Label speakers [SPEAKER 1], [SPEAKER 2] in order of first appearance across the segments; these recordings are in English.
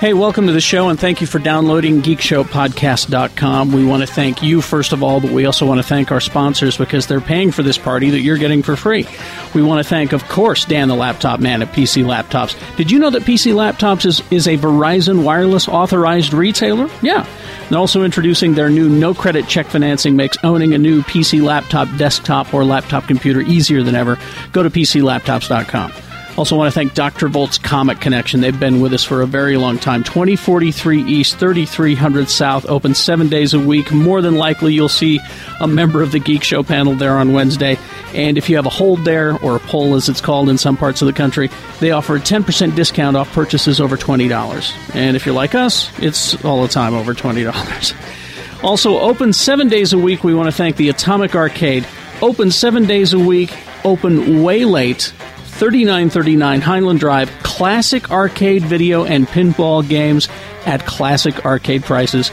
[SPEAKER 1] Hey, welcome to the show, and thank you for downloading GeekShowPodcast.com. We want to thank you, first of all, but we also want to thank our sponsors because they're paying for this party that you're getting for free. We want to thank, of course, Dan the Laptop Man at PC Laptops. Did you know that PC Laptops is, is a Verizon wireless authorized retailer? Yeah. They're also introducing their new no credit check financing makes owning a new PC laptop, desktop, or laptop computer easier than ever. Go to PCLaptops.com. Also, want to thank Dr. Volt's Comic Connection. They've been with us for a very long time. 2043 East, 3300 South, open seven days a week. More than likely, you'll see a member of the Geek Show panel there on Wednesday. And if you have a hold there, or a pull as it's called in some parts of the country, they offer a 10% discount off purchases over $20. And if you're like us, it's all the time over $20. Also, open seven days a week. We want to thank the Atomic Arcade. Open seven days a week, open way late. 3939 Highland Drive, classic arcade video and pinball games at classic arcade prices.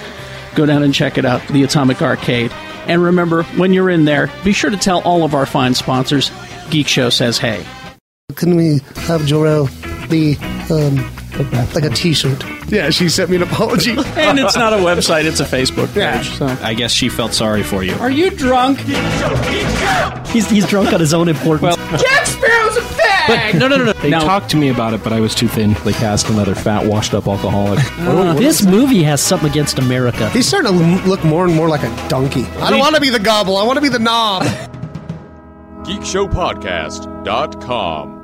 [SPEAKER 1] Go down and check it out, the Atomic Arcade. And remember, when you're in there, be sure to tell all of our fine sponsors Geek Show says hey.
[SPEAKER 2] Can we have Jorel be um, like a T-shirt?
[SPEAKER 3] Yeah, she sent me an apology.
[SPEAKER 1] And it's not a website, it's a Facebook page. So.
[SPEAKER 4] I guess she felt sorry for you.
[SPEAKER 1] Are you drunk?
[SPEAKER 5] He's, he's drunk on his own importance.
[SPEAKER 6] Jack Sparrow's a fag!
[SPEAKER 1] No, no, no, no.
[SPEAKER 4] They
[SPEAKER 1] Now-
[SPEAKER 4] talked to me about it, but I was too thin. They cast another fat, washed-up alcoholic.
[SPEAKER 5] this movie has something against America.
[SPEAKER 2] He's starting to l- look more and more like a donkey. I don't want to be the gobble. I want to be the knob.
[SPEAKER 7] GeekShowPodcast.com.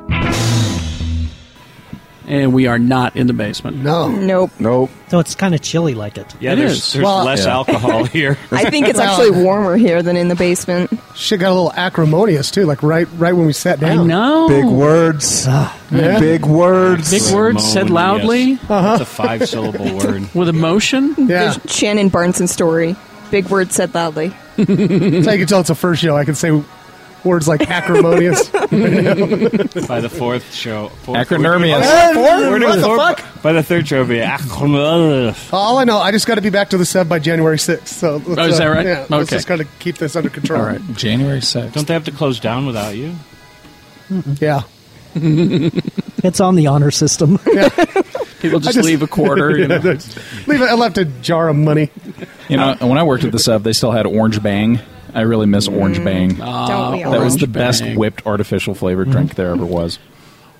[SPEAKER 1] And we are not in the basement.
[SPEAKER 2] No.
[SPEAKER 6] Nope.
[SPEAKER 3] nope.
[SPEAKER 5] So it's kind of chilly like it.
[SPEAKER 4] yeah,
[SPEAKER 1] It
[SPEAKER 4] there's,
[SPEAKER 1] is.
[SPEAKER 4] there's
[SPEAKER 2] Well-
[SPEAKER 4] less alcohol here.
[SPEAKER 6] I think it's actually warmer here than in the basement.
[SPEAKER 2] Shit got a little acrimonious too. Like right, right when we sat
[SPEAKER 1] I
[SPEAKER 2] down.
[SPEAKER 1] know.
[SPEAKER 3] Big words.
[SPEAKER 5] Ah,
[SPEAKER 2] Yeah.
[SPEAKER 3] Big words.
[SPEAKER 1] Big words said loudly
[SPEAKER 4] It's
[SPEAKER 2] Uh-huh.
[SPEAKER 4] a five-syllable word.
[SPEAKER 1] with emotion.
[SPEAKER 2] Yeah.
[SPEAKER 6] There's Shannon Barneson story. Big word said loudly.
[SPEAKER 2] So you can tell it's a first show. I can say words like acrimonious.
[SPEAKER 4] By the fourth show, fourth,
[SPEAKER 3] Acronermius.
[SPEAKER 4] We're
[SPEAKER 2] what
[SPEAKER 4] doing
[SPEAKER 2] the
[SPEAKER 4] four-
[SPEAKER 2] fuck?
[SPEAKER 4] By the third show, it'll be acronermius.
[SPEAKER 2] All I know, I just got to be back to the sub by January 6th. So let's, uh,
[SPEAKER 1] Oh, is that right?
[SPEAKER 2] Yeah. Let's
[SPEAKER 1] Okay.
[SPEAKER 2] just got to keep this under control.
[SPEAKER 1] All right.
[SPEAKER 8] January 6th.
[SPEAKER 4] Don't they have to close down without you?
[SPEAKER 2] Yeah.
[SPEAKER 5] It's on the honor system.
[SPEAKER 1] People just,
[SPEAKER 2] I just-
[SPEAKER 1] leave a quarter. You know.
[SPEAKER 2] Leave it. I left a jar of money.
[SPEAKER 8] You know, when I worked at the sub, they still had Orange Bang. I really miss
[SPEAKER 4] Mm.
[SPEAKER 8] Orange Bang.
[SPEAKER 4] Ah,
[SPEAKER 6] Don't we all?
[SPEAKER 8] Uh, that was
[SPEAKER 1] Orange
[SPEAKER 8] the best
[SPEAKER 1] Bang.
[SPEAKER 8] whipped artificial flavored
[SPEAKER 4] Mm-hmm.
[SPEAKER 8] drink there ever was.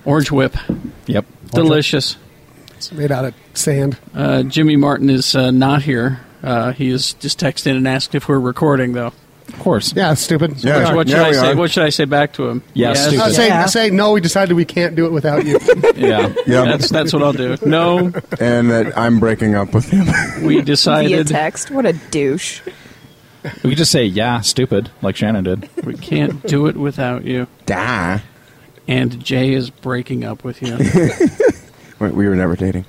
[SPEAKER 1] Orange Whip,
[SPEAKER 8] Yep.
[SPEAKER 1] delicious.
[SPEAKER 2] It's made out of sand.
[SPEAKER 1] Uh, Jimmy Martin is uh, not here. Uh, he is just texted in and asked if we're recording, though.
[SPEAKER 8] Of course.
[SPEAKER 2] Yeah, it's stupid.
[SPEAKER 3] Yeah.
[SPEAKER 2] We are.
[SPEAKER 1] What should
[SPEAKER 3] yeah,
[SPEAKER 1] I
[SPEAKER 3] we
[SPEAKER 1] say?
[SPEAKER 3] are.
[SPEAKER 1] What should I say back to him?
[SPEAKER 8] Yeah,
[SPEAKER 2] Uh,
[SPEAKER 8] stupid.
[SPEAKER 2] say,
[SPEAKER 5] Yeah.
[SPEAKER 2] say no. We decided we can't do it without you.
[SPEAKER 8] Yeah.
[SPEAKER 3] Yeah.
[SPEAKER 1] That's that's what I'll do. No,
[SPEAKER 3] and that I'm breaking up with him.
[SPEAKER 1] we
[SPEAKER 6] Via
[SPEAKER 1] decided
[SPEAKER 6] text. What a douche.
[SPEAKER 8] We could just say, yeah, stupid, like Shannon did.
[SPEAKER 1] we can't do it without you.
[SPEAKER 3] Die.
[SPEAKER 1] And Jay is breaking up with you.
[SPEAKER 3] Wait, we were never dating.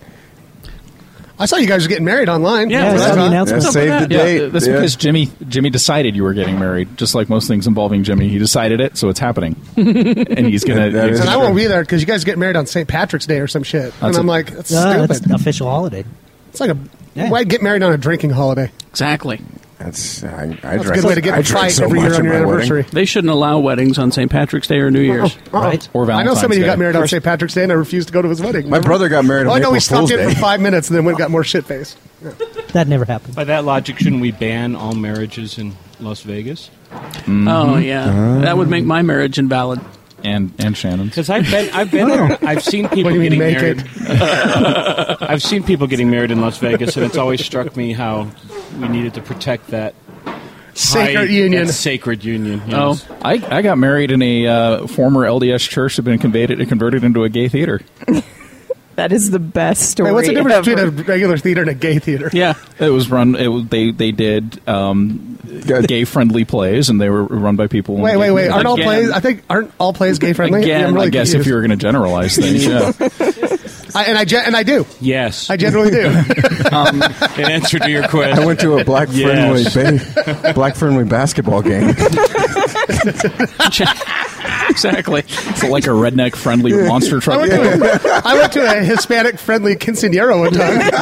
[SPEAKER 2] I saw you guys were getting married online.
[SPEAKER 1] Yeah,
[SPEAKER 5] I
[SPEAKER 2] That's
[SPEAKER 5] saw the
[SPEAKER 2] not-
[SPEAKER 5] announcement.
[SPEAKER 3] Yeah, save the
[SPEAKER 1] Yeah,
[SPEAKER 3] date.
[SPEAKER 8] That's
[SPEAKER 3] Yeah.
[SPEAKER 8] because Jimmy Jimmy decided you were getting married, just like most things involving Jimmy. He decided it, so it's happening. and he's going
[SPEAKER 3] That is
[SPEAKER 2] and I
[SPEAKER 8] to.
[SPEAKER 3] true.
[SPEAKER 2] won't be there because you guys get married on St. Patrick's Day or some shit. and
[SPEAKER 8] That's
[SPEAKER 2] I'm
[SPEAKER 8] a-
[SPEAKER 2] like, that's
[SPEAKER 5] Yeah, it's
[SPEAKER 2] stupid.
[SPEAKER 5] an official holiday.
[SPEAKER 2] It's like a
[SPEAKER 5] Yeah.
[SPEAKER 2] why get married on a drinking holiday?
[SPEAKER 1] exactly.
[SPEAKER 3] That's, I, I
[SPEAKER 2] That's
[SPEAKER 3] drank-
[SPEAKER 2] a good way to get
[SPEAKER 3] I
[SPEAKER 2] in a
[SPEAKER 3] drank
[SPEAKER 2] fight
[SPEAKER 3] so
[SPEAKER 2] every
[SPEAKER 3] much
[SPEAKER 2] year
[SPEAKER 3] at
[SPEAKER 2] on your
[SPEAKER 3] my
[SPEAKER 2] anniversary.
[SPEAKER 3] wedding.
[SPEAKER 1] They shouldn't allow weddings on St. Patrick's Day or New Year's.
[SPEAKER 8] Mm-hmm.
[SPEAKER 5] Right.
[SPEAKER 8] Or
[SPEAKER 2] I know
[SPEAKER 8] Valentine's
[SPEAKER 2] somebody who got
[SPEAKER 8] Day.
[SPEAKER 2] married on St. Patrick's Day and I refused to go to his wedding.
[SPEAKER 3] My brother got married
[SPEAKER 2] Oh,
[SPEAKER 3] on
[SPEAKER 2] I know
[SPEAKER 3] April
[SPEAKER 2] we stopped
[SPEAKER 3] Fool's
[SPEAKER 2] in
[SPEAKER 3] Day.
[SPEAKER 2] for five minutes and then went and got more shit faced.
[SPEAKER 5] That never happened.
[SPEAKER 4] By that logic, shouldn't we ban all marriages in Las Vegas?
[SPEAKER 1] Oh
[SPEAKER 8] Ah.
[SPEAKER 1] yeah, that would make my marriage invalid.
[SPEAKER 8] And, and Shannon's.
[SPEAKER 4] Because I've been, I've been, I've seen people
[SPEAKER 2] Oh. What do you mean
[SPEAKER 4] getting
[SPEAKER 2] make
[SPEAKER 4] married.
[SPEAKER 2] it?
[SPEAKER 4] I've seen people getting married in Las Vegas, and it's always struck me how we needed to protect that high-
[SPEAKER 2] Sacred union.
[SPEAKER 4] that sacred union.
[SPEAKER 1] Oh,
[SPEAKER 4] yes.
[SPEAKER 8] I, I got married in a uh, former LDS church that had been conveyed, converted into a gay theater.
[SPEAKER 6] That is the best story.
[SPEAKER 2] Wait, what's the difference
[SPEAKER 6] ever.
[SPEAKER 2] between a regular theater and a gay theater?
[SPEAKER 1] yeah.
[SPEAKER 8] It was run. It was, they they did um,
[SPEAKER 3] Good.
[SPEAKER 8] gay friendly plays, and they were run by people. in
[SPEAKER 2] Wait,
[SPEAKER 8] the
[SPEAKER 2] wait,
[SPEAKER 8] gay
[SPEAKER 2] wait.
[SPEAKER 8] community.
[SPEAKER 2] Aren't all
[SPEAKER 1] Again.
[SPEAKER 2] plays? I think aren't all plays gay friendly?
[SPEAKER 1] Again,
[SPEAKER 2] I'm
[SPEAKER 8] I
[SPEAKER 2] really
[SPEAKER 8] guess if
[SPEAKER 2] confused.
[SPEAKER 8] you were going to generalize things, yeah.
[SPEAKER 2] I, and I ge- and I do.
[SPEAKER 4] Yes.
[SPEAKER 2] I generally do.
[SPEAKER 4] In answer to your question,
[SPEAKER 3] I went to a black friendly
[SPEAKER 4] Yes.
[SPEAKER 3] ba- black friendly basketball game.
[SPEAKER 1] Ch- exactly.
[SPEAKER 8] So like a redneck friendly monster
[SPEAKER 2] I
[SPEAKER 8] truck.
[SPEAKER 2] went, to a, I went to a Hispanic friendly quinceanera one time.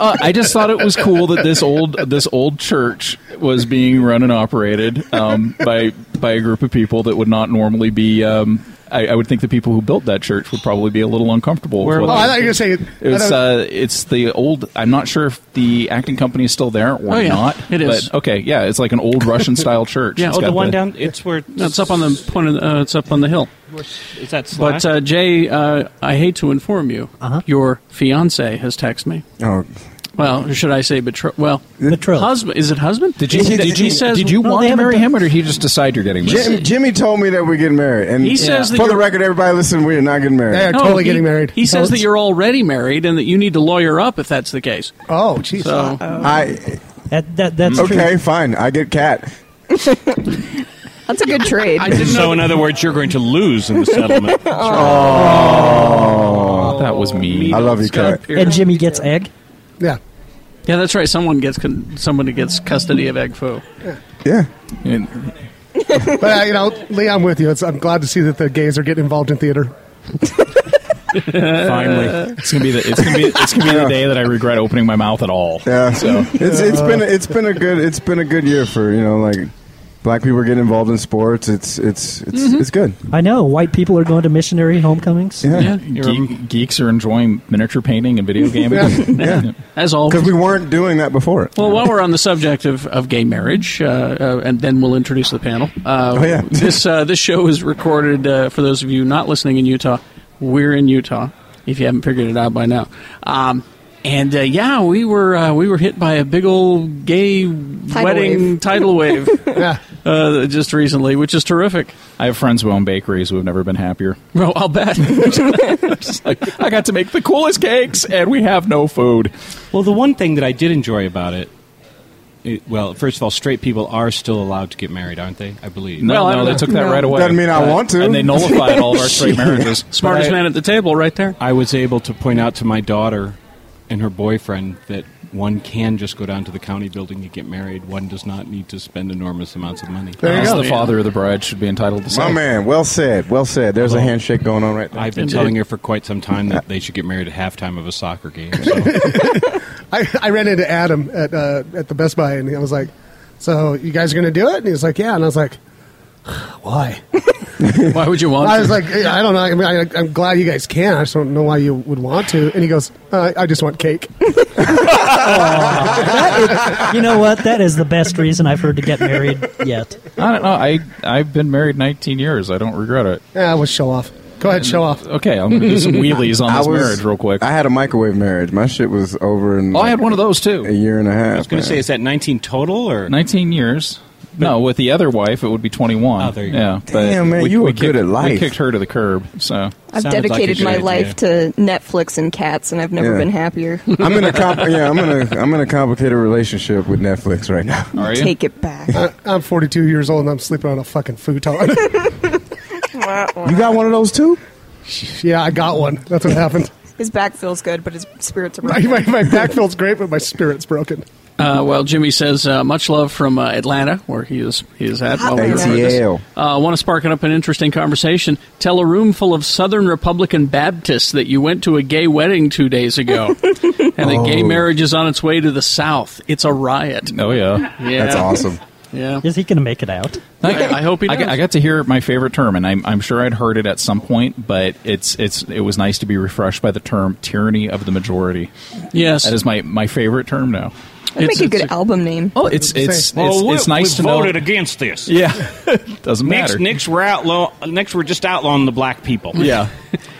[SPEAKER 8] Uh, I just thought it was cool that this old this old church was being run and operated um, by by a group of people that would not normally be. Um, I, I would think the people who built that church would probably be a little uncomfortable.
[SPEAKER 4] Where-
[SPEAKER 8] with
[SPEAKER 2] Oh,
[SPEAKER 8] what
[SPEAKER 2] I
[SPEAKER 8] they-
[SPEAKER 2] thought you were going to say
[SPEAKER 8] It was, uh, it's the old. I'm not sure if the acting company is still there or
[SPEAKER 1] Oh, yeah.
[SPEAKER 8] not.
[SPEAKER 1] It is.
[SPEAKER 8] But, okay, yeah, it's like an old Russian style church.
[SPEAKER 1] Yeah,
[SPEAKER 8] It's
[SPEAKER 4] Oh, the
[SPEAKER 8] got
[SPEAKER 4] one down. It's where.
[SPEAKER 1] No, it's up on the point. Of, uh, it's up on the hill.
[SPEAKER 4] Is that
[SPEAKER 1] But
[SPEAKER 4] slack?
[SPEAKER 1] uh, Jay, uh, I hate to inform you,
[SPEAKER 8] Uh-huh.
[SPEAKER 1] your fiance has texted me.
[SPEAKER 3] Oh,
[SPEAKER 1] Well, or should I say betro- Well,
[SPEAKER 5] Betrothed.
[SPEAKER 1] husband is it husband?
[SPEAKER 8] Did you?
[SPEAKER 1] He-
[SPEAKER 8] Did,
[SPEAKER 1] he
[SPEAKER 8] you?
[SPEAKER 1] says
[SPEAKER 8] did you
[SPEAKER 1] no,
[SPEAKER 8] want
[SPEAKER 1] they
[SPEAKER 8] to
[SPEAKER 1] haven't
[SPEAKER 8] marry
[SPEAKER 1] done-
[SPEAKER 8] him, or did he just decide you're getting married?
[SPEAKER 3] Jim, Jimmy told me that we get married, and
[SPEAKER 1] He says that
[SPEAKER 3] for the
[SPEAKER 1] you're-
[SPEAKER 3] record, everybody listen, we are not getting married.
[SPEAKER 2] Yeah. They're totally getting married.
[SPEAKER 1] He says that
[SPEAKER 2] Totes.
[SPEAKER 1] you're already married and that you need to lawyer up if that's the case.
[SPEAKER 2] Oh, jeez.
[SPEAKER 1] So
[SPEAKER 3] I
[SPEAKER 5] That, that, that's
[SPEAKER 3] okay,
[SPEAKER 5] true.
[SPEAKER 3] fine. I get cat.
[SPEAKER 6] That's a good trade.
[SPEAKER 1] I didn't
[SPEAKER 4] so,
[SPEAKER 1] know.
[SPEAKER 4] in other words, you're going to lose in the settlement.
[SPEAKER 8] that was me.
[SPEAKER 3] Oh, I love you, cat.
[SPEAKER 5] And Jimmy gets egg.
[SPEAKER 2] Yeah.
[SPEAKER 1] Yeah, that's right. Someone gets con- someone gets custody of Egg Foo.
[SPEAKER 3] Yeah.
[SPEAKER 8] And-
[SPEAKER 2] But, uh, you know, Lee, I'm with you. It's, I'm glad to see that the gays are getting involved in theater.
[SPEAKER 4] Finally,
[SPEAKER 8] It's gonna be the it's gonna be it's gonna be the day that I regret opening my mouth at all.
[SPEAKER 3] Yeah.
[SPEAKER 8] So
[SPEAKER 3] It's it's been it's been a good it's been a good year for you know like black people getting involved in sports. It's it's it's
[SPEAKER 8] Mm-hmm.
[SPEAKER 3] it's good.
[SPEAKER 5] I know. White people are going to missionary homecomings.
[SPEAKER 3] Yeah.
[SPEAKER 8] geek, geeks are enjoying miniature painting and video gaming.
[SPEAKER 3] Yeah.
[SPEAKER 1] As always.
[SPEAKER 3] Because we weren't doing that before.
[SPEAKER 1] Well, while we're on the subject of, of gay marriage, uh, uh, and then we'll introduce the panel. Uh,
[SPEAKER 3] Oh, yeah.
[SPEAKER 1] this uh, this show is recorded uh, for those of you not listening in Utah. We're in Utah, if you haven't figured it out by now. Um, and uh, yeah, we were uh, we were hit by a big old gay wedding
[SPEAKER 6] wave.
[SPEAKER 1] tidal wave
[SPEAKER 2] Yeah.
[SPEAKER 1] uh, just recently, which is terrific.
[SPEAKER 8] I have friends who own bakeries who have never been happier.
[SPEAKER 1] Well, I'll bet.
[SPEAKER 8] It's like, I got to make the coolest cakes, and we have no food.
[SPEAKER 4] well, the one thing that I did enjoy about it, it. Well, first of all, straight people are still allowed to get married, aren't they? I believe.
[SPEAKER 8] No,
[SPEAKER 1] Well, I
[SPEAKER 8] no,
[SPEAKER 1] don't
[SPEAKER 8] they
[SPEAKER 1] know.
[SPEAKER 8] took that right away. Uh,
[SPEAKER 3] Doesn't mean I want to.
[SPEAKER 8] And they nullified all of our straight marriages.
[SPEAKER 1] Smartest
[SPEAKER 8] But I-
[SPEAKER 1] man at the table, right there.
[SPEAKER 4] I was able to point out to my daughter and her boyfriend that one can just go down to the county building and get married. One does not need to spend enormous amounts of money.
[SPEAKER 2] There you
[SPEAKER 8] As
[SPEAKER 2] go.
[SPEAKER 8] the father of the bride should be entitled to say.
[SPEAKER 3] My man, well said, well said. There's a handshake going on right there.
[SPEAKER 4] I've been
[SPEAKER 1] Indeed.
[SPEAKER 4] telling her for quite some time that they should get married at halftime of a soccer game. So.
[SPEAKER 2] I, I ran into Adam at uh, at the Best Buy, and I was like, "So you guys are going to do it?" And he was like, "Yeah." And I was like, "Why?"
[SPEAKER 1] Why would you want?
[SPEAKER 2] I was
[SPEAKER 1] to?
[SPEAKER 2] like, "I don't know. I mean, I, I'm glad you guys can. I just don't know why you would want to." And he goes, uh, "I just want cake."
[SPEAKER 5] You know what? That is the best reason I've heard to get married yet.
[SPEAKER 8] I don't know. I I've been married 19 years. I don't regret it.
[SPEAKER 2] yeah, we'll show off. Go ahead, show off.
[SPEAKER 8] Okay, I'm going to do some wheelies on
[SPEAKER 3] I
[SPEAKER 8] this
[SPEAKER 3] was-
[SPEAKER 8] marriage real quick.
[SPEAKER 3] I had a microwave marriage. My shit was over in
[SPEAKER 8] oh, I had one of those too.
[SPEAKER 3] a year and a half.
[SPEAKER 4] I was going to say, is that 19 total or?
[SPEAKER 8] 19 years. No, with the other wife, it would be 21.
[SPEAKER 4] Oh, there you go.
[SPEAKER 8] yeah, but
[SPEAKER 3] Damn, man, you were
[SPEAKER 8] kicked,
[SPEAKER 3] good at
[SPEAKER 8] We
[SPEAKER 3] life.
[SPEAKER 8] kicked her to the curb, so.
[SPEAKER 6] I've
[SPEAKER 4] Sounded like a
[SPEAKER 6] dedicated
[SPEAKER 4] good
[SPEAKER 6] my
[SPEAKER 4] idea.
[SPEAKER 6] life to Netflix and cats, and I've never
[SPEAKER 3] Yeah.
[SPEAKER 6] been happier.
[SPEAKER 3] I'm in a compl- yeah, I'm in a I'm in a complicated relationship with Netflix right now.
[SPEAKER 8] Are you?
[SPEAKER 6] Take it back.
[SPEAKER 2] I'm 42 years old, and I'm sleeping on a fucking futon.
[SPEAKER 3] You got one of those too?
[SPEAKER 2] yeah, I got one. That's what happened.
[SPEAKER 6] his back feels good, but his spirits are
[SPEAKER 2] My,
[SPEAKER 6] broken.
[SPEAKER 2] my, my back feels great, but my spirit's broken.
[SPEAKER 1] Uh, well, Jimmy says uh, much love from uh, Atlanta, where he is he is at. while we record this.
[SPEAKER 3] ATL.
[SPEAKER 1] Uh, want to spark up an interesting conversation? Tell a room full of Southern Republican Baptists that you went to a gay wedding two days ago, and that gay marriage is on its way to the South. It's a riot.
[SPEAKER 8] Oh, yeah.
[SPEAKER 1] Yeah,
[SPEAKER 3] That's awesome.
[SPEAKER 1] Yeah,
[SPEAKER 5] Is he going to make it out?
[SPEAKER 1] I, I hope he
[SPEAKER 8] I,
[SPEAKER 1] does.
[SPEAKER 8] got- I got to hear my favorite term, and I'm, I'm sure I'd heard it at some point, but it's it's it was nice to be refreshed by the term tyranny of the majority.
[SPEAKER 1] yes,
[SPEAKER 8] That is my, my favorite term now.
[SPEAKER 6] That'd
[SPEAKER 1] it's-
[SPEAKER 6] make a good
[SPEAKER 1] it's a-
[SPEAKER 6] album name.
[SPEAKER 8] Oh, it's it's it's, it's nice to know.
[SPEAKER 4] against this.
[SPEAKER 8] yeah, doesn't
[SPEAKER 4] Next,
[SPEAKER 8] matter.
[SPEAKER 4] next we're outlaw. Next, we're just outlawing the black people.
[SPEAKER 8] Yeah,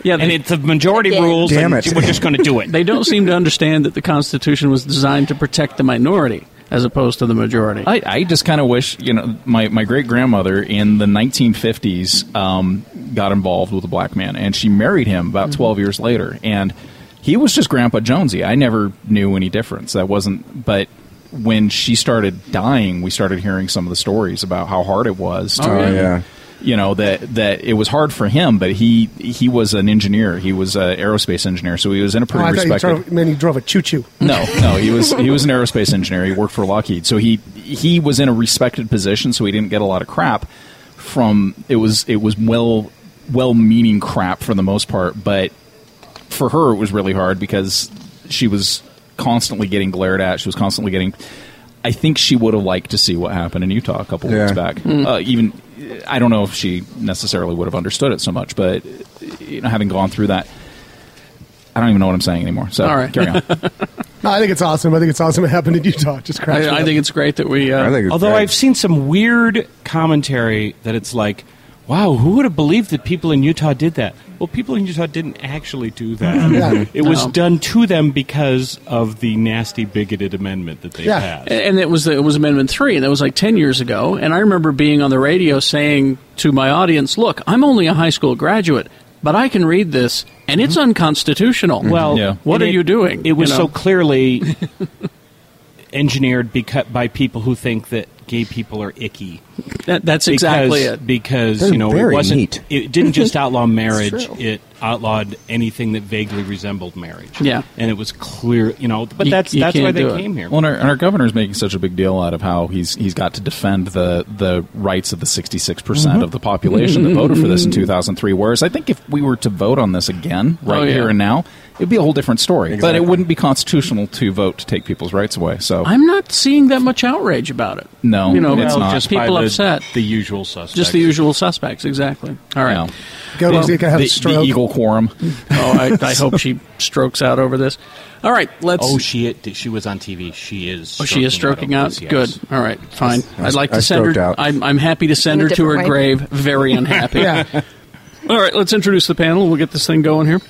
[SPEAKER 1] yeah. They,
[SPEAKER 4] and it's the majority
[SPEAKER 6] Again.
[SPEAKER 4] rules.
[SPEAKER 3] Damn
[SPEAKER 4] and
[SPEAKER 3] it.
[SPEAKER 4] We're just going to do it.
[SPEAKER 1] they don't seem to understand that the Constitution was designed to protect the minority as opposed to the majority.
[SPEAKER 8] I, I just kind of wish, you know, my, my great grandmother in the 1950s um, got involved with a black man, and she married him about 12 years later. And he was just Grandpa Jonesy. I never knew any difference. That wasn't, but when she started dying, we started hearing some of the stories about how hard it was to
[SPEAKER 3] Oh yeah.
[SPEAKER 8] you know that that it was hard for him but he he was an engineer he was an aerospace engineer so he was in a
[SPEAKER 2] Oh,
[SPEAKER 8] pretty
[SPEAKER 2] I thought you
[SPEAKER 8] respected
[SPEAKER 2] drove, man, you drove a choo choo.
[SPEAKER 8] no, no, he was he was an aerospace engineer. He worked for Lockheed, so he he was in a respected position, so he didn't get a lot of crap. from it was it was well well meaning crap for the most part, but for her it was really hard because she was constantly getting glared at. She was constantly getting. I think she would have liked to see what happened in Utah a couple
[SPEAKER 3] Yeah.
[SPEAKER 8] weeks back.
[SPEAKER 1] Hmm.
[SPEAKER 3] Mm.
[SPEAKER 8] Uh, even I don't know if she necessarily would have understood it so much, but you know, having gone through that, I don't even know what I'm saying anymore. So
[SPEAKER 1] All right.
[SPEAKER 8] carry on.
[SPEAKER 2] No, I think it's awesome. I think it's awesome. It happened in Utah. Just crashed.
[SPEAKER 1] I, I think it's great that we. Uh,
[SPEAKER 4] Although I've seen some weird commentary that it's like, wow, who would have believed that people in Utah did that? Well, people in Utah didn't actually do that.
[SPEAKER 1] Yeah.
[SPEAKER 4] It was
[SPEAKER 1] No.
[SPEAKER 4] done to them because of the nasty, bigoted amendment that they
[SPEAKER 1] yeah,
[SPEAKER 4] passed.
[SPEAKER 1] and and it was it was Amendment Three, and that was like ten years ago. And I remember being on the radio saying to my audience, "Look, I'm only a high school graduate, but I can read this, and it's unconstitutional.
[SPEAKER 4] Well,
[SPEAKER 1] what
[SPEAKER 4] Mm-hmm. and
[SPEAKER 1] are
[SPEAKER 4] it-
[SPEAKER 1] you doing?
[SPEAKER 4] It was
[SPEAKER 1] You know?
[SPEAKER 4] so clearly engineered beca- by people who think that gay people are icky.
[SPEAKER 1] That- that's exactly
[SPEAKER 4] Because-
[SPEAKER 1] it.
[SPEAKER 4] Because
[SPEAKER 1] They're
[SPEAKER 4] you know
[SPEAKER 1] very
[SPEAKER 4] it wasn't.
[SPEAKER 1] neat.
[SPEAKER 4] It didn't just outlaw marriage;
[SPEAKER 1] true.
[SPEAKER 4] it outlawed anything that vaguely resembled marriage.
[SPEAKER 1] Yeah.
[SPEAKER 4] and it was clear. You know, but
[SPEAKER 8] You-
[SPEAKER 4] that's
[SPEAKER 8] you
[SPEAKER 4] that's why
[SPEAKER 8] can't
[SPEAKER 4] they
[SPEAKER 8] do it.
[SPEAKER 4] came here.
[SPEAKER 8] Well, and our, and our governor's making such a big deal out of how he's he's got to defend the the rights of the 66 percent
[SPEAKER 4] Mhm.
[SPEAKER 8] of the population that voted for this in
[SPEAKER 4] Mhm.
[SPEAKER 8] 2003. Whereas I think if we were to vote on this again right
[SPEAKER 4] Oh, yeah.
[SPEAKER 8] here and now, it'd be a whole different story. But
[SPEAKER 4] Exactly.
[SPEAKER 8] it wouldn't be constitutional to vote to take people's rights away. So
[SPEAKER 1] I'm not seeing that much outrage about it.
[SPEAKER 8] no,
[SPEAKER 1] you know,
[SPEAKER 8] it's
[SPEAKER 1] well,
[SPEAKER 8] not.
[SPEAKER 1] just people
[SPEAKER 4] by the-
[SPEAKER 1] upset.
[SPEAKER 4] The usual suspects.
[SPEAKER 1] Just the usual suspects, exactly. All right.
[SPEAKER 8] Go, Well, Zeke, I have a the- the stroke. eagle quorum.
[SPEAKER 1] oh, I, I hope she strokes out over this. All right, let's.
[SPEAKER 4] oh, she she was on TV. She is.
[SPEAKER 1] Oh, she is stroking out.
[SPEAKER 4] over this, yes.
[SPEAKER 1] Good. All right. Fine.
[SPEAKER 4] I-
[SPEAKER 1] I'd like to
[SPEAKER 4] I
[SPEAKER 1] send her.
[SPEAKER 4] stroked out.
[SPEAKER 1] I'm, I'm happy to send
[SPEAKER 4] In a
[SPEAKER 1] her to her
[SPEAKER 4] different way.
[SPEAKER 1] grave. Very unhappy.
[SPEAKER 4] Yeah.
[SPEAKER 1] All right. Let's introduce the panel. We'll get this thing going here.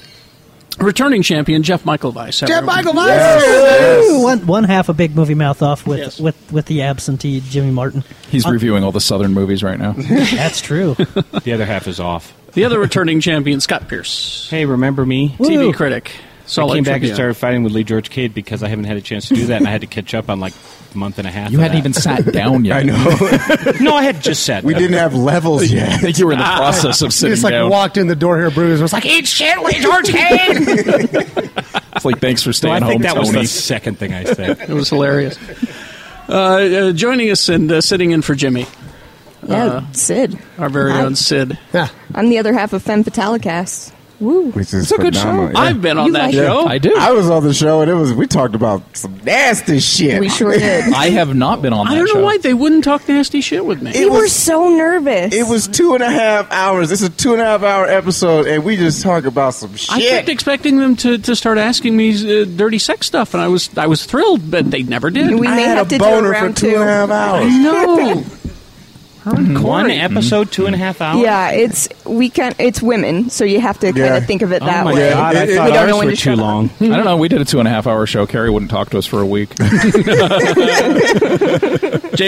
[SPEAKER 1] Returning champion Jeff Michael Weiss.
[SPEAKER 2] Jeff Michael Weiss!
[SPEAKER 5] Ooh, One, one half a big movie mouth off with, with, with the absentee Jimmy Martin.
[SPEAKER 8] He's
[SPEAKER 5] Uh,
[SPEAKER 8] reviewing all the Southern movies right now.
[SPEAKER 5] That's true.
[SPEAKER 4] The other half is off.
[SPEAKER 1] The other returning champion Scott Pierce.
[SPEAKER 4] Hey, remember me?
[SPEAKER 1] TV critic. Solid
[SPEAKER 4] I came back
[SPEAKER 1] Tribune.
[SPEAKER 4] and started fighting with Lee George Cade because I haven't had a chance to do that, and I had to catch up on like a month and a half.
[SPEAKER 8] You
[SPEAKER 4] of
[SPEAKER 8] hadn't
[SPEAKER 4] that.
[SPEAKER 8] even sat down yet. I
[SPEAKER 4] know. no, I had just sat.
[SPEAKER 3] We
[SPEAKER 4] down.
[SPEAKER 3] didn't have levels yet. I
[SPEAKER 8] think you were in the process
[SPEAKER 2] He just like walked in the door here, Bruce, and was like, "Eat shit, Lee George Cade."
[SPEAKER 8] It's like thanks for
[SPEAKER 4] No,
[SPEAKER 8] staying
[SPEAKER 4] I think
[SPEAKER 8] home,
[SPEAKER 4] that was
[SPEAKER 8] Tony.
[SPEAKER 4] the second thing I said.
[SPEAKER 1] it was hilarious. Uh, uh, joining us and uh, sitting in for Jimmy.
[SPEAKER 6] Yeah, Sid.
[SPEAKER 1] Our very
[SPEAKER 6] Hi.
[SPEAKER 1] own Sid.
[SPEAKER 6] I'm the other half of Femme Fatalicast. Woo.
[SPEAKER 3] Which is
[SPEAKER 1] It's a good
[SPEAKER 3] phenomenal.
[SPEAKER 1] show. I've been on You that like it? show. I
[SPEAKER 8] do.
[SPEAKER 3] I was on the show, and it was we talked about some nasty shit.
[SPEAKER 6] We sure did.
[SPEAKER 8] I have not been on
[SPEAKER 1] I
[SPEAKER 8] that
[SPEAKER 1] don't know
[SPEAKER 8] show.
[SPEAKER 1] why they wouldn't talk nasty shit with me.
[SPEAKER 6] We were so nervous.
[SPEAKER 3] It was two and a half hours. It's a two and a half hour episode, and we just talk about some
[SPEAKER 1] I
[SPEAKER 3] shit.
[SPEAKER 1] kept expecting them to, to start asking me uh, dirty sex stuff, and I was I was thrilled, but they never did.
[SPEAKER 6] We may have to do a round two.
[SPEAKER 1] I know. Hmm.
[SPEAKER 4] One
[SPEAKER 1] Corey.
[SPEAKER 4] episode, two and a half hours.
[SPEAKER 6] Yeah, it's we can. It's women, so you have to kind
[SPEAKER 8] Yeah.
[SPEAKER 6] of think of it
[SPEAKER 4] Oh
[SPEAKER 6] that
[SPEAKER 4] my
[SPEAKER 6] way.
[SPEAKER 4] God, I
[SPEAKER 6] We
[SPEAKER 4] thought
[SPEAKER 6] don't
[SPEAKER 4] ours
[SPEAKER 6] know when
[SPEAKER 4] were
[SPEAKER 6] to
[SPEAKER 4] too
[SPEAKER 6] shut up.
[SPEAKER 4] long.
[SPEAKER 8] I don't know. We did a two and a half hour show. Carrie wouldn't talk to us for a week.
[SPEAKER 1] Jay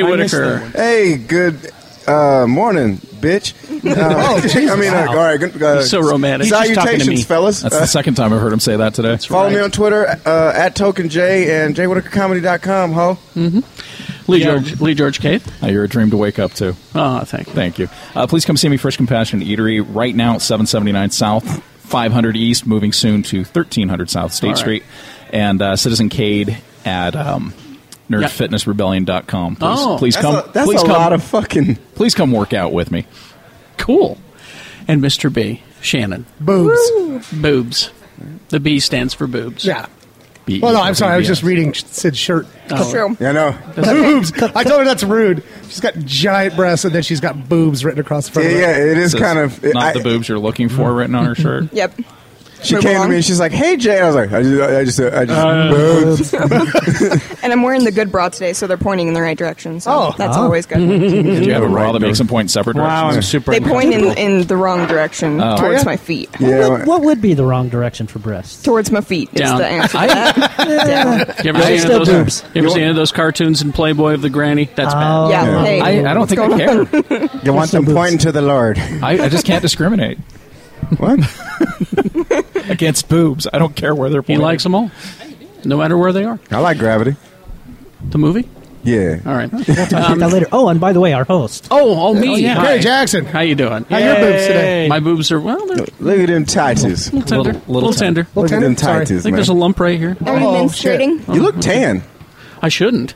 [SPEAKER 3] Whitaker. Hey, good uh, morning, bitch.
[SPEAKER 8] Oh,
[SPEAKER 3] Uh, I mean, uh, all right. Good, uh, Salutations, fellas.
[SPEAKER 8] That's
[SPEAKER 3] Uh,
[SPEAKER 8] the second time I've heard him say that today.
[SPEAKER 3] follow me on Twitter uh, at Token J and jwhitakercomedy.com, ho.
[SPEAKER 1] Lee George, Lee George Cade.
[SPEAKER 8] Uh, you're a dream to wake up to.
[SPEAKER 1] Oh, thank you.
[SPEAKER 8] Thank you. Uh, please come see me, Fresh Compassion Eatery, right now at 779 South, 500 East, moving soon to 1300 South State
[SPEAKER 1] All right.
[SPEAKER 8] Street, and uh, Citizen Cade at um, nerdfitnessrebellion.com. Please,
[SPEAKER 1] Oh.
[SPEAKER 8] please
[SPEAKER 1] That's
[SPEAKER 8] come.
[SPEAKER 1] a- that's
[SPEAKER 8] please
[SPEAKER 1] a
[SPEAKER 8] come,
[SPEAKER 1] lot
[SPEAKER 3] of fucking.
[SPEAKER 8] Please come work out with me.
[SPEAKER 1] Cool. And Mr. B, Shannon.
[SPEAKER 2] Boobs.
[SPEAKER 1] Boobs. The B stands for boobs.
[SPEAKER 2] Yeah.
[SPEAKER 8] E
[SPEAKER 2] Well, no, I'm sorry. I was just reading Sid's shirt.
[SPEAKER 1] Oh. True.
[SPEAKER 3] Yeah, I know.
[SPEAKER 2] Boobs. I told her that's rude. She's got giant breasts, and then she's got boobs written across the front. of her.
[SPEAKER 8] This not the boobs you're looking for written on her shirt.
[SPEAKER 6] Yep.
[SPEAKER 3] She
[SPEAKER 6] Move
[SPEAKER 3] came to
[SPEAKER 6] along.
[SPEAKER 3] me and she's like, hey, Jay. I was like, I just, I just, I just boobs.
[SPEAKER 6] And I'm wearing the good bra today, so they're pointing in the right direction. So
[SPEAKER 3] Oh.
[SPEAKER 6] that's
[SPEAKER 3] Oh.
[SPEAKER 6] always good.
[SPEAKER 8] Do you have a bra that makes them point separate directions?
[SPEAKER 4] Mm-hmm. Wow, I'm super.
[SPEAKER 6] They point in,
[SPEAKER 4] uncomfortable.
[SPEAKER 6] in the wrong direction
[SPEAKER 8] Oh.
[SPEAKER 6] towards
[SPEAKER 8] Yeah.
[SPEAKER 6] my feet.
[SPEAKER 5] what, what would be the wrong direction for breasts?
[SPEAKER 6] Towards my feet is
[SPEAKER 1] Down.
[SPEAKER 6] the answer.
[SPEAKER 1] I-
[SPEAKER 6] to that. Down.
[SPEAKER 1] You ever
[SPEAKER 5] I
[SPEAKER 1] seen any
[SPEAKER 5] still
[SPEAKER 1] of
[SPEAKER 5] boobs.
[SPEAKER 1] those? You ever seen any of those cartoons in Playboy of the Granny? That's
[SPEAKER 5] Oh.
[SPEAKER 1] bad.
[SPEAKER 6] Yeah, Yeah. hey,
[SPEAKER 8] I- I don't think I
[SPEAKER 6] what's
[SPEAKER 8] care.
[SPEAKER 3] You want them pointing to the Lord.
[SPEAKER 8] I, I just can't discriminate.
[SPEAKER 3] What?
[SPEAKER 8] Against boobs. I don't care where they're
[SPEAKER 1] He
[SPEAKER 8] pointing.
[SPEAKER 1] likes them all, no matter where they are.
[SPEAKER 3] I like gravity.
[SPEAKER 1] The movie.
[SPEAKER 3] Yeah.
[SPEAKER 1] All right.
[SPEAKER 5] We'll talk about
[SPEAKER 8] um,
[SPEAKER 5] that later. Oh, and by the way, our host.
[SPEAKER 1] Oh, oh, me.
[SPEAKER 5] Oh, yeah.
[SPEAKER 1] Hi.
[SPEAKER 5] Gary
[SPEAKER 1] Jackson. How you doing?
[SPEAKER 5] How your boobs today?
[SPEAKER 1] My boobs are well. They're
[SPEAKER 3] Look at them tighties.
[SPEAKER 1] little tender. Little, tender.
[SPEAKER 3] Look at them
[SPEAKER 1] Sorry.
[SPEAKER 3] tighties,
[SPEAKER 1] I think
[SPEAKER 3] man.
[SPEAKER 1] there's a lump right here.
[SPEAKER 6] Are you menstruating?
[SPEAKER 3] You look tan.
[SPEAKER 1] I shouldn't.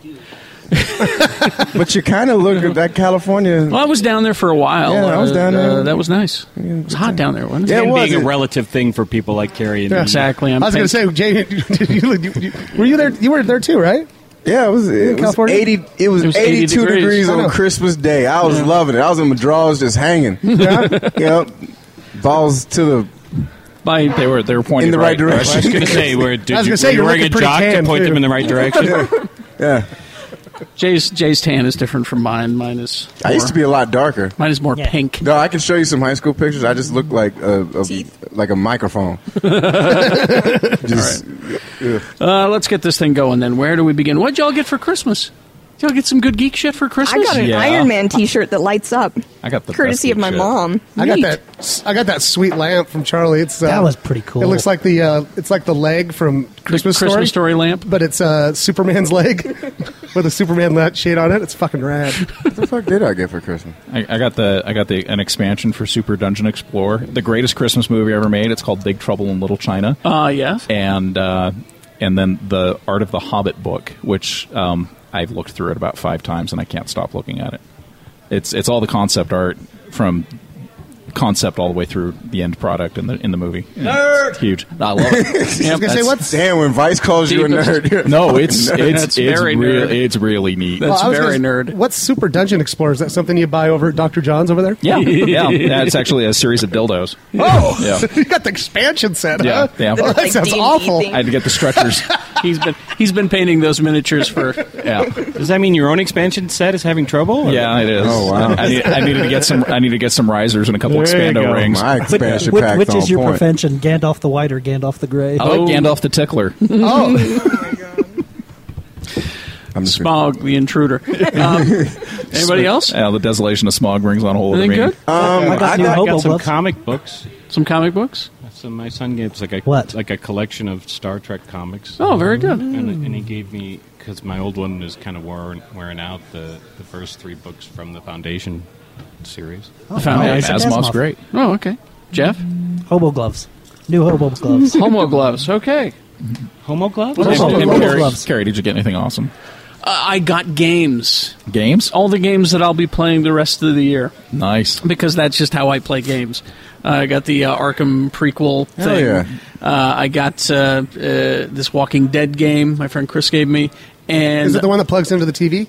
[SPEAKER 3] but you kind of look at that California.
[SPEAKER 1] Well, I was down there for a while.
[SPEAKER 3] Yeah, I was down
[SPEAKER 1] Uh,
[SPEAKER 3] there.
[SPEAKER 1] uh, that was nice. It was hot down there, wasn't it?
[SPEAKER 3] Yeah, it
[SPEAKER 4] and
[SPEAKER 3] was.
[SPEAKER 4] being a relative thing for people like Carrie and me.
[SPEAKER 1] Exactly. I'm
[SPEAKER 2] I was going to
[SPEAKER 1] thinking-
[SPEAKER 2] say, Jay, you, you, you, were you there? You were there too, right?
[SPEAKER 3] Yeah, it was it was
[SPEAKER 2] California?
[SPEAKER 3] eighty. It was,
[SPEAKER 1] It was 80
[SPEAKER 3] eighty two
[SPEAKER 1] degrees.
[SPEAKER 3] degrees,
[SPEAKER 2] I know.
[SPEAKER 3] on Christmas Day. I was loving it. I was in my drawers just hanging. yep, balls to the
[SPEAKER 1] By
[SPEAKER 8] They were they were pointing
[SPEAKER 3] in the right,
[SPEAKER 4] I was
[SPEAKER 3] direction.
[SPEAKER 4] going to say, where did
[SPEAKER 2] I was
[SPEAKER 4] you,
[SPEAKER 2] gonna say,
[SPEAKER 4] were you
[SPEAKER 2] you're
[SPEAKER 4] wearing a
[SPEAKER 2] looking pretty
[SPEAKER 4] jock to
[SPEAKER 2] tan,
[SPEAKER 4] point
[SPEAKER 2] too.
[SPEAKER 4] them in the right direction?
[SPEAKER 3] yeah,
[SPEAKER 1] Jay's Jay's tan is different from mine. Mine is
[SPEAKER 3] I used to be a lot darker.
[SPEAKER 1] mine is more
[SPEAKER 5] Yeah.
[SPEAKER 1] pink.
[SPEAKER 3] No, I can show you some high school pictures. I just look like a, a like a microphone. just,
[SPEAKER 1] Uh, let's get this thing going then. Where do we begin? What'd y'all get for Christmas? Did y'all get some good geek shit for
[SPEAKER 6] I
[SPEAKER 1] Christmas?
[SPEAKER 6] got an
[SPEAKER 8] Yeah.
[SPEAKER 6] Iron Man T-shirt that lights up.
[SPEAKER 8] I got the best
[SPEAKER 6] courtesy of my
[SPEAKER 8] shit.
[SPEAKER 6] mom.
[SPEAKER 2] I got
[SPEAKER 1] Neat.
[SPEAKER 2] that. I got that sweet lamp from Charlie. It's uh,
[SPEAKER 5] That was pretty cool.
[SPEAKER 2] It looks like the uh, it's like the leg from Christmas,
[SPEAKER 1] Christmas Story lamp?
[SPEAKER 2] but it's uh, Superman's leg with a Superman la- shade on it. It's fucking rad.
[SPEAKER 3] what the fuck did I get for Christmas?
[SPEAKER 8] I, I got the I got the an expansion for Super Dungeon Explorer, the greatest Christmas movie ever made. It's called Big Trouble in Little China,
[SPEAKER 1] Uh, yeah.
[SPEAKER 8] and uh, and then the Art of the Hobbit book, which um, I've looked through it about five times and I can't stop looking at it. It's it's all the concept art from concept all the way through the end product in the in the movie. And It's huge. I love it.
[SPEAKER 2] I was gonna say
[SPEAKER 8] That's-
[SPEAKER 2] what's
[SPEAKER 3] Damn, when Vice calls you a
[SPEAKER 1] Deepest-
[SPEAKER 3] nerd.
[SPEAKER 8] No, it's it's
[SPEAKER 1] That's
[SPEAKER 8] it's
[SPEAKER 1] very
[SPEAKER 8] real,
[SPEAKER 1] nerd.
[SPEAKER 8] it's really neat.
[SPEAKER 1] That's
[SPEAKER 2] I was
[SPEAKER 1] very
[SPEAKER 2] gonna-
[SPEAKER 1] nerd.
[SPEAKER 2] What's Super Dungeon Explorer? Is that something you buy over at Dr. John's over there?
[SPEAKER 8] yeah, yeah, yeah. It's actually a series of dildos.
[SPEAKER 2] Oh,
[SPEAKER 8] Yeah.
[SPEAKER 2] you got the expansion set. huh?
[SPEAKER 8] Yeah, yeah.
[SPEAKER 2] Well, that
[SPEAKER 6] Like
[SPEAKER 2] sounds
[SPEAKER 6] D&D
[SPEAKER 2] awful.
[SPEAKER 6] thing.
[SPEAKER 8] I had to get the stretchers.
[SPEAKER 1] He's been he's been painting those miniatures for
[SPEAKER 8] Yeah.
[SPEAKER 4] Does that mean your own expansion set is having trouble? or-
[SPEAKER 8] Yeah, it is.
[SPEAKER 3] Oh, wow.
[SPEAKER 8] I, need, I needed to get some. I needed to get some risers and a couple
[SPEAKER 4] There you go.
[SPEAKER 8] expando rings.
[SPEAKER 3] My expansion
[SPEAKER 5] which,
[SPEAKER 3] pack's
[SPEAKER 5] which
[SPEAKER 3] on
[SPEAKER 5] is your
[SPEAKER 3] point.
[SPEAKER 5] prevention? Gandalf the White or Gandalf the Grey?
[SPEAKER 8] I like Gandalf the Tickler.
[SPEAKER 2] Oh,
[SPEAKER 3] I'm just gonna-
[SPEAKER 1] Smog the intruder. Um, anybody else?
[SPEAKER 8] Uh, the desolation of smog rings on a whole. other
[SPEAKER 1] Anything
[SPEAKER 8] meaning.
[SPEAKER 1] good?
[SPEAKER 3] Um,
[SPEAKER 5] I got
[SPEAKER 3] I
[SPEAKER 5] new
[SPEAKER 3] got-
[SPEAKER 4] Oh, I
[SPEAKER 5] hobo
[SPEAKER 4] got some
[SPEAKER 5] gloves.
[SPEAKER 4] comic books.
[SPEAKER 1] Some comic books.
[SPEAKER 4] So my son gave us like a
[SPEAKER 5] What?
[SPEAKER 4] like a collection of Star Trek comics.
[SPEAKER 1] Oh, very good.
[SPEAKER 4] And, and he
[SPEAKER 5] Hmm.
[SPEAKER 4] gave me because my old one is kind of wearing wearing out the the first three books from the Foundation series.
[SPEAKER 1] The
[SPEAKER 8] Oh, yeah,
[SPEAKER 1] foundation.
[SPEAKER 8] Asimov's
[SPEAKER 5] Asimov.
[SPEAKER 8] great.
[SPEAKER 1] Oh, okay. Jeff,
[SPEAKER 5] Hobo gloves. New hobo gloves.
[SPEAKER 1] homo gloves. Okay.
[SPEAKER 4] Homo gloves.
[SPEAKER 8] And-
[SPEAKER 5] Hobo
[SPEAKER 8] and
[SPEAKER 5] gloves.
[SPEAKER 8] Carrie,
[SPEAKER 5] gloves.
[SPEAKER 8] Carrie, did you get anything awesome?
[SPEAKER 1] Uh, I got games.
[SPEAKER 8] Games?
[SPEAKER 1] All the games that I'll be playing the rest of the year.
[SPEAKER 8] Nice.
[SPEAKER 1] because that's just how I play games. Uh, I got the uh, Arkham prequel
[SPEAKER 3] Hell
[SPEAKER 1] thing.
[SPEAKER 3] yeah.
[SPEAKER 1] Uh, I got uh, uh, this Walking Dead game my friend Chris gave me, and Uh,
[SPEAKER 2] is it the one that plugs into the TV?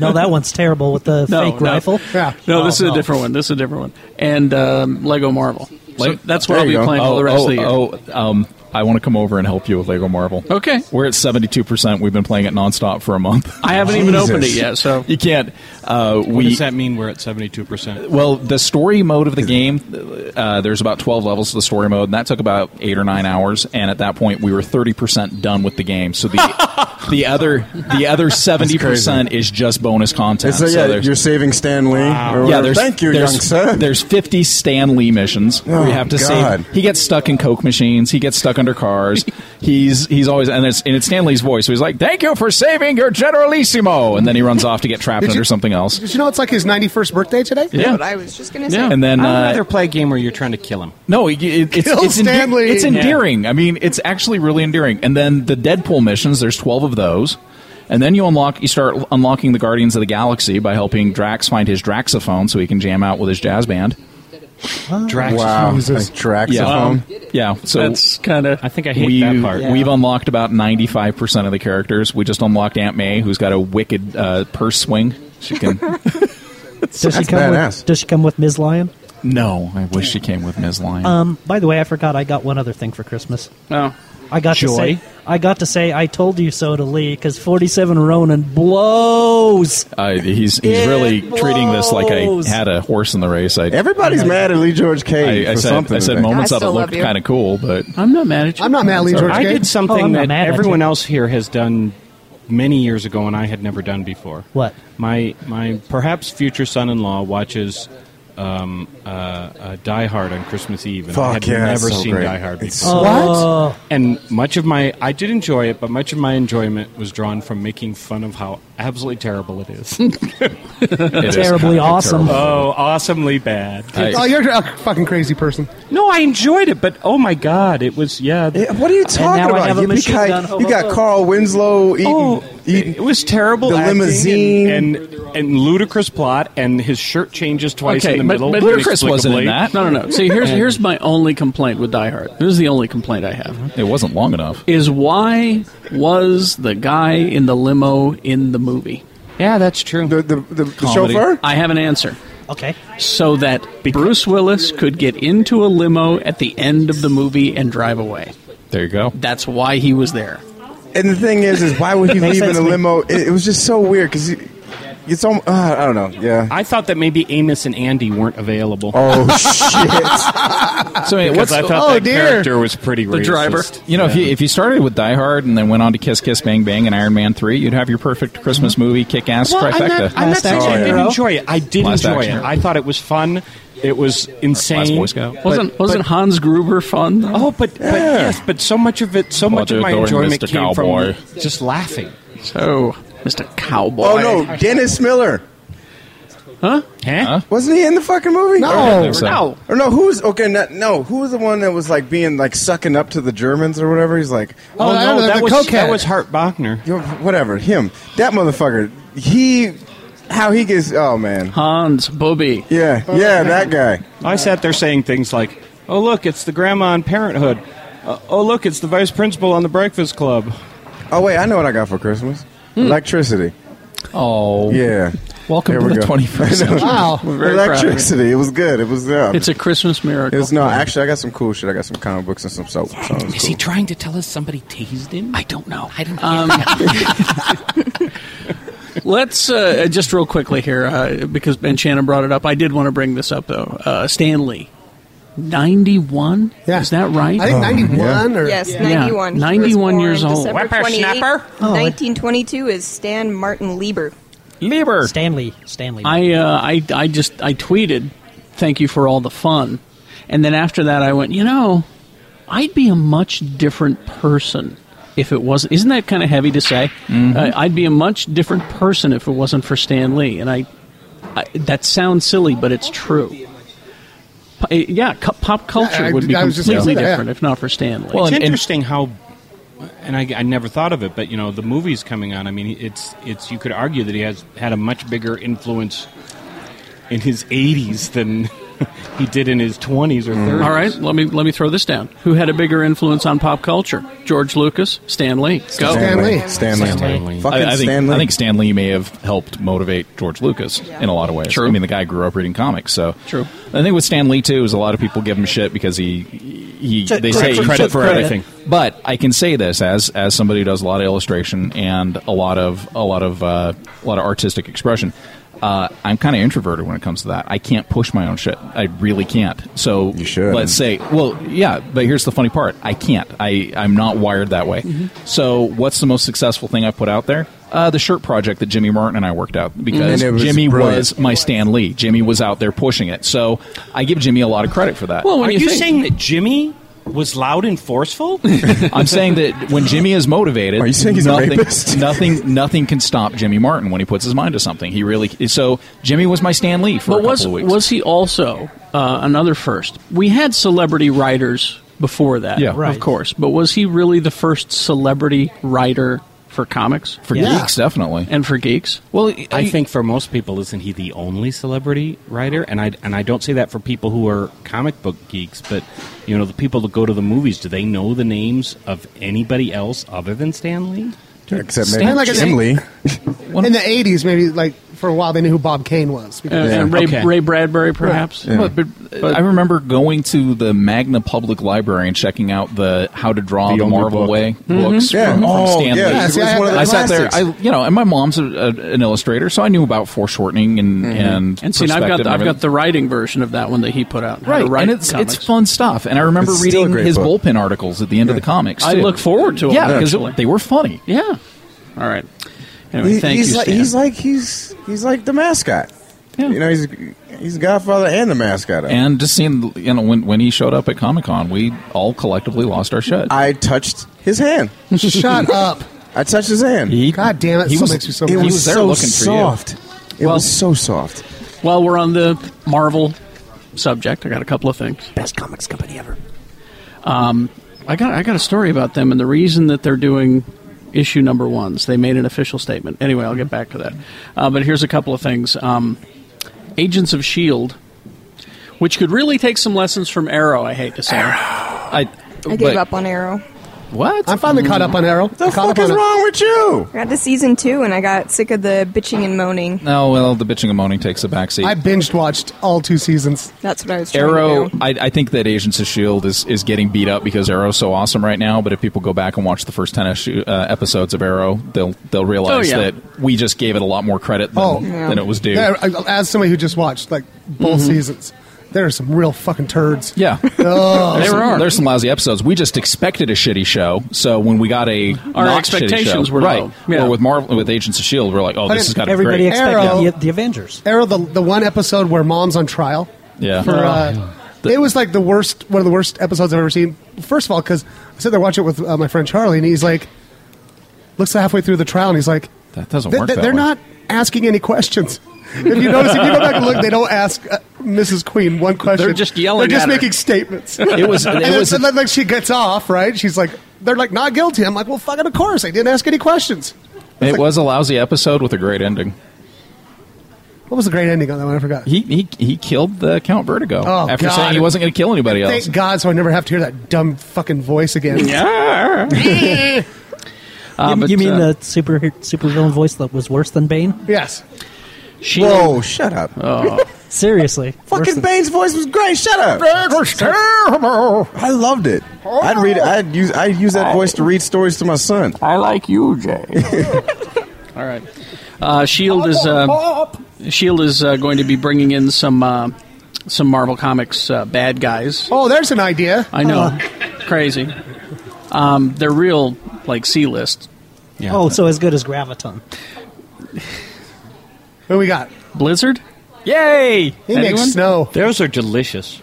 [SPEAKER 5] No, that one's terrible with the
[SPEAKER 1] No,
[SPEAKER 5] fake
[SPEAKER 1] no.
[SPEAKER 5] rifle.
[SPEAKER 2] Yeah.
[SPEAKER 1] no,
[SPEAKER 5] Oh,
[SPEAKER 1] this is a
[SPEAKER 5] no.
[SPEAKER 1] different one. This is a different one, and um, Lego Marvel. So
[SPEAKER 8] Like-
[SPEAKER 1] that's what
[SPEAKER 3] There
[SPEAKER 1] I'll be
[SPEAKER 3] you go.
[SPEAKER 1] playing all
[SPEAKER 8] Oh,
[SPEAKER 1] the rest of the year.
[SPEAKER 8] oh, oh um, I want to come over and help you with Lego Marvel.
[SPEAKER 1] Okay.
[SPEAKER 8] We're at seventy-two percent. We've been playing it nonstop for a month.
[SPEAKER 1] I haven't even
[SPEAKER 3] Jesus.
[SPEAKER 1] opened it yet, so
[SPEAKER 8] You can't. Uh,
[SPEAKER 4] What
[SPEAKER 8] we
[SPEAKER 4] does that mean? We're at seventy two
[SPEAKER 3] Uh,
[SPEAKER 4] percent.
[SPEAKER 8] Well, the story mode of the game, uh, there's about 12 levels to the story mode, and that took about eight or nine hours. And at that point, we were 30% done with the game. So the the other the other 70% is just bonus content.
[SPEAKER 3] It's like, yeah,
[SPEAKER 8] there's-
[SPEAKER 3] you're saving Stan Lee. or
[SPEAKER 8] yeah,
[SPEAKER 3] whatever.
[SPEAKER 8] there's,
[SPEAKER 3] Thank you, young
[SPEAKER 8] there's,
[SPEAKER 3] sir.
[SPEAKER 8] There's 50 Stan Lee missions.
[SPEAKER 3] Oh,
[SPEAKER 8] we have to
[SPEAKER 3] God.
[SPEAKER 8] save. He gets stuck in coke machines. He gets stuck under cars. he's he's always and it's and it's Stan Lee's voice. So he's like, "Thank you for saving your Generalissimo," and then he runs off to get trapped
[SPEAKER 2] Did
[SPEAKER 8] under
[SPEAKER 2] you-
[SPEAKER 8] something else.
[SPEAKER 2] Did you know it's like his 91st birthday today?
[SPEAKER 6] That's
[SPEAKER 8] yeah.
[SPEAKER 6] what I was just gonna say.
[SPEAKER 1] Yeah.
[SPEAKER 8] And then
[SPEAKER 4] I'd
[SPEAKER 8] uh,
[SPEAKER 4] rather play a game where you're trying to kill him.
[SPEAKER 8] No, it, it, it's
[SPEAKER 2] Kill
[SPEAKER 8] it's, endear-
[SPEAKER 2] Stanley.
[SPEAKER 8] it's endearing. I mean, it's actually really endearing. And then the Deadpool missions. There's twelve of those, and then you unlock. You start unlocking the Guardians of the Galaxy by helping Drax find his Draxophone so he can jam out with his jazz band.
[SPEAKER 4] Drax.
[SPEAKER 3] wow, like
[SPEAKER 2] Jesus.
[SPEAKER 3] Draxophone.
[SPEAKER 8] yeah. So
[SPEAKER 1] that's kind of.
[SPEAKER 4] Um, I think I hate
[SPEAKER 8] we
[SPEAKER 4] that part.
[SPEAKER 8] we've unlocked about ninety five percent of the characters. We just unlocked Aunt May, who's got a wicked uh, purse swing. She can.
[SPEAKER 5] Does she
[SPEAKER 3] That's
[SPEAKER 5] come
[SPEAKER 3] badass.
[SPEAKER 5] with? Does she come with Ms. Lion?
[SPEAKER 8] no, I wish she came with Ms. Lion.
[SPEAKER 5] Um. By the way, I forgot I got one other thing for Christmas.
[SPEAKER 1] Oh.
[SPEAKER 5] I got
[SPEAKER 4] Joy.
[SPEAKER 5] to say. I got to say I told you so to Lee because 47 Ronin blows.
[SPEAKER 8] uh, he's he's
[SPEAKER 5] It
[SPEAKER 8] really treating this like I
[SPEAKER 5] blows.
[SPEAKER 8] had a horse in the race. I
[SPEAKER 3] Everybody's mad at Lee George Cage
[SPEAKER 8] I, I
[SPEAKER 3] for
[SPEAKER 8] said,
[SPEAKER 3] something.
[SPEAKER 8] I said
[SPEAKER 3] today.
[SPEAKER 8] moments
[SPEAKER 6] I
[SPEAKER 8] of it
[SPEAKER 6] still love
[SPEAKER 8] looked
[SPEAKER 6] you.
[SPEAKER 8] kind of cool, but
[SPEAKER 1] I'm not mad at you.
[SPEAKER 2] I'm not mad, Lee George.
[SPEAKER 4] I
[SPEAKER 2] Gage.
[SPEAKER 4] did
[SPEAKER 5] Oh, I'm
[SPEAKER 4] something
[SPEAKER 5] not
[SPEAKER 4] that
[SPEAKER 5] mad at
[SPEAKER 4] everyone
[SPEAKER 5] you.
[SPEAKER 4] else here has done many years ago and I had never done before.
[SPEAKER 5] What?
[SPEAKER 4] My my perhaps future son-in-law watches um, uh, uh, Die Hard on Christmas Eve, and
[SPEAKER 3] Fuck,
[SPEAKER 4] I had
[SPEAKER 3] yeah, it's
[SPEAKER 4] never
[SPEAKER 3] so
[SPEAKER 4] seen
[SPEAKER 3] great. Oh.
[SPEAKER 4] Die Hard
[SPEAKER 3] It's-
[SPEAKER 4] before.
[SPEAKER 3] What?
[SPEAKER 4] And much of my I did enjoy it, but much of my enjoyment was drawn from making fun of how absolutely terrible it is.
[SPEAKER 5] is Terribly kind of awesome. terrible.
[SPEAKER 4] Oh, awesomely bad.
[SPEAKER 2] oh, you're a fucking crazy person.
[SPEAKER 4] No, I enjoyed it, but oh my god, it was yeah.
[SPEAKER 3] what are you talking about? You got- you got Carl Winslow eating.
[SPEAKER 4] Oh, it was terrible.
[SPEAKER 3] the
[SPEAKER 4] acting
[SPEAKER 3] limousine.
[SPEAKER 4] and, and and ludicrous plot, and his shirt changes twice
[SPEAKER 1] okay,
[SPEAKER 4] in
[SPEAKER 1] but,
[SPEAKER 4] the middle.
[SPEAKER 1] but
[SPEAKER 4] inexplicably.
[SPEAKER 1] No, no, no. See, here's
[SPEAKER 4] And-
[SPEAKER 1] here's my only complaint with Die Hard. This is the only complaint I have.
[SPEAKER 8] It wasn't long enough.
[SPEAKER 1] Is why was the guy in the limo in the movie?
[SPEAKER 4] Yeah, that's true.
[SPEAKER 3] The the, the, chauffeur?
[SPEAKER 1] I have an answer.
[SPEAKER 5] Okay.
[SPEAKER 1] So that Bruce Willis could get into a limo at the end of the movie and drive away.
[SPEAKER 8] There you go.
[SPEAKER 1] That's why he was there.
[SPEAKER 3] And the thing is, is why would he
[SPEAKER 1] Makes
[SPEAKER 3] leave in
[SPEAKER 1] sense
[SPEAKER 3] a
[SPEAKER 1] to me.
[SPEAKER 3] limo? It, it was just so weird because it's almost, uh, I don't know. Yeah.
[SPEAKER 4] I thought that maybe Amos and Andy weren't available.
[SPEAKER 3] Oh shit!
[SPEAKER 8] So,
[SPEAKER 4] Because I thought
[SPEAKER 8] oh,
[SPEAKER 4] that character was pretty racist.
[SPEAKER 8] You know, if, you,
[SPEAKER 4] Yeah.
[SPEAKER 8] if you started with Die Hard and then went on to Kiss Kiss Bang Bang and Iron Man Three, you'd have your perfect Christmas movie, kick ass
[SPEAKER 4] well, I'm
[SPEAKER 8] trifecta.
[SPEAKER 4] not, I'm not saying I didn't enjoy it. I did
[SPEAKER 8] Last
[SPEAKER 4] enjoy
[SPEAKER 8] action
[SPEAKER 4] it.
[SPEAKER 8] hero.
[SPEAKER 4] I thought it was fun. It was insane.
[SPEAKER 8] Boy Scout.
[SPEAKER 1] Wasn't
[SPEAKER 4] But-
[SPEAKER 1] wasn't
[SPEAKER 4] but-
[SPEAKER 1] Hans Gruber fun? Though?
[SPEAKER 4] Oh, but, but yes, but so much of it, so much
[SPEAKER 1] Roger
[SPEAKER 4] of my
[SPEAKER 1] Thorne,
[SPEAKER 4] enjoyment
[SPEAKER 1] Mr.
[SPEAKER 4] came
[SPEAKER 1] Cowboy.
[SPEAKER 4] from just laughing.
[SPEAKER 1] So, Mr. Cowboy.
[SPEAKER 3] Oh no, Dennis Miller.
[SPEAKER 1] Huh?
[SPEAKER 4] Huh?
[SPEAKER 3] Wasn't he in the fucking movie?
[SPEAKER 1] No. I don't think so. No.
[SPEAKER 3] Or no, who was okay? No, no, who was the one that was like being like sucking up to the Germans or whatever? He's like,
[SPEAKER 4] Oh, no, that was- that was
[SPEAKER 3] Hart
[SPEAKER 4] Bachner.
[SPEAKER 3] Whatever, him, that motherfucker. He, how he gets? Oh man,
[SPEAKER 1] Hans Bobby.
[SPEAKER 3] Yeah, yeah, that guy.
[SPEAKER 4] I sat there saying things like, "Oh look, it's the grandma on Parenthood." Uh, oh look, it's the vice principal on the Breakfast Club.
[SPEAKER 3] Oh wait, I know what I got for Christmas: electricity.
[SPEAKER 8] Oh
[SPEAKER 3] yeah,
[SPEAKER 8] Hmm. welcome
[SPEAKER 3] Here
[SPEAKER 8] to
[SPEAKER 3] we
[SPEAKER 8] the
[SPEAKER 3] go.
[SPEAKER 8] 21st century.
[SPEAKER 1] Wow. We're very proud of you.
[SPEAKER 3] electricity. It was good. It was. Yeah.
[SPEAKER 1] It's a Christmas miracle.
[SPEAKER 3] It's no. Actually, I got some cool shit. I got some comic books and some soap. So it was cool.
[SPEAKER 4] trying to tell us somebody tased him?
[SPEAKER 1] I don't know. Um,
[SPEAKER 4] I don't
[SPEAKER 1] Let's uh, just real quickly here, uh, because Ben Shannon brought it up. I did want to bring this up though. Uh, Stanley, ninety-one. Oh, Yeah. is that right?
[SPEAKER 2] I think 91 or
[SPEAKER 6] Yes,
[SPEAKER 1] Yeah.
[SPEAKER 6] 91. She was
[SPEAKER 1] Ninety-one
[SPEAKER 6] born
[SPEAKER 1] years old. Oh,
[SPEAKER 6] December 28, 1922 is Stan Martin Lieber.
[SPEAKER 8] Lieber.
[SPEAKER 5] Stanley. Stanley.
[SPEAKER 1] I, uh, I I just I tweeted, "Thank you for all the fun," and then after that I went, you know, I'd be a much different person if it wasn't. Isn't that kind of heavy to say? Uh, I'd be a much different person if it wasn't for Stan Lee, and I, I that sounds silly, but it's true. Po- yeah, cu- pop culture
[SPEAKER 4] I-
[SPEAKER 1] would be
[SPEAKER 4] I was just gonna
[SPEAKER 1] completely
[SPEAKER 4] say that, yeah.
[SPEAKER 1] different if not for Stan Lee.
[SPEAKER 4] it's interesting how, and I, I never thought of it, but you know, the movies coming on. I mean, it's it's you could argue that he has had a much bigger influence in his 80s than he did in his 20s or 30s.
[SPEAKER 1] All right, let me let me throw this down. Who had a bigger influence on pop culture? George Lucas, Stan Lee. Go.
[SPEAKER 3] Stanley. Stanley. Fucking
[SPEAKER 8] I, I think,
[SPEAKER 3] Stanley.
[SPEAKER 8] I think Stan Lee may have helped motivate George Lucas in a lot of ways. I mean, the guy grew up reading comics, so
[SPEAKER 1] True.
[SPEAKER 8] I think with Stan Lee too is a lot of people give him shit because he he
[SPEAKER 4] Took
[SPEAKER 8] they
[SPEAKER 4] credit
[SPEAKER 8] say
[SPEAKER 4] for- took credit.
[SPEAKER 8] But I can say this as as somebody who does a lot of illustration and a lot of a lot of uh, a lot of artistic expression. Uh, I'm kind of introverted when it comes to that. I can't push my own shit. I really can't. So you should. let's say, well, yeah, but here's the funny part. I can't. I, I'm not wired that way.
[SPEAKER 4] Mm-hmm.
[SPEAKER 8] So what's the most successful thing I've put out there? Uh, the shirt project that Jimmy Martin and I worked out because
[SPEAKER 3] Mm-hmm. And it was
[SPEAKER 8] Jimmy
[SPEAKER 3] brilliant.
[SPEAKER 8] was my Stan Lee. Jimmy was out there pushing it. So I give Jimmy a lot of credit for that.
[SPEAKER 4] are you, saying that Jimmy was loud and forceful?
[SPEAKER 8] I'm saying that when Jimmy is motivated,
[SPEAKER 4] Are you saying he's a
[SPEAKER 8] nothing,
[SPEAKER 4] rapist?
[SPEAKER 8] nothing, nothing can stop Jimmy Martin when he puts his mind to something. He really. So Jimmy was my Stan Lee for a
[SPEAKER 1] But
[SPEAKER 8] couple
[SPEAKER 1] was
[SPEAKER 8] of weeks.
[SPEAKER 1] was he also uh, another first? We had celebrity writers before that,
[SPEAKER 8] Yeah. Right.
[SPEAKER 1] of course. But was he really the first celebrity writer for comics?
[SPEAKER 8] For geeks, definitely.
[SPEAKER 1] And for geeks? Uh,
[SPEAKER 8] Well,
[SPEAKER 4] I think for most people, isn't he the only celebrity writer? And I and I don't say that for people who are comic book geeks, but you know the people that go to the movies. Do they know the names of anybody else other than Stan Lee?
[SPEAKER 3] Except
[SPEAKER 2] maybe Stan, like, Jim in- Lee.
[SPEAKER 8] in
[SPEAKER 2] the 80s, maybe like for a while, they knew who Bob Kane was.
[SPEAKER 1] And, and Ray, Ray Bradbury, perhaps.
[SPEAKER 8] Well, but- uh, I remember going to the Magna Public Library and checking out the How to Draw the,
[SPEAKER 4] The only
[SPEAKER 8] Marvel
[SPEAKER 4] book.
[SPEAKER 8] Way
[SPEAKER 4] Mhm.
[SPEAKER 1] Mm-hmm.
[SPEAKER 8] books
[SPEAKER 4] Yeah.
[SPEAKER 8] from, from
[SPEAKER 4] Oh,
[SPEAKER 8] Stan
[SPEAKER 4] yeah,
[SPEAKER 8] Lee.
[SPEAKER 4] Yeah, see, I had one of the
[SPEAKER 8] I sat there, I,
[SPEAKER 4] classics.
[SPEAKER 8] you know, and my mom's a, a, an illustrator, so I knew about foreshortening
[SPEAKER 4] Mm-hmm.
[SPEAKER 8] and and
[SPEAKER 1] And see, and I've
[SPEAKER 8] perspective
[SPEAKER 1] got
[SPEAKER 8] and
[SPEAKER 1] the, I've
[SPEAKER 8] everything.
[SPEAKER 1] got the writing version of that one that he put out. how to
[SPEAKER 8] Right,
[SPEAKER 1] write
[SPEAKER 8] and it's
[SPEAKER 1] comics.
[SPEAKER 8] it's fun stuff. And I remember
[SPEAKER 1] It's still a
[SPEAKER 8] reading
[SPEAKER 1] great
[SPEAKER 8] his
[SPEAKER 1] book.
[SPEAKER 8] bullpen articles at the end of the comics.
[SPEAKER 1] I
[SPEAKER 8] too.
[SPEAKER 1] look forward to 'em,
[SPEAKER 8] Yeah, because
[SPEAKER 1] actually.
[SPEAKER 8] they were funny.
[SPEAKER 1] Yeah. All right. Anyway,
[SPEAKER 3] He-
[SPEAKER 1] thank
[SPEAKER 3] he's
[SPEAKER 1] you,
[SPEAKER 3] like,
[SPEAKER 1] Stan.
[SPEAKER 3] He's like he's he's like the mascot. You know, he's he's the Godfather and the mascot. of it.
[SPEAKER 8] And just seeing, you know, when, when he showed up at Comic Con, we all collectively lost our shit.
[SPEAKER 3] I touched his hand.
[SPEAKER 2] Shut up.
[SPEAKER 3] I touched his hand.
[SPEAKER 2] God damn it!
[SPEAKER 8] he
[SPEAKER 2] He
[SPEAKER 8] was-
[SPEAKER 2] makes me so.
[SPEAKER 8] he
[SPEAKER 2] mad.
[SPEAKER 8] was there looking for you.
[SPEAKER 3] soft. It was so soft.
[SPEAKER 1] While we're on the Marvel subject, I got a couple of things.
[SPEAKER 2] Best comics company ever.
[SPEAKER 1] Um, I got I got a story about them and the reason that they're doing issue number ones. They made an official statement. Anyway, I'll get back to that. Uh, but here's a couple of things. Um, Agents of Shield, E which could really take some lessons from Arrow. I hate to say.
[SPEAKER 8] I,
[SPEAKER 6] I gave up on Arrow.
[SPEAKER 8] What?
[SPEAKER 2] I'm finally caught up on Arrow.
[SPEAKER 3] The
[SPEAKER 2] caught
[SPEAKER 3] fuck
[SPEAKER 2] up
[SPEAKER 3] is
[SPEAKER 2] on it.
[SPEAKER 3] wrong with you?
[SPEAKER 6] I got to season two and I got sick of the bitching and moaning.
[SPEAKER 8] No, well, the bitching and moaning takes a backseat.
[SPEAKER 2] I binged watched all two seasons.
[SPEAKER 6] That's what I was trying
[SPEAKER 8] Arrow,
[SPEAKER 6] to do.
[SPEAKER 8] I, I think that Agents of Shield is, is getting beat up because Arrow's so awesome right now. But if people go back and watch the first ten issue, uh, episodes of Arrow, they'll they'll realize
[SPEAKER 1] Oh, yeah.
[SPEAKER 8] that we just gave it a lot more credit than,
[SPEAKER 2] Oh.
[SPEAKER 8] than it was due.
[SPEAKER 2] Yeah, I- uh, as somebody who just watched like both
[SPEAKER 3] Mm-hmm.
[SPEAKER 2] seasons, there are some real fucking turds.
[SPEAKER 8] Yeah.
[SPEAKER 2] Oh,
[SPEAKER 8] There's
[SPEAKER 1] There
[SPEAKER 8] some,
[SPEAKER 1] are.
[SPEAKER 8] there's some lousy episodes. We just expected a shitty show, so when we got a
[SPEAKER 1] Our
[SPEAKER 8] not shitty
[SPEAKER 1] expectations
[SPEAKER 8] show,
[SPEAKER 1] were
[SPEAKER 8] right?
[SPEAKER 1] low. Yeah.
[SPEAKER 8] Well, with Marvel, with Agents of Shield, we're like, oh,
[SPEAKER 2] But
[SPEAKER 8] this
[SPEAKER 2] it-
[SPEAKER 8] has got to be
[SPEAKER 5] Everybody
[SPEAKER 8] great.
[SPEAKER 2] Arrow.
[SPEAKER 5] expected the, the Avengers.
[SPEAKER 2] Arrow, the the one episode where mom's on trial.
[SPEAKER 8] Yeah.
[SPEAKER 2] For, uh, it was like the worst, one of the worst episodes I've ever seen. First of all, because I sat there watching it with uh, my friend Charlie, and he's like, looks halfway through the trial, and he's like,
[SPEAKER 8] That doesn't
[SPEAKER 2] "They-
[SPEAKER 8] work
[SPEAKER 2] they-
[SPEAKER 8] that
[SPEAKER 2] They're
[SPEAKER 8] way."
[SPEAKER 2] not asking any questions. If you notice, if you go back and look, they don't ask uh, Mrs. Queen one question.
[SPEAKER 1] just yelling
[SPEAKER 2] They're just
[SPEAKER 1] at her.
[SPEAKER 2] making statements.
[SPEAKER 8] It was. It
[SPEAKER 2] and then,
[SPEAKER 8] was
[SPEAKER 2] so then, like she gets off, right? She's like, they're like not guilty. I'm like, well, fucking, of course, I didn't ask any questions.
[SPEAKER 8] It was a lousy episode with a great ending.
[SPEAKER 2] What was the great ending on that one? I forgot.
[SPEAKER 8] He he he killed the Count Vertigo
[SPEAKER 2] Oh,
[SPEAKER 8] after
[SPEAKER 2] God.
[SPEAKER 8] saying he wasn't going to kill anybody else.
[SPEAKER 2] Thank God, so I never have to hear that dumb fucking voice again.
[SPEAKER 5] you,
[SPEAKER 1] but,
[SPEAKER 5] you mean
[SPEAKER 1] uh,
[SPEAKER 5] the super supervillain voice that was worse than Bane?
[SPEAKER 2] Yes.
[SPEAKER 1] Shield.
[SPEAKER 3] Whoa! Shut up.
[SPEAKER 8] Oh.
[SPEAKER 5] Seriously, worse
[SPEAKER 3] Fucking
[SPEAKER 5] than-
[SPEAKER 3] Bane's voice was great. Shut up.
[SPEAKER 2] Oh,
[SPEAKER 3] I loved it. I'd read. I'd use. I'd use that voice to read stories to my son.
[SPEAKER 1] I like you, Jay. All right. Uh, Shield is uh, Shield is uh, going to be bringing in some uh, some Marvel Comics uh, bad guys.
[SPEAKER 2] Oh, there's an idea.
[SPEAKER 1] I know,
[SPEAKER 2] Oh.
[SPEAKER 1] crazy. Um, they're real like C list.
[SPEAKER 4] Yeah.
[SPEAKER 5] Oh, so as good as Graviton.
[SPEAKER 2] Who we got?
[SPEAKER 1] Blizzard.
[SPEAKER 8] Yay!
[SPEAKER 2] He
[SPEAKER 1] Anyone?
[SPEAKER 2] makes snow.
[SPEAKER 4] Theirs are delicious.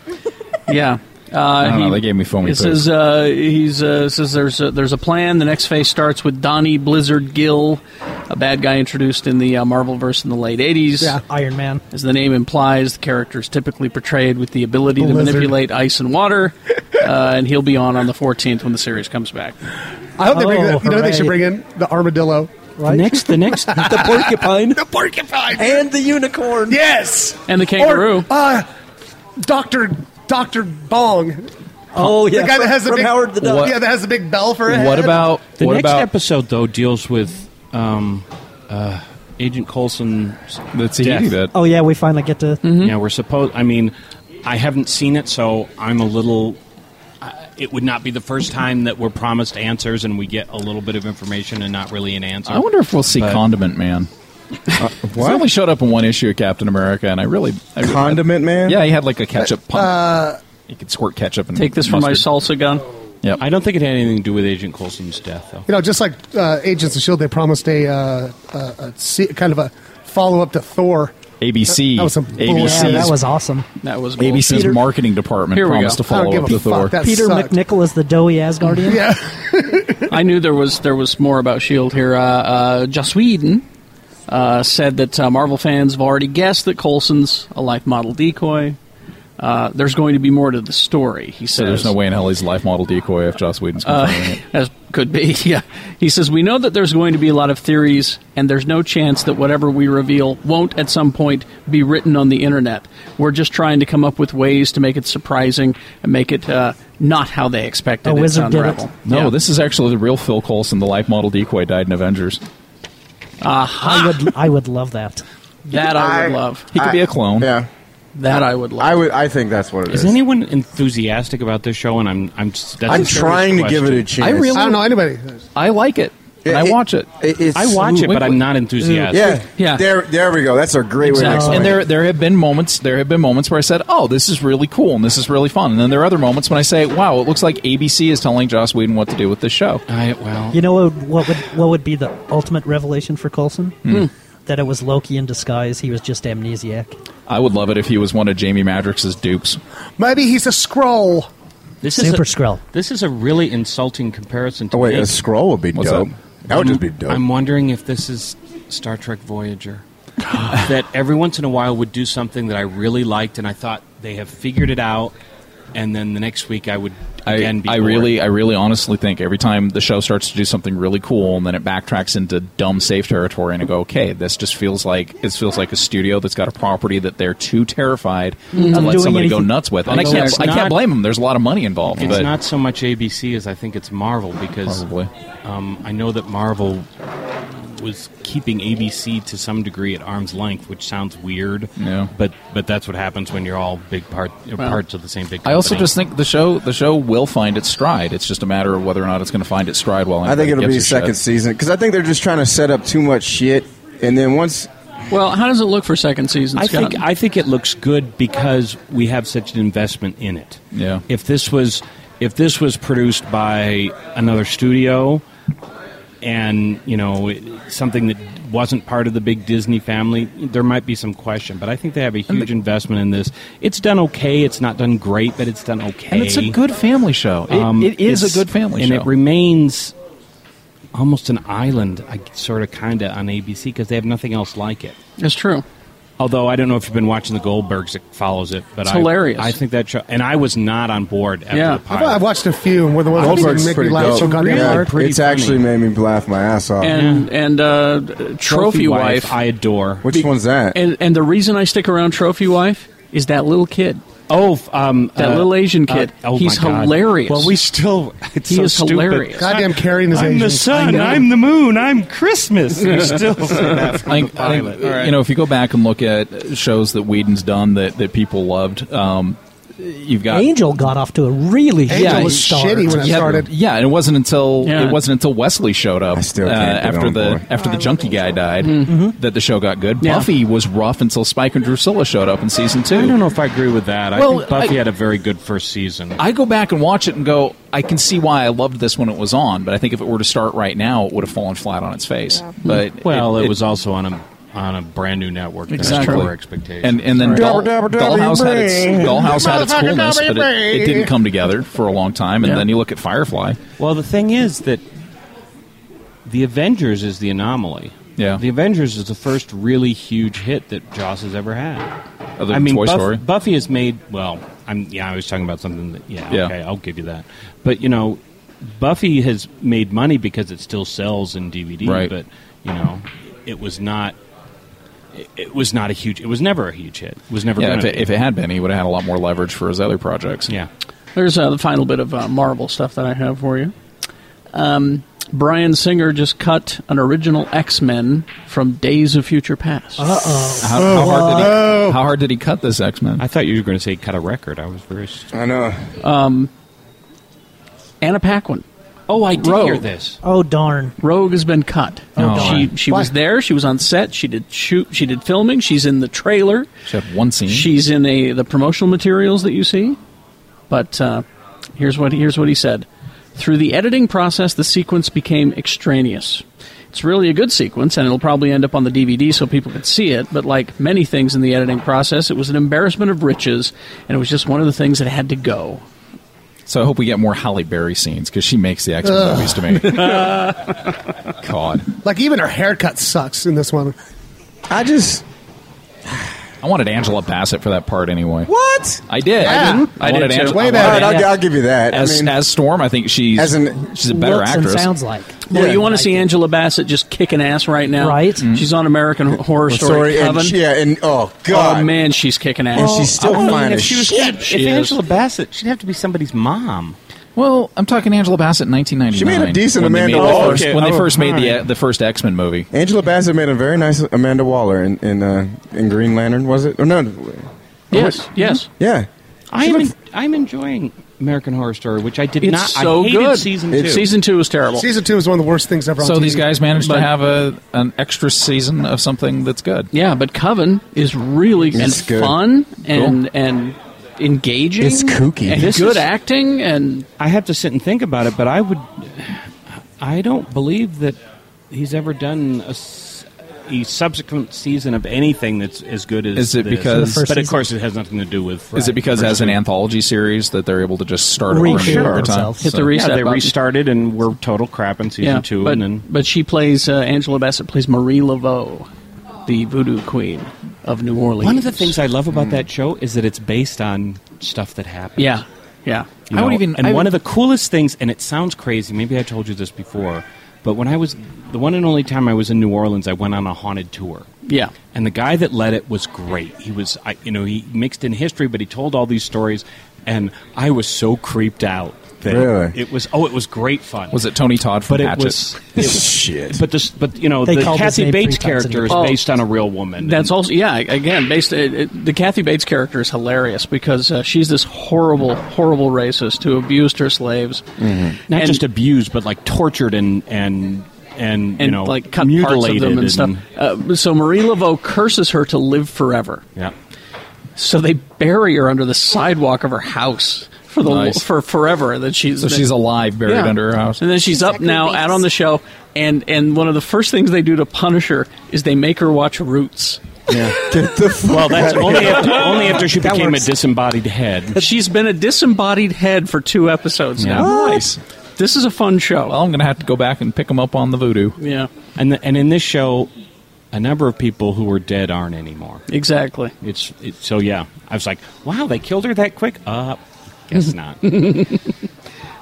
[SPEAKER 1] Yeah. Uh,
[SPEAKER 8] I don't
[SPEAKER 1] he-
[SPEAKER 8] know. They gave me foamy
[SPEAKER 1] He
[SPEAKER 8] poop.
[SPEAKER 1] says uh, he's uh, says there's a, there's a plan. The next phase starts with Donnie Blizzard Gill, a bad guy introduced in the uh, Marvelverse in the late '80s.
[SPEAKER 2] Yeah.
[SPEAKER 5] Iron Man.
[SPEAKER 1] As the name implies, the character is typically portrayed with the ability to
[SPEAKER 2] Blizzard.
[SPEAKER 1] manipulate ice and water, uh, and he'll be on on the 14th when the series comes back.
[SPEAKER 2] I hope they bring.
[SPEAKER 5] Oh,
[SPEAKER 2] The, you know they should
[SPEAKER 5] hooray.
[SPEAKER 2] bring in the armadillo.
[SPEAKER 5] The next, the next, the porcupine.
[SPEAKER 2] The porcupine.
[SPEAKER 5] And the unicorn.
[SPEAKER 2] yes.
[SPEAKER 1] And the kangaroo.
[SPEAKER 2] Or, uh, Doctor Doctor Bong.
[SPEAKER 5] Oh yeah,
[SPEAKER 2] The guy that has the
[SPEAKER 5] from
[SPEAKER 2] big
[SPEAKER 5] Howard the Duck.
[SPEAKER 8] What-
[SPEAKER 2] Yeah, that has the big bell for it.
[SPEAKER 8] what about
[SPEAKER 4] The
[SPEAKER 8] what
[SPEAKER 4] next
[SPEAKER 8] about
[SPEAKER 4] episode though deals with um, uh, Agent Coulson's
[SPEAKER 8] the Tahiti
[SPEAKER 4] death.
[SPEAKER 8] bit?
[SPEAKER 5] Oh yeah, we finally get to.
[SPEAKER 4] Yeah, we're supposed. I mean, I haven't seen it, so I'm a little. I- It would not be the first time that we're promised answers and we get a little bit of information and not really an answer.
[SPEAKER 8] I wonder if we'll see
[SPEAKER 4] But-
[SPEAKER 8] Condiment Man. He only showed up in one issue of Captain America, and I really I,
[SPEAKER 3] Condiment Man.
[SPEAKER 8] Yeah, he had like a
[SPEAKER 2] Uh,
[SPEAKER 8] ketchup pump. he could squirt ketchup and
[SPEAKER 1] Take this from my
[SPEAKER 8] mustard.
[SPEAKER 1] salsa gun.
[SPEAKER 8] Yep.
[SPEAKER 4] I don't think it had anything to do with Agent Coulson's death, though.
[SPEAKER 2] You know, just like uh, Agents of Shield, they promised a, uh, uh, a se- kind of a follow up to Thor.
[SPEAKER 8] ABC.
[SPEAKER 2] That was some
[SPEAKER 8] ABC's,
[SPEAKER 2] bullshit.
[SPEAKER 5] Yeah, that was awesome.
[SPEAKER 1] That was
[SPEAKER 8] ABC's
[SPEAKER 1] bullshit.
[SPEAKER 8] marketing department
[SPEAKER 1] Here we
[SPEAKER 8] promised
[SPEAKER 1] go.
[SPEAKER 8] to
[SPEAKER 2] I don't
[SPEAKER 8] follow
[SPEAKER 2] give
[SPEAKER 8] up
[SPEAKER 2] a
[SPEAKER 8] to Thor.
[SPEAKER 2] fuck. That
[SPEAKER 5] Peter
[SPEAKER 2] sucked.
[SPEAKER 5] McNichol is the doughy Asgardian.
[SPEAKER 2] Yeah.
[SPEAKER 1] I knew there was there was more about Shield here. Uh, uh, Joss Whedon uh, said that uh, Marvel fans have already guessed that Coulson's a life model decoy. Uh, there's going to be more to the story, he says.
[SPEAKER 8] So there's no way in hell he's a life model decoy if Joss Whedon's
[SPEAKER 1] Uh,
[SPEAKER 8] confirming it.
[SPEAKER 1] As could be, yeah. He says, We know that there's going to be a lot of theories, and there's no chance that whatever we reveal won't at some point be written on the internet. We're just trying to come up with ways to make it surprising and make it uh, not how they expected
[SPEAKER 5] A
[SPEAKER 1] it
[SPEAKER 5] wizard
[SPEAKER 1] to
[SPEAKER 5] did it.
[SPEAKER 1] unravel.
[SPEAKER 8] No,
[SPEAKER 1] Yeah.
[SPEAKER 8] this is actually the real Phil Coulson, the life model decoy, died in Avengers.
[SPEAKER 5] I would, I would love that.
[SPEAKER 1] That I would love.
[SPEAKER 8] He could be a clone.
[SPEAKER 3] Yeah.
[SPEAKER 1] That I would love.
[SPEAKER 3] I would. I think that's what it is.
[SPEAKER 4] Is anyone enthusiastic about this show? And I'm, I'm. Just, that's
[SPEAKER 3] I'm
[SPEAKER 4] a serious
[SPEAKER 3] trying to give it a
[SPEAKER 4] question.
[SPEAKER 3] chance.
[SPEAKER 8] I really-
[SPEAKER 2] I don't know anybody.
[SPEAKER 8] I like it, and I watch it.
[SPEAKER 3] it's,
[SPEAKER 4] I watch it, but I'm not enthusiastic.
[SPEAKER 3] Yeah.
[SPEAKER 1] Yeah.
[SPEAKER 3] There. There we go. That's a great way to
[SPEAKER 1] Exactly.
[SPEAKER 3] explain.
[SPEAKER 8] and
[SPEAKER 3] it.
[SPEAKER 8] there, there have been moments. There have been moments where I said, "Oh, this is really cool and this is really fun." And then there are other moments when I say, "Wow, it looks like ABC is telling Joss Whedon what to do with this show."
[SPEAKER 4] I, well, Hmm.
[SPEAKER 5] You know what, what would what would be the ultimate revelation for Coulson? that it was Loki in disguise. He was just amnesiac.
[SPEAKER 8] I would love it if he was one of Jamie Madrox's dupes.
[SPEAKER 2] Maybe he's a scroll.
[SPEAKER 4] This
[SPEAKER 5] Super
[SPEAKER 4] is a,
[SPEAKER 5] Skrull.
[SPEAKER 4] This is a really insulting comparison to
[SPEAKER 3] Oh, wait,
[SPEAKER 4] make.
[SPEAKER 3] a scroll would be
[SPEAKER 4] What's
[SPEAKER 3] dope.
[SPEAKER 4] up?
[SPEAKER 3] That would
[SPEAKER 4] I'm-
[SPEAKER 3] just be dope.
[SPEAKER 4] I'm wondering if this is Star Trek Voyager. that every once in a while would do something that I really liked, and I thought they have figured it out, and then the next week I would again
[SPEAKER 8] I,
[SPEAKER 4] be
[SPEAKER 8] I
[SPEAKER 4] bored.
[SPEAKER 8] really, I really, honestly think every time the show starts to do something really cool and then it backtracks into dumb safe territory, and I go, okay, this just feels like it feels like a studio that's got a property that they're too terrified
[SPEAKER 4] Mm-hmm.
[SPEAKER 5] Mm.
[SPEAKER 8] to
[SPEAKER 5] Of
[SPEAKER 8] let
[SPEAKER 5] doing
[SPEAKER 8] somebody go
[SPEAKER 5] anything-
[SPEAKER 8] nuts with. And I
[SPEAKER 4] Although
[SPEAKER 8] can't,
[SPEAKER 4] it's
[SPEAKER 8] I
[SPEAKER 4] not-
[SPEAKER 8] can't blame them. There's a lot of money involved.
[SPEAKER 4] It's
[SPEAKER 8] but
[SPEAKER 4] not so much ABC as I think it's Marvel because
[SPEAKER 8] Probably.
[SPEAKER 4] Um, I know that Marvel was keeping ABC to some degree at arm's length, which sounds weird.
[SPEAKER 8] Yeah.
[SPEAKER 4] But but that's what happens when you're all big part
[SPEAKER 1] Well,
[SPEAKER 4] parts of the same big.
[SPEAKER 8] I also
[SPEAKER 4] company.
[SPEAKER 8] just think the show, the show will find its stride. It's just a matter of whether or not it's going to find its stride. While
[SPEAKER 3] I think
[SPEAKER 8] anybody
[SPEAKER 3] it'll be
[SPEAKER 8] gives a
[SPEAKER 3] second
[SPEAKER 8] shit.
[SPEAKER 3] season because I think they're just trying to set up too much shit, and then once
[SPEAKER 1] Well, how does it look for second season,
[SPEAKER 4] I
[SPEAKER 1] Scott?
[SPEAKER 4] think I think it looks good because we have such an investment in it.
[SPEAKER 8] Yeah.
[SPEAKER 4] If this was if this was produced by another studio and, you know, it- something that wasn't part of the big Disney family, there might be some question, but I think they have a huge investment in this. It's done okay, it's not done great, but it's done okay.
[SPEAKER 8] and it's a good family show. It,
[SPEAKER 4] Um,
[SPEAKER 8] it is
[SPEAKER 4] it's-
[SPEAKER 8] a good family
[SPEAKER 4] and
[SPEAKER 8] show.
[SPEAKER 4] it remains almost an island, I sort of kind of on ABC because they have nothing else like it.
[SPEAKER 1] It's true.
[SPEAKER 4] Although I don't know if you've been watching the Goldbergs that follows it, but
[SPEAKER 1] It's
[SPEAKER 4] I,
[SPEAKER 1] hilarious.
[SPEAKER 4] I think that show, and I was not on board after
[SPEAKER 1] Yeah.
[SPEAKER 4] the
[SPEAKER 2] I've,
[SPEAKER 4] pilot.
[SPEAKER 2] I've watched a few, and one of the ones that
[SPEAKER 3] Goldberg's
[SPEAKER 2] make me
[SPEAKER 3] pretty
[SPEAKER 2] laugh
[SPEAKER 3] dope.
[SPEAKER 2] so goddamn
[SPEAKER 4] Really?
[SPEAKER 2] hard.
[SPEAKER 4] Pretty
[SPEAKER 3] it's
[SPEAKER 4] funny.
[SPEAKER 3] actually made me laugh my ass off.
[SPEAKER 1] And and uh, trophy, wife,
[SPEAKER 4] I adore.
[SPEAKER 3] Which one's that?
[SPEAKER 1] and and the reason I stick around trophy wife is that little kid.
[SPEAKER 4] oh, f- um,
[SPEAKER 1] That little Asian kid.
[SPEAKER 4] oh
[SPEAKER 1] He's
[SPEAKER 4] my God.
[SPEAKER 1] hilarious.
[SPEAKER 4] Well, we still. It's
[SPEAKER 1] He
[SPEAKER 4] so
[SPEAKER 1] is
[SPEAKER 4] stupid.
[SPEAKER 1] hilarious.
[SPEAKER 2] Goddamn carrying his
[SPEAKER 4] I'm
[SPEAKER 2] Asian.
[SPEAKER 4] the sun. I'm the moon. I'm Christmas. We still say that from
[SPEAKER 8] I
[SPEAKER 4] the
[SPEAKER 8] think, I think,
[SPEAKER 4] pilot.
[SPEAKER 8] You know, if you go back and look at shows that Whedon's done that, that people loved, um, you've got
[SPEAKER 5] Angel got off to a really
[SPEAKER 2] Angel
[SPEAKER 5] slow
[SPEAKER 2] was
[SPEAKER 5] start.
[SPEAKER 2] shitty when it
[SPEAKER 8] yeah,
[SPEAKER 2] started.
[SPEAKER 8] Yeah, and it wasn't until
[SPEAKER 1] Yeah.
[SPEAKER 8] it wasn't until Wesley showed up
[SPEAKER 3] I still
[SPEAKER 8] uh,
[SPEAKER 3] can't get
[SPEAKER 8] after
[SPEAKER 3] on
[SPEAKER 8] the
[SPEAKER 3] board.
[SPEAKER 8] after the junkie guy died
[SPEAKER 4] Mm-hmm.
[SPEAKER 8] that the show got good.
[SPEAKER 1] Yeah.
[SPEAKER 8] Buffy was rough until Spike and Drusilla showed up in season two.
[SPEAKER 4] I don't know if I agree with that. I
[SPEAKER 8] Well,
[SPEAKER 4] think Buffy
[SPEAKER 8] I-
[SPEAKER 4] had a very good first season.
[SPEAKER 8] I go back and watch it and go, I can see why I loved this when it was on, but I think if it were to start right now, it would have fallen flat on its face. But
[SPEAKER 4] well, it, was also on a on a brand new network. that had
[SPEAKER 8] Exactly.
[SPEAKER 4] lower expectations.
[SPEAKER 8] And and then Doll,
[SPEAKER 3] Dabba, dabba, dabba,
[SPEAKER 8] Dollhouse had its
[SPEAKER 3] bring.
[SPEAKER 8] Dollhouse had its
[SPEAKER 3] Motherfucker,
[SPEAKER 8] coolness,
[SPEAKER 3] dabba,
[SPEAKER 8] but it, it didn't come together for a long time. And
[SPEAKER 1] Yeah.
[SPEAKER 8] then you look at Firefly.
[SPEAKER 4] Well, the thing is that the Avengers is the anomaly.
[SPEAKER 8] Yeah.
[SPEAKER 4] The Avengers is the first really huge hit that Joss has ever had.
[SPEAKER 8] Other than
[SPEAKER 4] I mean,
[SPEAKER 8] Toy
[SPEAKER 4] Buff-
[SPEAKER 8] Story.
[SPEAKER 4] Buffy has made, well, I'm yeah, I was talking about something that, yeah,
[SPEAKER 8] Yeah.
[SPEAKER 4] okay, I'll give you that. But, you know, Buffy has made money because it still sells in DVD,
[SPEAKER 8] Right.
[SPEAKER 4] but, you know, it was not. it- It was not a huge. It was never a huge hit. It was never.
[SPEAKER 8] Yeah,
[SPEAKER 4] gonna
[SPEAKER 8] if it,
[SPEAKER 4] be.
[SPEAKER 8] if it had been, he would have had a lot more leverage for his other projects.
[SPEAKER 4] yeah.
[SPEAKER 1] There's uh, the final bit of uh, Marvel stuff that I have for you. Um, Brian Singer just cut an original X Men from Days of Future Past.
[SPEAKER 8] How,
[SPEAKER 3] Oh,
[SPEAKER 8] how hard did he, how hard did he cut this X Men?
[SPEAKER 4] I thought you were going to say cut a record. I was very. s-
[SPEAKER 3] I know.
[SPEAKER 1] Anna Paquin,
[SPEAKER 4] Oh, I did hear
[SPEAKER 1] Rogue.
[SPEAKER 4] this.
[SPEAKER 5] Oh darn!
[SPEAKER 1] Rogue has been cut.
[SPEAKER 8] Oh,
[SPEAKER 1] she she was there. She was on set. She did shoot. She did filming. She's in the trailer.
[SPEAKER 8] She had one
[SPEAKER 3] Hmm?
[SPEAKER 8] scene.
[SPEAKER 1] She's in a the promotional materials that you see. But uh, here's what here's what he said. Through the editing process, the sequence became extraneous. It's really a good sequence, and it'll probably end up on the DVD so people can see it. But like many things in the editing process, it was an embarrassment of riches, and it was just one of the things that had to go.
[SPEAKER 8] so I hope we get more Halle Berry scenes because she makes the X Men movies to me. God,
[SPEAKER 2] Like even her haircut sucks in this one.
[SPEAKER 3] I just
[SPEAKER 8] I wanted Angela Bassett for that part anyway.
[SPEAKER 3] what?
[SPEAKER 8] I did.
[SPEAKER 2] Yeah.
[SPEAKER 8] I,
[SPEAKER 1] I
[SPEAKER 8] wanted
[SPEAKER 1] did too.
[SPEAKER 8] Angela.
[SPEAKER 2] Way
[SPEAKER 8] I
[SPEAKER 2] better.
[SPEAKER 8] wanted
[SPEAKER 3] All right,
[SPEAKER 8] Angela-
[SPEAKER 3] I'll, I'll give you that.
[SPEAKER 8] As,
[SPEAKER 3] I mean,
[SPEAKER 8] as Storm, I think she's
[SPEAKER 3] As an-
[SPEAKER 8] she's a better
[SPEAKER 5] Looks and
[SPEAKER 8] actress.
[SPEAKER 5] sounds like
[SPEAKER 1] Well,
[SPEAKER 3] Yeah.
[SPEAKER 1] you want
[SPEAKER 3] I
[SPEAKER 1] to see
[SPEAKER 5] do.
[SPEAKER 1] Angela Bassett just kicking ass right now,
[SPEAKER 5] Right. Mhm.
[SPEAKER 1] She's on American Horror Story.
[SPEAKER 3] sorry,
[SPEAKER 1] Coven.
[SPEAKER 3] and yeah, and oh god,
[SPEAKER 1] oh man, she's kicking ass.
[SPEAKER 3] and she's still
[SPEAKER 4] I mean,
[SPEAKER 3] fine
[SPEAKER 4] if
[SPEAKER 3] as
[SPEAKER 4] she was,
[SPEAKER 3] shit.
[SPEAKER 4] If
[SPEAKER 8] She is.
[SPEAKER 4] Angela Bassett, she'd have to be somebody's mom.
[SPEAKER 8] Well, I'm talking Angela Bassett in 1999.
[SPEAKER 3] She made a decent
[SPEAKER 8] when
[SPEAKER 3] Amanda
[SPEAKER 8] They made the
[SPEAKER 3] Waller.
[SPEAKER 8] first,
[SPEAKER 3] Okay,
[SPEAKER 8] When they
[SPEAKER 3] oh,
[SPEAKER 8] first made the uh,
[SPEAKER 4] fine.
[SPEAKER 8] the first X Men movie.
[SPEAKER 3] Angela Bassett made a very nice Amanda Waller in in, uh, in Green Lantern, was it? Or no?
[SPEAKER 1] yes, yes.
[SPEAKER 3] Yeah.
[SPEAKER 4] I
[SPEAKER 3] She
[SPEAKER 4] am.
[SPEAKER 3] looked-
[SPEAKER 4] en- I'm enjoying American Horror Story, which I did
[SPEAKER 1] It's
[SPEAKER 4] not.
[SPEAKER 1] so
[SPEAKER 4] I hated
[SPEAKER 1] good.
[SPEAKER 4] season
[SPEAKER 1] It-
[SPEAKER 4] two.
[SPEAKER 1] Season two was terrible.
[SPEAKER 2] Season two is one of the worst things ever. on
[SPEAKER 8] So
[SPEAKER 2] TV.
[SPEAKER 8] these guys managed
[SPEAKER 1] But-
[SPEAKER 8] to have a an extra season of something that's good.
[SPEAKER 1] yeah, but Coven is really
[SPEAKER 3] It's
[SPEAKER 1] and
[SPEAKER 3] good.
[SPEAKER 1] fun and and engaging.
[SPEAKER 3] It's kooky.
[SPEAKER 1] and
[SPEAKER 4] This
[SPEAKER 1] good
[SPEAKER 4] is-
[SPEAKER 1] acting and
[SPEAKER 4] I have to sit and think about it, but I would. I don't believe that he's ever done a, s- a subsequent season of anything that's as good as
[SPEAKER 8] Is it
[SPEAKER 4] this.
[SPEAKER 8] because- The first
[SPEAKER 4] But of
[SPEAKER 8] season.
[SPEAKER 4] course, it has nothing to do with.
[SPEAKER 8] Is it because as an anthology series that they're able to just start over and over every time?
[SPEAKER 1] Hit
[SPEAKER 8] So-
[SPEAKER 1] the reset
[SPEAKER 4] Yeah, they
[SPEAKER 1] button.
[SPEAKER 4] restarted and were total crap in season
[SPEAKER 1] yeah,
[SPEAKER 4] two,
[SPEAKER 1] but,
[SPEAKER 4] and then
[SPEAKER 1] but she plays uh, Angela Bassett plays Marie Laveau, the Voodoo Queen of New Orleans.
[SPEAKER 4] One of the things I love about that show is that it's based on stuff that happened.
[SPEAKER 1] Mm. Yeah, yeah.
[SPEAKER 4] You know, and one of the coolest things, and it sounds crazy. Maybe I told you this before, but when I was the one and only time I was in New Orleans, I went on a haunted tour.
[SPEAKER 1] Yeah.
[SPEAKER 4] and the guy that led it was great. He was, I, you know, he mixed in history, but he told all these stories, and I was so creeped out. That
[SPEAKER 8] Really?
[SPEAKER 4] It was oh, it was great fun.
[SPEAKER 8] Was it Tony Todd from
[SPEAKER 4] But it
[SPEAKER 8] Hatchet?
[SPEAKER 4] was, it was shit. But this, but you know,
[SPEAKER 1] They
[SPEAKER 4] the
[SPEAKER 1] called his
[SPEAKER 4] Kathy
[SPEAKER 1] name
[SPEAKER 4] Bates
[SPEAKER 1] three times in
[SPEAKER 4] character
[SPEAKER 1] the
[SPEAKER 4] is
[SPEAKER 1] book.
[SPEAKER 4] based on a real woman.
[SPEAKER 1] That's also yeah. Again, based it, it, the Kathy Bates character is hilarious because uh, she's this horrible, horrible racist who abused her slaves,
[SPEAKER 8] Mm,
[SPEAKER 4] not
[SPEAKER 1] And-
[SPEAKER 4] just abused, but like tortured and and and, you
[SPEAKER 1] and
[SPEAKER 4] know,
[SPEAKER 1] like cut parts of
[SPEAKER 4] mutilated
[SPEAKER 1] them and, stuff. Uh, so Marie Laveau curses her to live forever.
[SPEAKER 4] Yeah.
[SPEAKER 1] So they bury her under the sidewalk of her house for the
[SPEAKER 8] Nice.
[SPEAKER 1] for forever. That she's
[SPEAKER 8] So she's alive, buried under her house.
[SPEAKER 1] and then she's up now, out on the show, and and one of the first things they do to punish her is they make her watch Roots.
[SPEAKER 4] Yeah. well, Oh, that's only after, only after she
[SPEAKER 1] That
[SPEAKER 4] became a
[SPEAKER 1] works.
[SPEAKER 4] disembodied head.
[SPEAKER 1] She's been a disembodied head for two episodes
[SPEAKER 4] Yeah.
[SPEAKER 1] now.
[SPEAKER 8] Nice.
[SPEAKER 1] This is a fun show.
[SPEAKER 8] Well, I'm going to have to go back and pick them up on the voodoo.
[SPEAKER 1] Yeah.
[SPEAKER 4] And the, and in this show, a number of people who were dead aren't anymore.
[SPEAKER 1] Exactly.
[SPEAKER 4] It's it, so yeah. I was like, wow, they killed her that quick. Uh, guess not.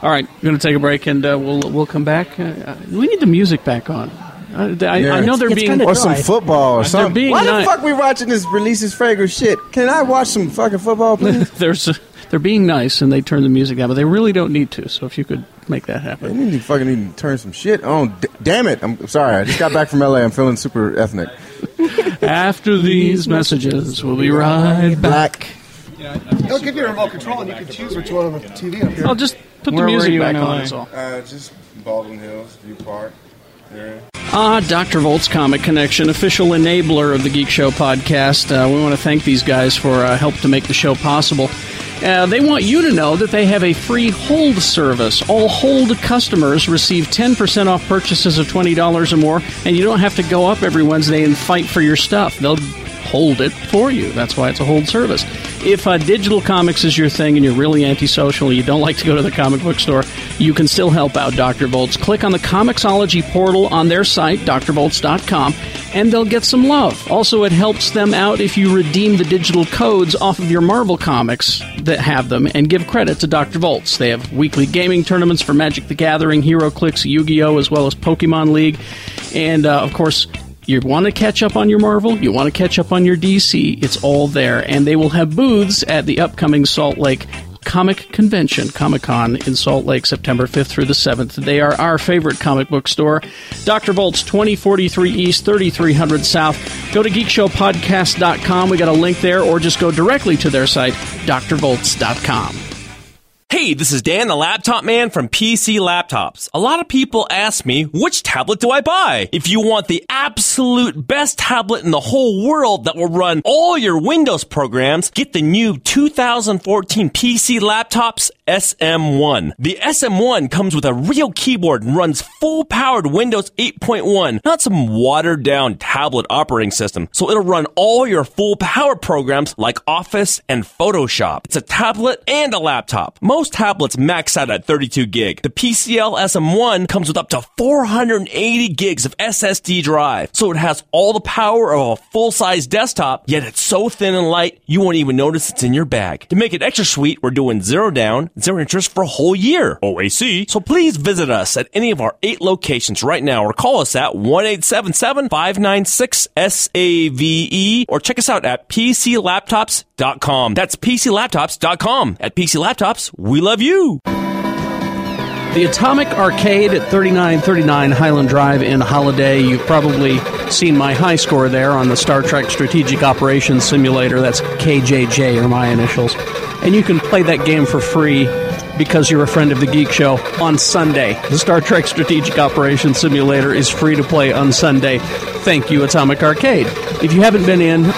[SPEAKER 1] All right, we're going to take a break, and uh, we'll we'll come back. Uh, Uh, we need the music back on. Uh, I, I know they're being
[SPEAKER 3] or some football or something.
[SPEAKER 1] They're being
[SPEAKER 3] Why
[SPEAKER 1] ni-
[SPEAKER 3] the fuck we watching this releases fragrant shit? Can I watch some fucking football, please?
[SPEAKER 1] There's a- they're being nice, and they turn the music down, but they really don't need to. So if you could make that
[SPEAKER 3] I
[SPEAKER 1] happen,
[SPEAKER 3] need to fucking need to turn some shit on. D- damn it! I'm sorry. I just got back from LA. I'm feeling super ethnic.
[SPEAKER 1] after these messages, we'll be right back.
[SPEAKER 2] It'll give you a remote control and you can choose which one on the TV up here.
[SPEAKER 1] I'll just put
[SPEAKER 4] Where
[SPEAKER 1] the
[SPEAKER 4] were
[SPEAKER 1] music
[SPEAKER 4] you
[SPEAKER 1] back
[SPEAKER 4] in
[SPEAKER 1] on.
[SPEAKER 4] LA?
[SPEAKER 1] Is all.
[SPEAKER 3] Uh, just Baldwin Hills, View Park. area.
[SPEAKER 1] Ah, Dr. Volt's Comic Connection, official enabler of the Geek Show podcast. Uh, we want to thank these guys for uh, help to make the show possible. Uh, they want you to know that they have a free hold service. All hold customers receive 10% off purchases of $20 or more, and you don't have to go up every Wednesday and fight for your stuff. They'll hold it for you. That's why it's a hold service. If uh, digital comics is your thing and you're really antisocial, you don't like to go to the comic book store, you can still help out Dr. Bolts. Click on the Comixology portal on their site, drbolts.com, and they'll get some love. Also, it helps them out if you redeem the digital codes off of your Marvel comics that have them and give credit to Dr. Volts. They have weekly gaming tournaments for Magic the Gathering, HeroClix, Yu-Gi-Oh, as well as Pokemon League. And, uh, of course, you want to catch up on your Marvel, you want to catch up on your DC, it's all there. And they will have booths at the upcoming Salt Lake Comic Convention, Comic Con in Salt Lake, September 5th through the 7th. They are our favorite comic book store. Dr. Bolt's 2043 East, 3300 South. Go to geekshowpodcast.com. We got a link there, or just go directly to their site, drvolts.com.
[SPEAKER 7] Hey, this is Dan, the laptop man from PC Laptops. A lot of people ask me, which tablet do I buy? If you want the absolute best tablet in the whole world that will run all your Windows programs, get the new 2014 PC Laptops SM1. The SM1 comes with a real keyboard and runs full powered Windows 8.1, not some watered down tablet operating system. So it'll run all your full power programs like Office and Photoshop. It's a tablet and a laptop. Most tablets max out at 32 gig. The PCL SM1 comes with up to 480 gigs of SSD drive. So it has all the power of a full-size desktop, yet it's so thin and light, you won't even notice it's in your bag. To make it extra sweet, we're doing zero down, zero interest for a whole year. OAC. So please visit us at any of our eight locations right now or call us at 1-877-596-SAVE E, or check us out at PCLaptops.com. That's PCLaptops.com. At PC Laptops, we love you.
[SPEAKER 1] The Atomic Arcade at 3939 Highland Drive in Holiday. You've probably seen my high score there on the Star Trek Strategic Operations Simulator. That's KJJ, are my initials. And you can play that game for free because you're a friend of the Geek Show on Sunday. The Star Trek Strategic Operations Simulator is free to play on Sunday. Thank you, Atomic Arcade. If you haven't been in,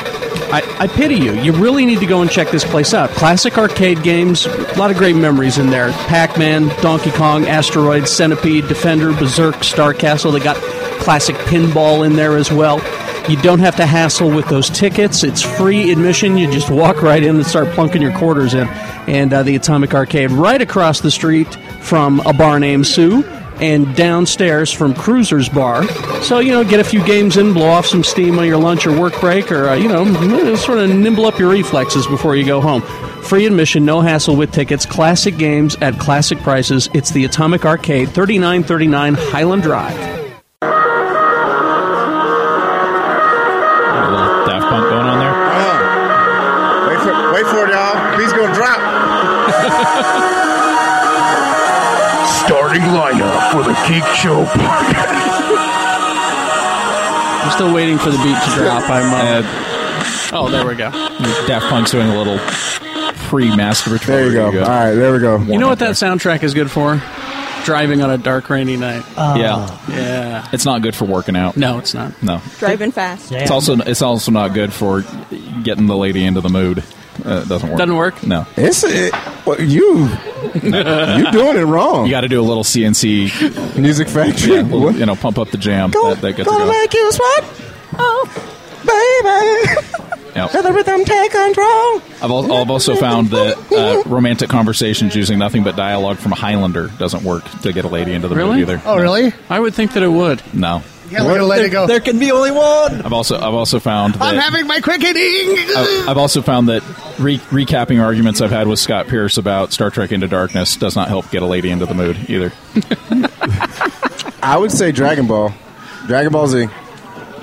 [SPEAKER 1] I, I pity you. You really need to go and check this place out. Classic arcade games, a lot of great memories in there. Pac Man, Donkey Kong, Asteroid, Centipede, Defender, Berserk, Star Castle. They got classic pinball in there as well. You don't have to hassle with those tickets. It's free admission. You just walk right in and start plunking your quarters in. And uh, the Atomic Arcade, right across the street from a bar named Sue, and downstairs from Cruiser's Bar. So, you know, get a few games in, blow off some steam on your lunch or work break, or, uh, you know, sort of nimble up your reflexes before you go home. Free admission, no hassle with tickets, classic games at classic prices. It's the Atomic Arcade, 3939 Highland Drive.
[SPEAKER 8] A little Daft Punk going on there.
[SPEAKER 3] Wait for, wait for it, y'all. He's gonna drop.
[SPEAKER 9] Starting lineup for the Geek Show
[SPEAKER 1] I'm still waiting for the beat to drop. I'm. Uh, oh, there we go.
[SPEAKER 8] Daft Punk's doing a little pre-masturbatory. There
[SPEAKER 3] you go. All right, there we go.
[SPEAKER 1] You know what that soundtrack is good for? Driving on a dark, rainy night.
[SPEAKER 3] Ah.
[SPEAKER 8] yeah,
[SPEAKER 1] yeah.
[SPEAKER 8] It's not good for working out.
[SPEAKER 1] No, it's not.
[SPEAKER 8] No,
[SPEAKER 6] Driving fast.
[SPEAKER 8] it's also it's also not good for getting the lady into the mood. Uh, it doesn't work.
[SPEAKER 1] Doesn't work?
[SPEAKER 8] No.
[SPEAKER 3] It's it, well, you. You're doing it wrong.
[SPEAKER 8] You got to do a little CNC
[SPEAKER 3] music factory.
[SPEAKER 8] Yeah, a little, you know, pump up the jam.
[SPEAKER 3] Go-
[SPEAKER 8] that, that gets it
[SPEAKER 3] Gonna
[SPEAKER 8] going.
[SPEAKER 3] make you sweat, oh, baby.
[SPEAKER 8] Yep.
[SPEAKER 3] Let the rhythm take control.
[SPEAKER 8] I've, al- I've also found that uh, romantic conversations using nothing but dialogue from Highlander doesn't work to get a lady into the mood
[SPEAKER 1] Really?
[SPEAKER 2] Oh,
[SPEAKER 1] Oh.
[SPEAKER 8] either.
[SPEAKER 1] really? I would think that it would.
[SPEAKER 8] No.
[SPEAKER 2] Yeah, we're gonna let it go.
[SPEAKER 1] There can be only one.
[SPEAKER 8] I've also I've also found that
[SPEAKER 2] I'm having my quickening.
[SPEAKER 8] I've, I've also found that re- recapping arguments I've had with Scott Pierce about Star Trek Into Darkness does not help get a lady into the mood either.
[SPEAKER 3] I would say Dragon Ball. Dragon Ball Z.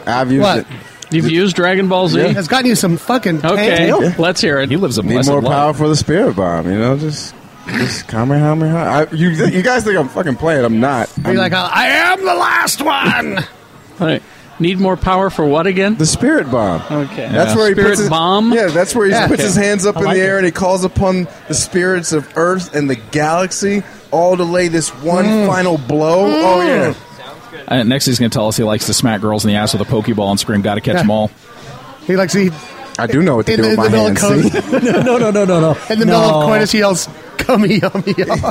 [SPEAKER 3] I've used
[SPEAKER 2] What?
[SPEAKER 3] it.
[SPEAKER 1] You've used Dragon Ball Z?
[SPEAKER 2] Has gotten you some fucking
[SPEAKER 1] Okay,
[SPEAKER 2] tail.
[SPEAKER 1] let's hear it.
[SPEAKER 8] He lives a
[SPEAKER 3] Need more power for the spirit bomb, you know? Just, just Kamehameha. I, you, you guys think I'm fucking playing. I'm not.
[SPEAKER 2] Be
[SPEAKER 3] I'm-
[SPEAKER 2] like, I am the last one.
[SPEAKER 1] All right. Need more power for what again?
[SPEAKER 3] The spirit bomb.
[SPEAKER 1] Okay.
[SPEAKER 3] That's where he
[SPEAKER 1] Spirit
[SPEAKER 3] puts his,
[SPEAKER 1] bomb.
[SPEAKER 3] Yeah, that's where he
[SPEAKER 1] Yeah.
[SPEAKER 3] puts
[SPEAKER 1] Okay.
[SPEAKER 3] his hands up
[SPEAKER 1] I
[SPEAKER 3] in
[SPEAKER 1] like
[SPEAKER 3] the air
[SPEAKER 1] it.
[SPEAKER 3] and he calls upon the spirits of Earth and the galaxy all to lay this one final blow. Oh yeah,
[SPEAKER 8] Uh, next, he's going to tell us he likes to smack girls in the ass with a pokeball and scream, "Gotta catch 'em all!"
[SPEAKER 2] He likes he.
[SPEAKER 3] I do know what to
[SPEAKER 2] in
[SPEAKER 3] do
[SPEAKER 2] the,
[SPEAKER 3] with
[SPEAKER 2] in
[SPEAKER 3] my
[SPEAKER 2] the middle of
[SPEAKER 3] hands. see?
[SPEAKER 2] coitus-
[SPEAKER 5] no, no, no, no, no.
[SPEAKER 2] in the middle of coitus, he yells, "Cummy, yummy, yummy."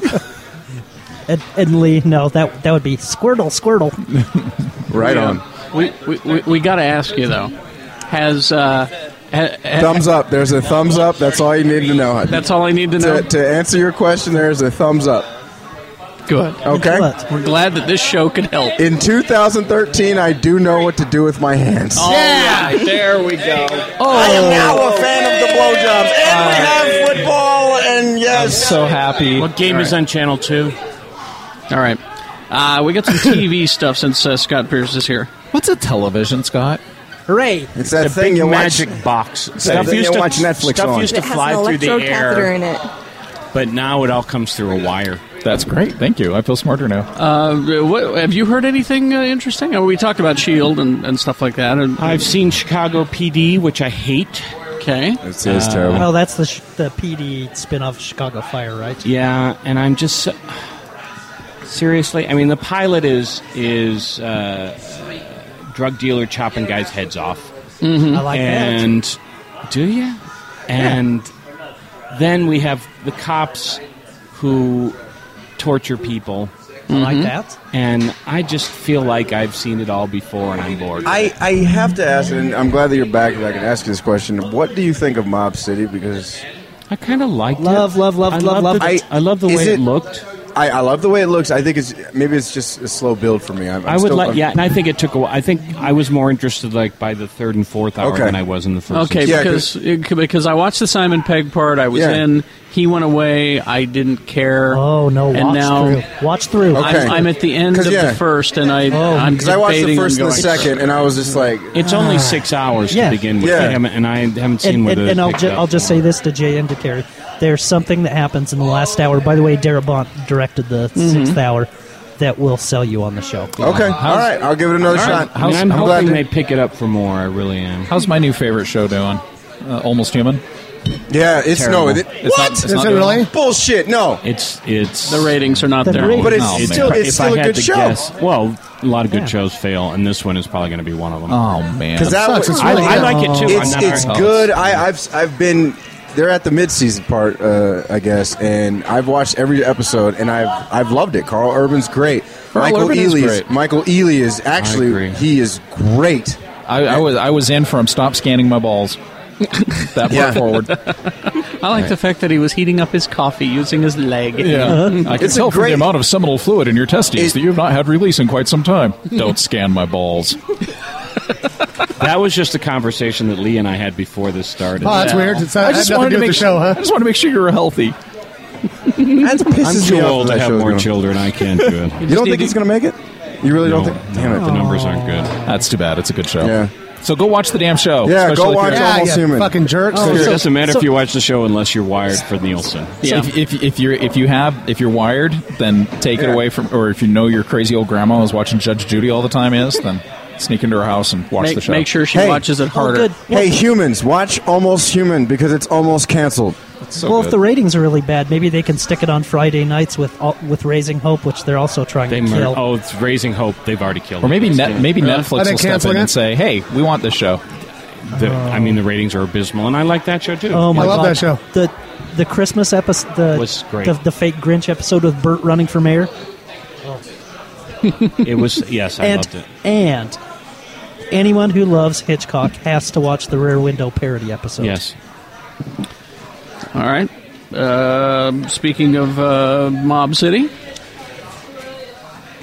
[SPEAKER 5] Ed, Ed Lee, no, that that would be Squirtle, Squirtle.
[SPEAKER 3] Right on.
[SPEAKER 1] Um, We, we, we, we got to ask you, though. Has. Uh, ha- ha-
[SPEAKER 3] Thumbs up. There's a thumbs up. That's all you need to know.
[SPEAKER 1] That's all I need to know.
[SPEAKER 3] To, to answer your question, there's a thumbs up.
[SPEAKER 1] Good.
[SPEAKER 3] Okay.
[SPEAKER 1] We're glad that this show could help.
[SPEAKER 3] In 2013, I do know what to do with my hands.
[SPEAKER 1] Oh. yeah. there we go. Oh,
[SPEAKER 3] I am now a fan of the blowjobs, and we have football, and
[SPEAKER 8] I'm
[SPEAKER 3] yes,
[SPEAKER 8] so happy.
[SPEAKER 4] What game is on Channel 2?
[SPEAKER 1] All right. Uh, we got some TV stuff since uh, Scott Pierce is here.
[SPEAKER 8] What's a television, Scott?
[SPEAKER 5] Hooray!
[SPEAKER 3] it's that
[SPEAKER 4] The
[SPEAKER 3] thing
[SPEAKER 4] big
[SPEAKER 3] you watch.
[SPEAKER 4] magic box.
[SPEAKER 3] thing you watch Netflix
[SPEAKER 4] stuff
[SPEAKER 3] on.
[SPEAKER 4] used to
[SPEAKER 6] It has an
[SPEAKER 4] fly through the
[SPEAKER 6] electrocatheter
[SPEAKER 4] air,
[SPEAKER 6] in it.
[SPEAKER 4] but now it all comes through a wire.
[SPEAKER 8] That's great. Thank you. I feel smarter now.
[SPEAKER 1] Uh, what, have you heard anything uh, interesting? Uh, we talked about Shield and, and stuff like that. And,
[SPEAKER 4] I've seen Chicago PD, which I hate.
[SPEAKER 1] okay,
[SPEAKER 3] It's, it's terrible.
[SPEAKER 5] Well, that's the sh- the PD spin-off of Chicago Fire, right?
[SPEAKER 4] Yeah, and I'm just so- seriously. I mean, the pilot is is uh, drug dealer chopping guys' heads off.
[SPEAKER 5] I like that.
[SPEAKER 4] and do you? And then we have the cops who torture people,
[SPEAKER 5] I
[SPEAKER 3] Mm-hmm.
[SPEAKER 5] like that.
[SPEAKER 4] and I just feel like I've seen it all before, and I'm bored.
[SPEAKER 3] I, I have to ask, and I'm glad that you're back and I can ask you this question. What do you think of Mob City? Because
[SPEAKER 4] I kind of liked
[SPEAKER 5] Love,
[SPEAKER 4] it.
[SPEAKER 5] love, love,
[SPEAKER 4] I
[SPEAKER 5] love,
[SPEAKER 4] loved
[SPEAKER 5] love.
[SPEAKER 4] the- I, love the
[SPEAKER 3] Is
[SPEAKER 4] way it,
[SPEAKER 3] it-
[SPEAKER 4] looked.
[SPEAKER 3] I, I love the way it looks. I think it's maybe it's just a slow build for me. I'm, I'm
[SPEAKER 4] I would
[SPEAKER 3] still-
[SPEAKER 4] like,
[SPEAKER 3] I'm-
[SPEAKER 4] yeah, and I think it took a while. I think I was more interested like by the third and fourth hour
[SPEAKER 3] Okay.
[SPEAKER 4] than I was in the first.
[SPEAKER 1] okay,
[SPEAKER 4] and
[SPEAKER 3] Yeah,
[SPEAKER 1] because because I watched the Simon Pegg part. I was
[SPEAKER 3] Yeah.
[SPEAKER 1] in. He went away. I didn't care.
[SPEAKER 5] Oh no! Watch
[SPEAKER 1] And now
[SPEAKER 5] through. Watch through.
[SPEAKER 3] Okay.
[SPEAKER 1] I'm, I'm at the end of
[SPEAKER 3] 'Cause, yeah.
[SPEAKER 1] the first, and I
[SPEAKER 5] Oh.
[SPEAKER 1] I'm
[SPEAKER 3] 'Cause I watched the
[SPEAKER 1] debating
[SPEAKER 3] first and the
[SPEAKER 1] going through.
[SPEAKER 3] second, and I was just like,
[SPEAKER 4] It's only six hours
[SPEAKER 5] Ah. Yeah.
[SPEAKER 4] to begin with,
[SPEAKER 3] Yeah.
[SPEAKER 4] I haven't- and I haven't seen
[SPEAKER 5] and,
[SPEAKER 4] where
[SPEAKER 5] and,
[SPEAKER 4] those
[SPEAKER 5] and I'll,
[SPEAKER 4] picked
[SPEAKER 5] ju-
[SPEAKER 4] up.
[SPEAKER 5] I'll just say this to Jay and to Carrie. There's something that happens in the last hour. By the way, Darabont directed the sixth hour that will sell you on the show.
[SPEAKER 3] Mm-hmm. okay, all right, I'll give it another shot.
[SPEAKER 4] I mean, I'm,
[SPEAKER 3] I'm glad
[SPEAKER 4] hoping
[SPEAKER 3] to-
[SPEAKER 4] they pick it up for more. I really am.
[SPEAKER 8] How's my new favorite show doing? Uh, Almost Human.
[SPEAKER 3] yeah, it's no, it,
[SPEAKER 8] It's
[SPEAKER 3] what?
[SPEAKER 8] not- it's
[SPEAKER 2] Is
[SPEAKER 8] not
[SPEAKER 2] it
[SPEAKER 8] doing
[SPEAKER 2] really?
[SPEAKER 3] Bullshit, no.
[SPEAKER 4] It's it's
[SPEAKER 1] The ratings are not
[SPEAKER 5] The
[SPEAKER 1] there.
[SPEAKER 5] ratings-
[SPEAKER 3] But it's
[SPEAKER 8] Oh, man.
[SPEAKER 3] still it's
[SPEAKER 4] if I
[SPEAKER 3] still a
[SPEAKER 4] had
[SPEAKER 3] good
[SPEAKER 4] to
[SPEAKER 3] show.
[SPEAKER 4] guess, well, a lot of good
[SPEAKER 5] Yeah.
[SPEAKER 4] shows fail, and this one is probably going to be one of them.
[SPEAKER 8] Oh man,
[SPEAKER 3] 'Cause that
[SPEAKER 2] sucks.
[SPEAKER 3] was-
[SPEAKER 2] It's
[SPEAKER 4] I,
[SPEAKER 2] really
[SPEAKER 4] I like it too.
[SPEAKER 3] It's
[SPEAKER 4] I'm not
[SPEAKER 3] it's
[SPEAKER 4] hard-
[SPEAKER 3] good. I, I've I've been. They're at the mid-season part, uh, I guess, and I've watched every episode, and I've I've loved it. Carl Urban's great. Michael
[SPEAKER 8] Urban is
[SPEAKER 3] Ealy
[SPEAKER 8] great.
[SPEAKER 3] Michael Ealy is
[SPEAKER 4] agree.
[SPEAKER 3] actually he is great.
[SPEAKER 8] I, I was I was in from stop scanning my balls. that
[SPEAKER 1] Yeah.
[SPEAKER 8] part forward.
[SPEAKER 1] I like the fact that he was heating up his coffee using his leg.
[SPEAKER 8] Yeah, I can tell from the amount of seminal fluid in your testes that you've not had release in quite some time. Don't scan my balls.
[SPEAKER 4] that was just a conversation that Lee and I had before this started.
[SPEAKER 2] Oh, that's weird. It's not,
[SPEAKER 8] I just
[SPEAKER 2] had nothing
[SPEAKER 8] wanted
[SPEAKER 2] to do with
[SPEAKER 8] to make
[SPEAKER 2] the show, huh?
[SPEAKER 8] I just want to make sure you're healthy.
[SPEAKER 3] That
[SPEAKER 4] I'm
[SPEAKER 3] pisses
[SPEAKER 4] too
[SPEAKER 3] me off
[SPEAKER 4] old
[SPEAKER 3] that
[SPEAKER 4] to have
[SPEAKER 3] show's
[SPEAKER 4] more
[SPEAKER 3] gonna-
[SPEAKER 4] children. I can't do it.
[SPEAKER 3] You don't think he's going to make it? You really don't think? Damn it.
[SPEAKER 4] The numbers aren't good. That's
[SPEAKER 8] too bad. It's a good show.
[SPEAKER 3] Yeah.
[SPEAKER 8] So go watch the damn show.
[SPEAKER 3] Yeah,
[SPEAKER 8] especially
[SPEAKER 3] go
[SPEAKER 8] if
[SPEAKER 3] watch
[SPEAKER 8] you're-
[SPEAKER 3] Almost Human.
[SPEAKER 4] it doesn't matter if you watch the show unless you're wired for Nielsen.
[SPEAKER 8] Yeah. So if, if, if you're if you have if you're wired, then take it away from. Or if you know your crazy old grandma is watching Judge Judy all the time, is then sneak into her house and watch
[SPEAKER 1] Make-
[SPEAKER 8] the show.
[SPEAKER 1] make sure she Hey. watches it harder. good.
[SPEAKER 3] Hey, humans, watch Almost Human because it's almost canceled.
[SPEAKER 5] well, if the ratings are really bad, maybe they can stick it on Friday nights with all- with Raising Hope, which they're also trying
[SPEAKER 4] They
[SPEAKER 5] to
[SPEAKER 4] mur-
[SPEAKER 5] kill.
[SPEAKER 4] oh, it's Raising Hope. They've already killed.
[SPEAKER 8] Or maybe
[SPEAKER 4] it.
[SPEAKER 8] net, maybe
[SPEAKER 1] Uh,
[SPEAKER 4] Yeah. Uh,
[SPEAKER 8] Netflix will step in and say, "Hey, we want this show."
[SPEAKER 4] The, I mean, the ratings are abysmal, and I like that show too.
[SPEAKER 5] Oh my God. The the Christmas episode, the,
[SPEAKER 4] Was great.
[SPEAKER 5] the the fake Grinch episode with Bert running for mayor.
[SPEAKER 4] it was yes, I
[SPEAKER 5] and,
[SPEAKER 4] loved it.
[SPEAKER 5] And anyone who loves Hitchcock has to watch the Rear Window parody episode.
[SPEAKER 1] Yes. All right. Um speaking of uh, Mob City,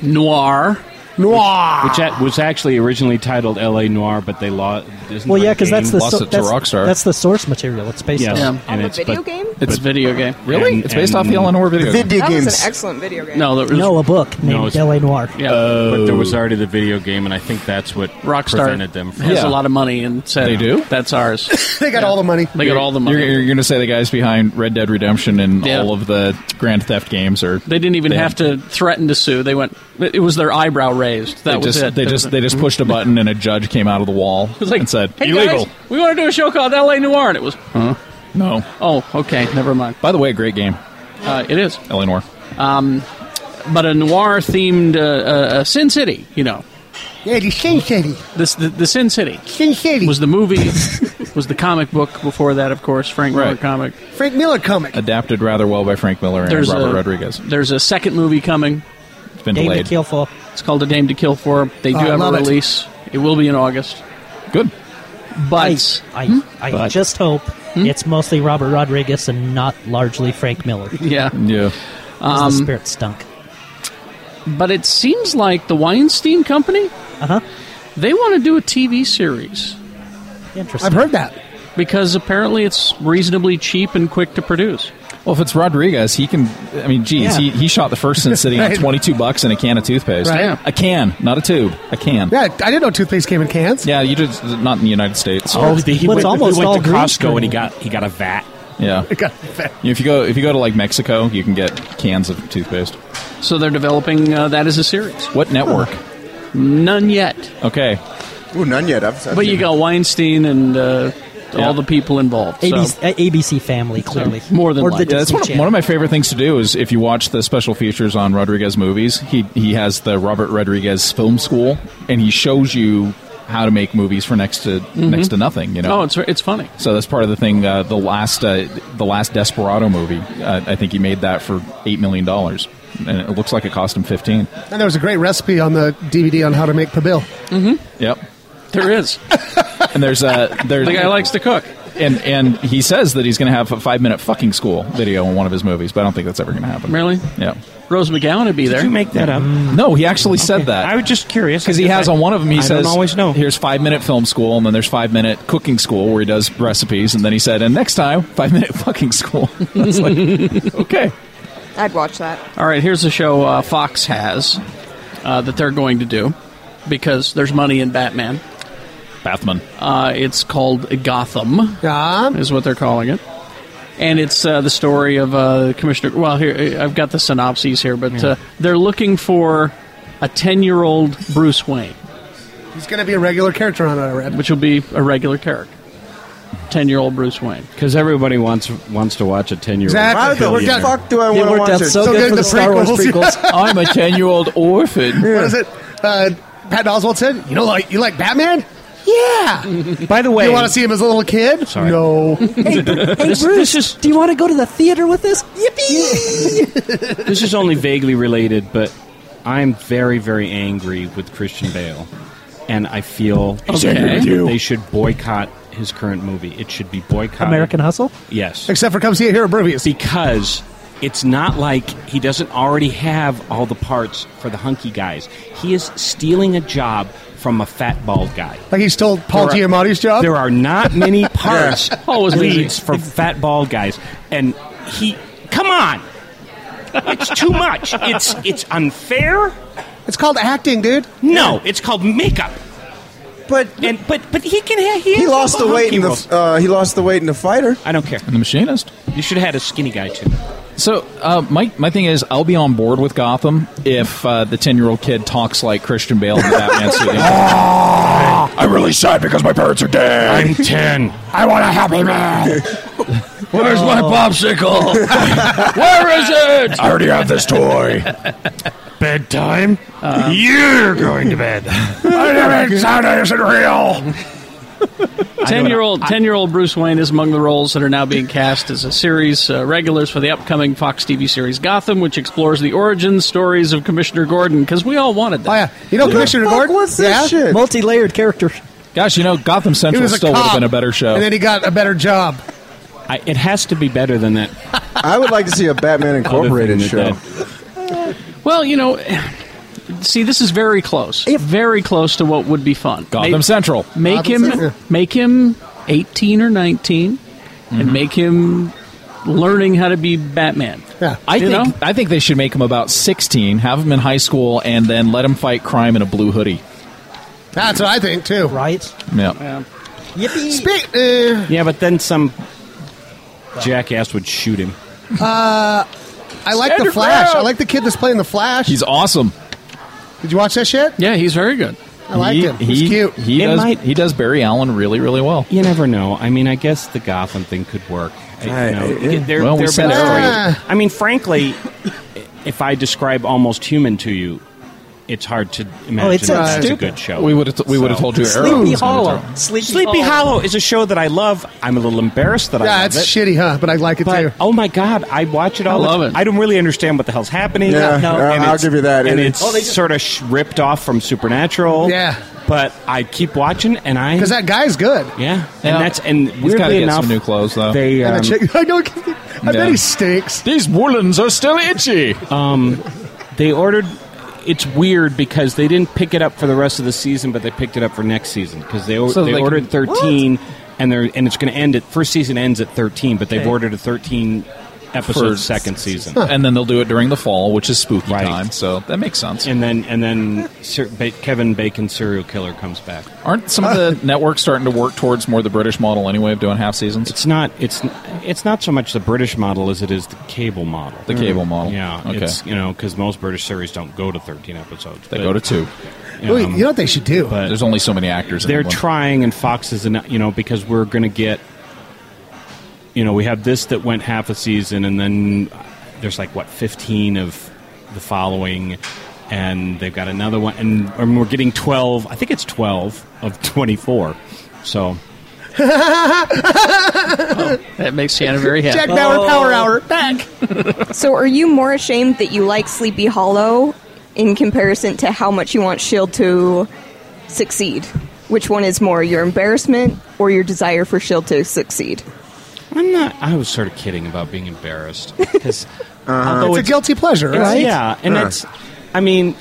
[SPEAKER 1] Noir. Noir.
[SPEAKER 4] Which at, was actually originally titled L.A. Noir, but they lost.
[SPEAKER 5] Well, yeah, because that's the so- that's, that's the source material. It's based
[SPEAKER 4] Yes.
[SPEAKER 5] on.
[SPEAKER 4] And it's,
[SPEAKER 6] Oh, Video
[SPEAKER 4] but-
[SPEAKER 6] game?
[SPEAKER 1] It's a video game.
[SPEAKER 4] Really? And- It's based off the and- Eleanor video game. Video
[SPEAKER 6] that was
[SPEAKER 4] games.
[SPEAKER 6] an excellent video game.
[SPEAKER 1] No, there was-
[SPEAKER 5] no, a book
[SPEAKER 4] No,
[SPEAKER 5] named
[SPEAKER 4] it's-
[SPEAKER 5] L.A. Noir.
[SPEAKER 1] Yeah.
[SPEAKER 8] Uh,
[SPEAKER 4] But there was
[SPEAKER 8] Oh.
[SPEAKER 4] already the video game, and I think that's what
[SPEAKER 1] Rockstar
[SPEAKER 4] prevented them from.
[SPEAKER 1] has a lot of money and said,
[SPEAKER 8] They do?
[SPEAKER 1] That's ours.
[SPEAKER 2] they got all the money.
[SPEAKER 1] They got all the money.
[SPEAKER 8] You're, you're going to say the guys behind Red Dead Redemption and
[SPEAKER 1] Yeah.
[SPEAKER 8] all of the Grand Theft games are.
[SPEAKER 1] They didn't even have to threaten to sue. They went. It was their eyebrow raised. That
[SPEAKER 8] they
[SPEAKER 1] was
[SPEAKER 8] just,
[SPEAKER 1] it.
[SPEAKER 8] They
[SPEAKER 1] That
[SPEAKER 8] just
[SPEAKER 1] was
[SPEAKER 8] they
[SPEAKER 1] it.
[SPEAKER 8] just pushed a button and a judge came out of the wall and said,
[SPEAKER 1] Hey
[SPEAKER 8] "Illegal."
[SPEAKER 1] guys, we want to do a show called L.A. Noir, and it was.
[SPEAKER 8] Huh? No.
[SPEAKER 1] Oh, okay. Never mind.
[SPEAKER 8] By the way, great game.
[SPEAKER 1] Uh, it is.
[SPEAKER 8] Eleanor.
[SPEAKER 1] Um, but a noir themed uh, uh, uh, Sin City, you know.
[SPEAKER 10] Yeah, the Sin City.
[SPEAKER 1] This the, the Sin City.
[SPEAKER 10] Sin City
[SPEAKER 1] was the movie. was the comic book before that, of course, Frank Miller
[SPEAKER 8] Right.
[SPEAKER 1] comic.
[SPEAKER 2] Frank Miller comic.
[SPEAKER 8] Adapted rather well by Frank Miller and
[SPEAKER 1] There's
[SPEAKER 8] Robert
[SPEAKER 1] a-
[SPEAKER 8] Rodriguez.
[SPEAKER 1] There's a second movie coming.
[SPEAKER 8] It's been delayed.
[SPEAKER 5] Kill For.
[SPEAKER 1] It's called A Dame to Kill For. They do
[SPEAKER 5] Oh, I
[SPEAKER 1] have a
[SPEAKER 5] love it.
[SPEAKER 1] release. It. will be in August.
[SPEAKER 8] Good.
[SPEAKER 1] But
[SPEAKER 5] I,
[SPEAKER 8] Hmm?
[SPEAKER 5] I just hope it's mostly Robert Rodriguez and not largely Frank Miller.
[SPEAKER 1] Yeah.
[SPEAKER 8] Yeah.
[SPEAKER 5] the
[SPEAKER 8] Um,
[SPEAKER 5] spirit stunk.
[SPEAKER 1] but it seems like the Weinstein Company.
[SPEAKER 5] Uh huh.
[SPEAKER 1] They want to do a TV series.
[SPEAKER 5] Interesting.
[SPEAKER 2] I've heard that.
[SPEAKER 1] Because apparently it's reasonably cheap and quick to produce.
[SPEAKER 8] Well, if it's Rodriguez, he can. I mean, geez,
[SPEAKER 1] Yeah.
[SPEAKER 8] he, he shot the first Sin City
[SPEAKER 2] Right.
[SPEAKER 8] on twenty two bucks and a can of toothpaste.
[SPEAKER 2] Right. Yeah.
[SPEAKER 8] A can, not a tube. A can.
[SPEAKER 2] Yeah, I didn't know toothpaste came in cans.
[SPEAKER 8] Yeah, you just not in the United States.
[SPEAKER 4] Oh, he went, he went to
[SPEAKER 8] green
[SPEAKER 4] Costco
[SPEAKER 8] screen.
[SPEAKER 4] and he got he got a vat.
[SPEAKER 8] Yeah. If you go if you go to like Mexico, you can get cans of toothpaste.
[SPEAKER 1] So they're developing uh, that as a series.
[SPEAKER 8] What network?
[SPEAKER 1] None yet.
[SPEAKER 8] Okay.
[SPEAKER 3] Ooh, none yet. I've, I've
[SPEAKER 1] But you got Weinstein and uh,
[SPEAKER 8] Yeah.
[SPEAKER 1] all the people involved. so-
[SPEAKER 5] ABC, uh, ABC Family, clearly.
[SPEAKER 1] more than
[SPEAKER 5] or the
[SPEAKER 1] likely.
[SPEAKER 5] Disney
[SPEAKER 8] That's one of,
[SPEAKER 5] Channel.
[SPEAKER 8] one of my favorite things to do is if you watch the special features on Rodriguez movies, he he has the Robert Rodriguez Film School, and he shows you how to make movies for next to next to nothing. You know.
[SPEAKER 1] Oh, it's it's funny.
[SPEAKER 8] So that's part of the thing. Uh, the last uh, the last Desperado movie, uh, I think he made that for eight million dollars, and it looks like it cost him fifteen.
[SPEAKER 2] And there was a great recipe on the DVD on how to make pabil. Mm-hmm.
[SPEAKER 8] Yep.
[SPEAKER 1] There is.
[SPEAKER 8] and there's a there's
[SPEAKER 1] The guy likes to cook.
[SPEAKER 8] And and he says that he's going to have a five minute fucking school video in one of his movies, but I don't think that's ever going to happen.
[SPEAKER 1] Really?
[SPEAKER 8] Yeah.
[SPEAKER 1] Rose McGowan would be there.
[SPEAKER 8] you make that up? No, he actually Mm, said that. I
[SPEAKER 4] was just curious
[SPEAKER 8] Because he
[SPEAKER 1] because
[SPEAKER 8] has
[SPEAKER 1] I-
[SPEAKER 8] on one of them, he
[SPEAKER 1] I don't
[SPEAKER 8] says,
[SPEAKER 1] always
[SPEAKER 8] know. Here's five minute film school, and then there's five minute cooking school where he does recipes, and then he said, and next time, five minute fucking school. It's like, okay.
[SPEAKER 6] I'd watch that.
[SPEAKER 1] All right, here's a show uh, Fox has uh, that they're going to do because there's money in Batman.
[SPEAKER 8] Bathman.
[SPEAKER 1] Uh, it's called Gotham. Is what they're calling it. And it's uh, the story of uh, Commissioner. Well, here uh, I've got the synopses here, but uh, they're looking for a ten-year-old Bruce Wayne,
[SPEAKER 2] He's going to be a regular character on it, I read.
[SPEAKER 1] which will be a regular character. Ten-year-old Bruce Wayne.
[SPEAKER 4] Because everybody wants wants to watch a ten year old.
[SPEAKER 2] Exactly. Why the fuck do I It wanna worked watch out it? so good for the Star Wars prequels.
[SPEAKER 8] I'm a 10 year old orphan.
[SPEAKER 2] What is it? Uh, Pat Oswald said, "You know, like you like Batman." Yeah.
[SPEAKER 4] By the way,
[SPEAKER 2] you want to see him as a little kid?
[SPEAKER 4] Sorry.
[SPEAKER 2] No.
[SPEAKER 5] Hey, hey
[SPEAKER 4] This-
[SPEAKER 5] Bruce, do you want to go to the theater with us? Yippee!
[SPEAKER 4] this is only vaguely related, but I'm very, very angry with Christian Bale and I feel
[SPEAKER 5] He's angry
[SPEAKER 4] that
[SPEAKER 5] with you.
[SPEAKER 4] they should boycott his current movie. It should be boycotted.
[SPEAKER 5] American Hustle?
[SPEAKER 4] Yes.
[SPEAKER 2] Except for come see it here at Bruvius.
[SPEAKER 4] Because it's not like he doesn't already have all the parts for the hunky guys. He is stealing a job from a fat bald guy.
[SPEAKER 2] Like he stole Paul
[SPEAKER 4] There are-
[SPEAKER 2] Giamatti's job.
[SPEAKER 4] There are not many parts
[SPEAKER 2] Yeah.
[SPEAKER 4] always
[SPEAKER 2] Always busy.
[SPEAKER 4] leads for fat bald guys, and he. Come on, it's too much. It's it's unfair.
[SPEAKER 2] It's called acting, dude.
[SPEAKER 4] No, it's called makeup. But and but but he can ha- he,
[SPEAKER 3] He
[SPEAKER 4] has
[SPEAKER 3] lost
[SPEAKER 4] all
[SPEAKER 3] the weight
[SPEAKER 4] hunky
[SPEAKER 3] in the
[SPEAKER 4] rolls.
[SPEAKER 3] f- uh, he lost the weight in the fighter.
[SPEAKER 4] I don't care.
[SPEAKER 8] And the machinist.
[SPEAKER 4] You should have had a skinny guy too.
[SPEAKER 8] So uh, my my thing is, I'll be on board with Gotham if uh, the ten year old kid talks like Christian Bale in the Batman suit.
[SPEAKER 9] I'm really sad because my parents are dead.
[SPEAKER 8] I'm 10.
[SPEAKER 9] I want a happy man. Where's my popsicle? Where is it? I already have this toy. Bedtime? You're going to bed. I never sound isn't real.
[SPEAKER 1] Ten year old ten year old Bruce Wayne is among the roles that are now being cast as a series uh, regulars for the upcoming Fox TV series Gotham, which explores the origins stories of Commissioner Gordon because we all wanted that. Oh, yeah.
[SPEAKER 2] You know, Commissioner Gordon. yeah.
[SPEAKER 5] Multi layered character.
[SPEAKER 8] Gosh, you know, Gotham
[SPEAKER 2] He
[SPEAKER 8] Central
[SPEAKER 2] was a
[SPEAKER 8] still would have
[SPEAKER 2] cop,
[SPEAKER 8] been a better show.
[SPEAKER 2] And then he got a better job.
[SPEAKER 4] I, it has to be better than that.
[SPEAKER 3] I would like to see a Batman Incorporated
[SPEAKER 4] things
[SPEAKER 3] show.
[SPEAKER 1] Well, you know, see, this is very close, very close to what would be fun.
[SPEAKER 8] Gotham Central.
[SPEAKER 1] Make
[SPEAKER 8] Gotham
[SPEAKER 1] him,
[SPEAKER 8] Central.
[SPEAKER 1] make him eighteen or 19
[SPEAKER 4] Mm-hmm.
[SPEAKER 1] and make him learning how to be Batman.
[SPEAKER 2] Yeah,
[SPEAKER 8] I
[SPEAKER 1] You
[SPEAKER 8] think
[SPEAKER 1] know?
[SPEAKER 8] I think they should make him about sixteen, have him in high school, and then let him fight crime in a blue hoodie.
[SPEAKER 2] That's what I think too.
[SPEAKER 5] Right.
[SPEAKER 8] Yeah.
[SPEAKER 5] Yippee.
[SPEAKER 2] Speak. Uh,
[SPEAKER 4] Yeah, but then some jackass would shoot him.
[SPEAKER 2] uh, I like the
[SPEAKER 8] Sandra
[SPEAKER 2] Flash.
[SPEAKER 8] Crow.
[SPEAKER 2] I like the kid that's playing the Flash.
[SPEAKER 8] He's awesome.
[SPEAKER 2] Did you watch that shit?
[SPEAKER 1] Yeah, he's very good.
[SPEAKER 2] I like
[SPEAKER 4] He-
[SPEAKER 2] him. He's
[SPEAKER 4] he-
[SPEAKER 2] cute.
[SPEAKER 8] He
[SPEAKER 4] It
[SPEAKER 8] does.
[SPEAKER 4] might-
[SPEAKER 8] He does Barry Allen really, really well.
[SPEAKER 4] You never know. I mean, I guess the Gotham thing could work. I,
[SPEAKER 8] I-
[SPEAKER 4] you know,
[SPEAKER 8] yeah.
[SPEAKER 4] it- they're-
[SPEAKER 8] Well, we
[SPEAKER 4] they're
[SPEAKER 8] said
[SPEAKER 4] better
[SPEAKER 8] it
[SPEAKER 4] for you.
[SPEAKER 8] already.
[SPEAKER 4] I mean, frankly, if I describe Almost Human to you, it's hard to imagine
[SPEAKER 8] it's so
[SPEAKER 4] that's a
[SPEAKER 8] stupid.
[SPEAKER 4] good show.
[SPEAKER 8] We would've- we would've told you Sleepy Arrow was gonna Hollow. do
[SPEAKER 4] Sleepy, Hollow. is a show that I love. I'm a little embarrassed that I
[SPEAKER 2] yeah,
[SPEAKER 4] love
[SPEAKER 2] it's
[SPEAKER 4] it.
[SPEAKER 2] shitty, huh? But I like it
[SPEAKER 4] But,
[SPEAKER 2] too.
[SPEAKER 4] oh my god, I watch it all.
[SPEAKER 2] I love
[SPEAKER 4] the
[SPEAKER 2] it.
[SPEAKER 4] I don't really understand what the hell's happening.
[SPEAKER 2] Yeah, No. I'll-
[SPEAKER 4] and
[SPEAKER 2] I'll
[SPEAKER 4] it's-
[SPEAKER 2] give you that.
[SPEAKER 4] And
[SPEAKER 2] It
[SPEAKER 4] it's
[SPEAKER 2] is- Oh, they just-
[SPEAKER 4] sort of sh- ripped off from Supernatural.
[SPEAKER 2] Yeah.
[SPEAKER 4] but I keep watching, and I
[SPEAKER 2] Because that guy's good.
[SPEAKER 4] yeah,
[SPEAKER 8] Yeah.
[SPEAKER 4] and that's
[SPEAKER 8] He's
[SPEAKER 4] and
[SPEAKER 8] gotta
[SPEAKER 4] weirdly
[SPEAKER 8] get
[SPEAKER 4] enough,
[SPEAKER 8] some new clothes though.
[SPEAKER 4] They
[SPEAKER 2] And
[SPEAKER 4] um,
[SPEAKER 2] the chick, I know. I bet he stinks.
[SPEAKER 8] These woolens are still itchy.
[SPEAKER 4] um, they ordered. It's weird because they didn't pick it up for the rest of the season, but they picked it up for next season because they, or-
[SPEAKER 8] So
[SPEAKER 4] they,
[SPEAKER 8] they
[SPEAKER 4] ordered
[SPEAKER 8] can-
[SPEAKER 4] thirteen, and they're and it's going to end at first season ends at thirteen, but they've
[SPEAKER 8] Okay.
[SPEAKER 4] ordered a thirteen episode
[SPEAKER 8] For-
[SPEAKER 4] second season.
[SPEAKER 8] and then they'll do it during the fall, which is spooky time. So that makes sense.
[SPEAKER 4] And then and then Sir, ba- Kevin Bacon serial killer comes back.
[SPEAKER 8] Aren't some of the networks starting to work towards more the British model anyway of doing half seasons?
[SPEAKER 4] It's not it's it's not so much the British model as it is the cable model.
[SPEAKER 8] The cable model.
[SPEAKER 4] yeah.
[SPEAKER 8] Okay.
[SPEAKER 4] It's, you know, because most British series don't go to thirteen episodes.
[SPEAKER 8] They go to two.
[SPEAKER 2] Well, you know what they should do?
[SPEAKER 8] There's only so many actors. in
[SPEAKER 4] They're
[SPEAKER 8] England.
[SPEAKER 4] trying, and Fox is not, you know because we're going to get, you know, we have this that went half a season, and then there's like what fifteen of the following, and they've got another one, and, and we're getting twelve. I think it's twelve of twenty four. So
[SPEAKER 1] That makes Sienna very happy.
[SPEAKER 2] Jack Bauer Power Hour back.
[SPEAKER 6] so, are you more ashamed that you like Sleepy Hollow in comparison to how much you want Shield E to succeed? Which one is more, your embarrassment or your desire for Shield E to succeed?
[SPEAKER 4] I'm not. I was sort of kidding about being embarrassed because although
[SPEAKER 2] it's a guilty pleasure,
[SPEAKER 4] it's-
[SPEAKER 2] right?
[SPEAKER 4] Yeah, and
[SPEAKER 2] Uh.
[SPEAKER 4] it's. I mean,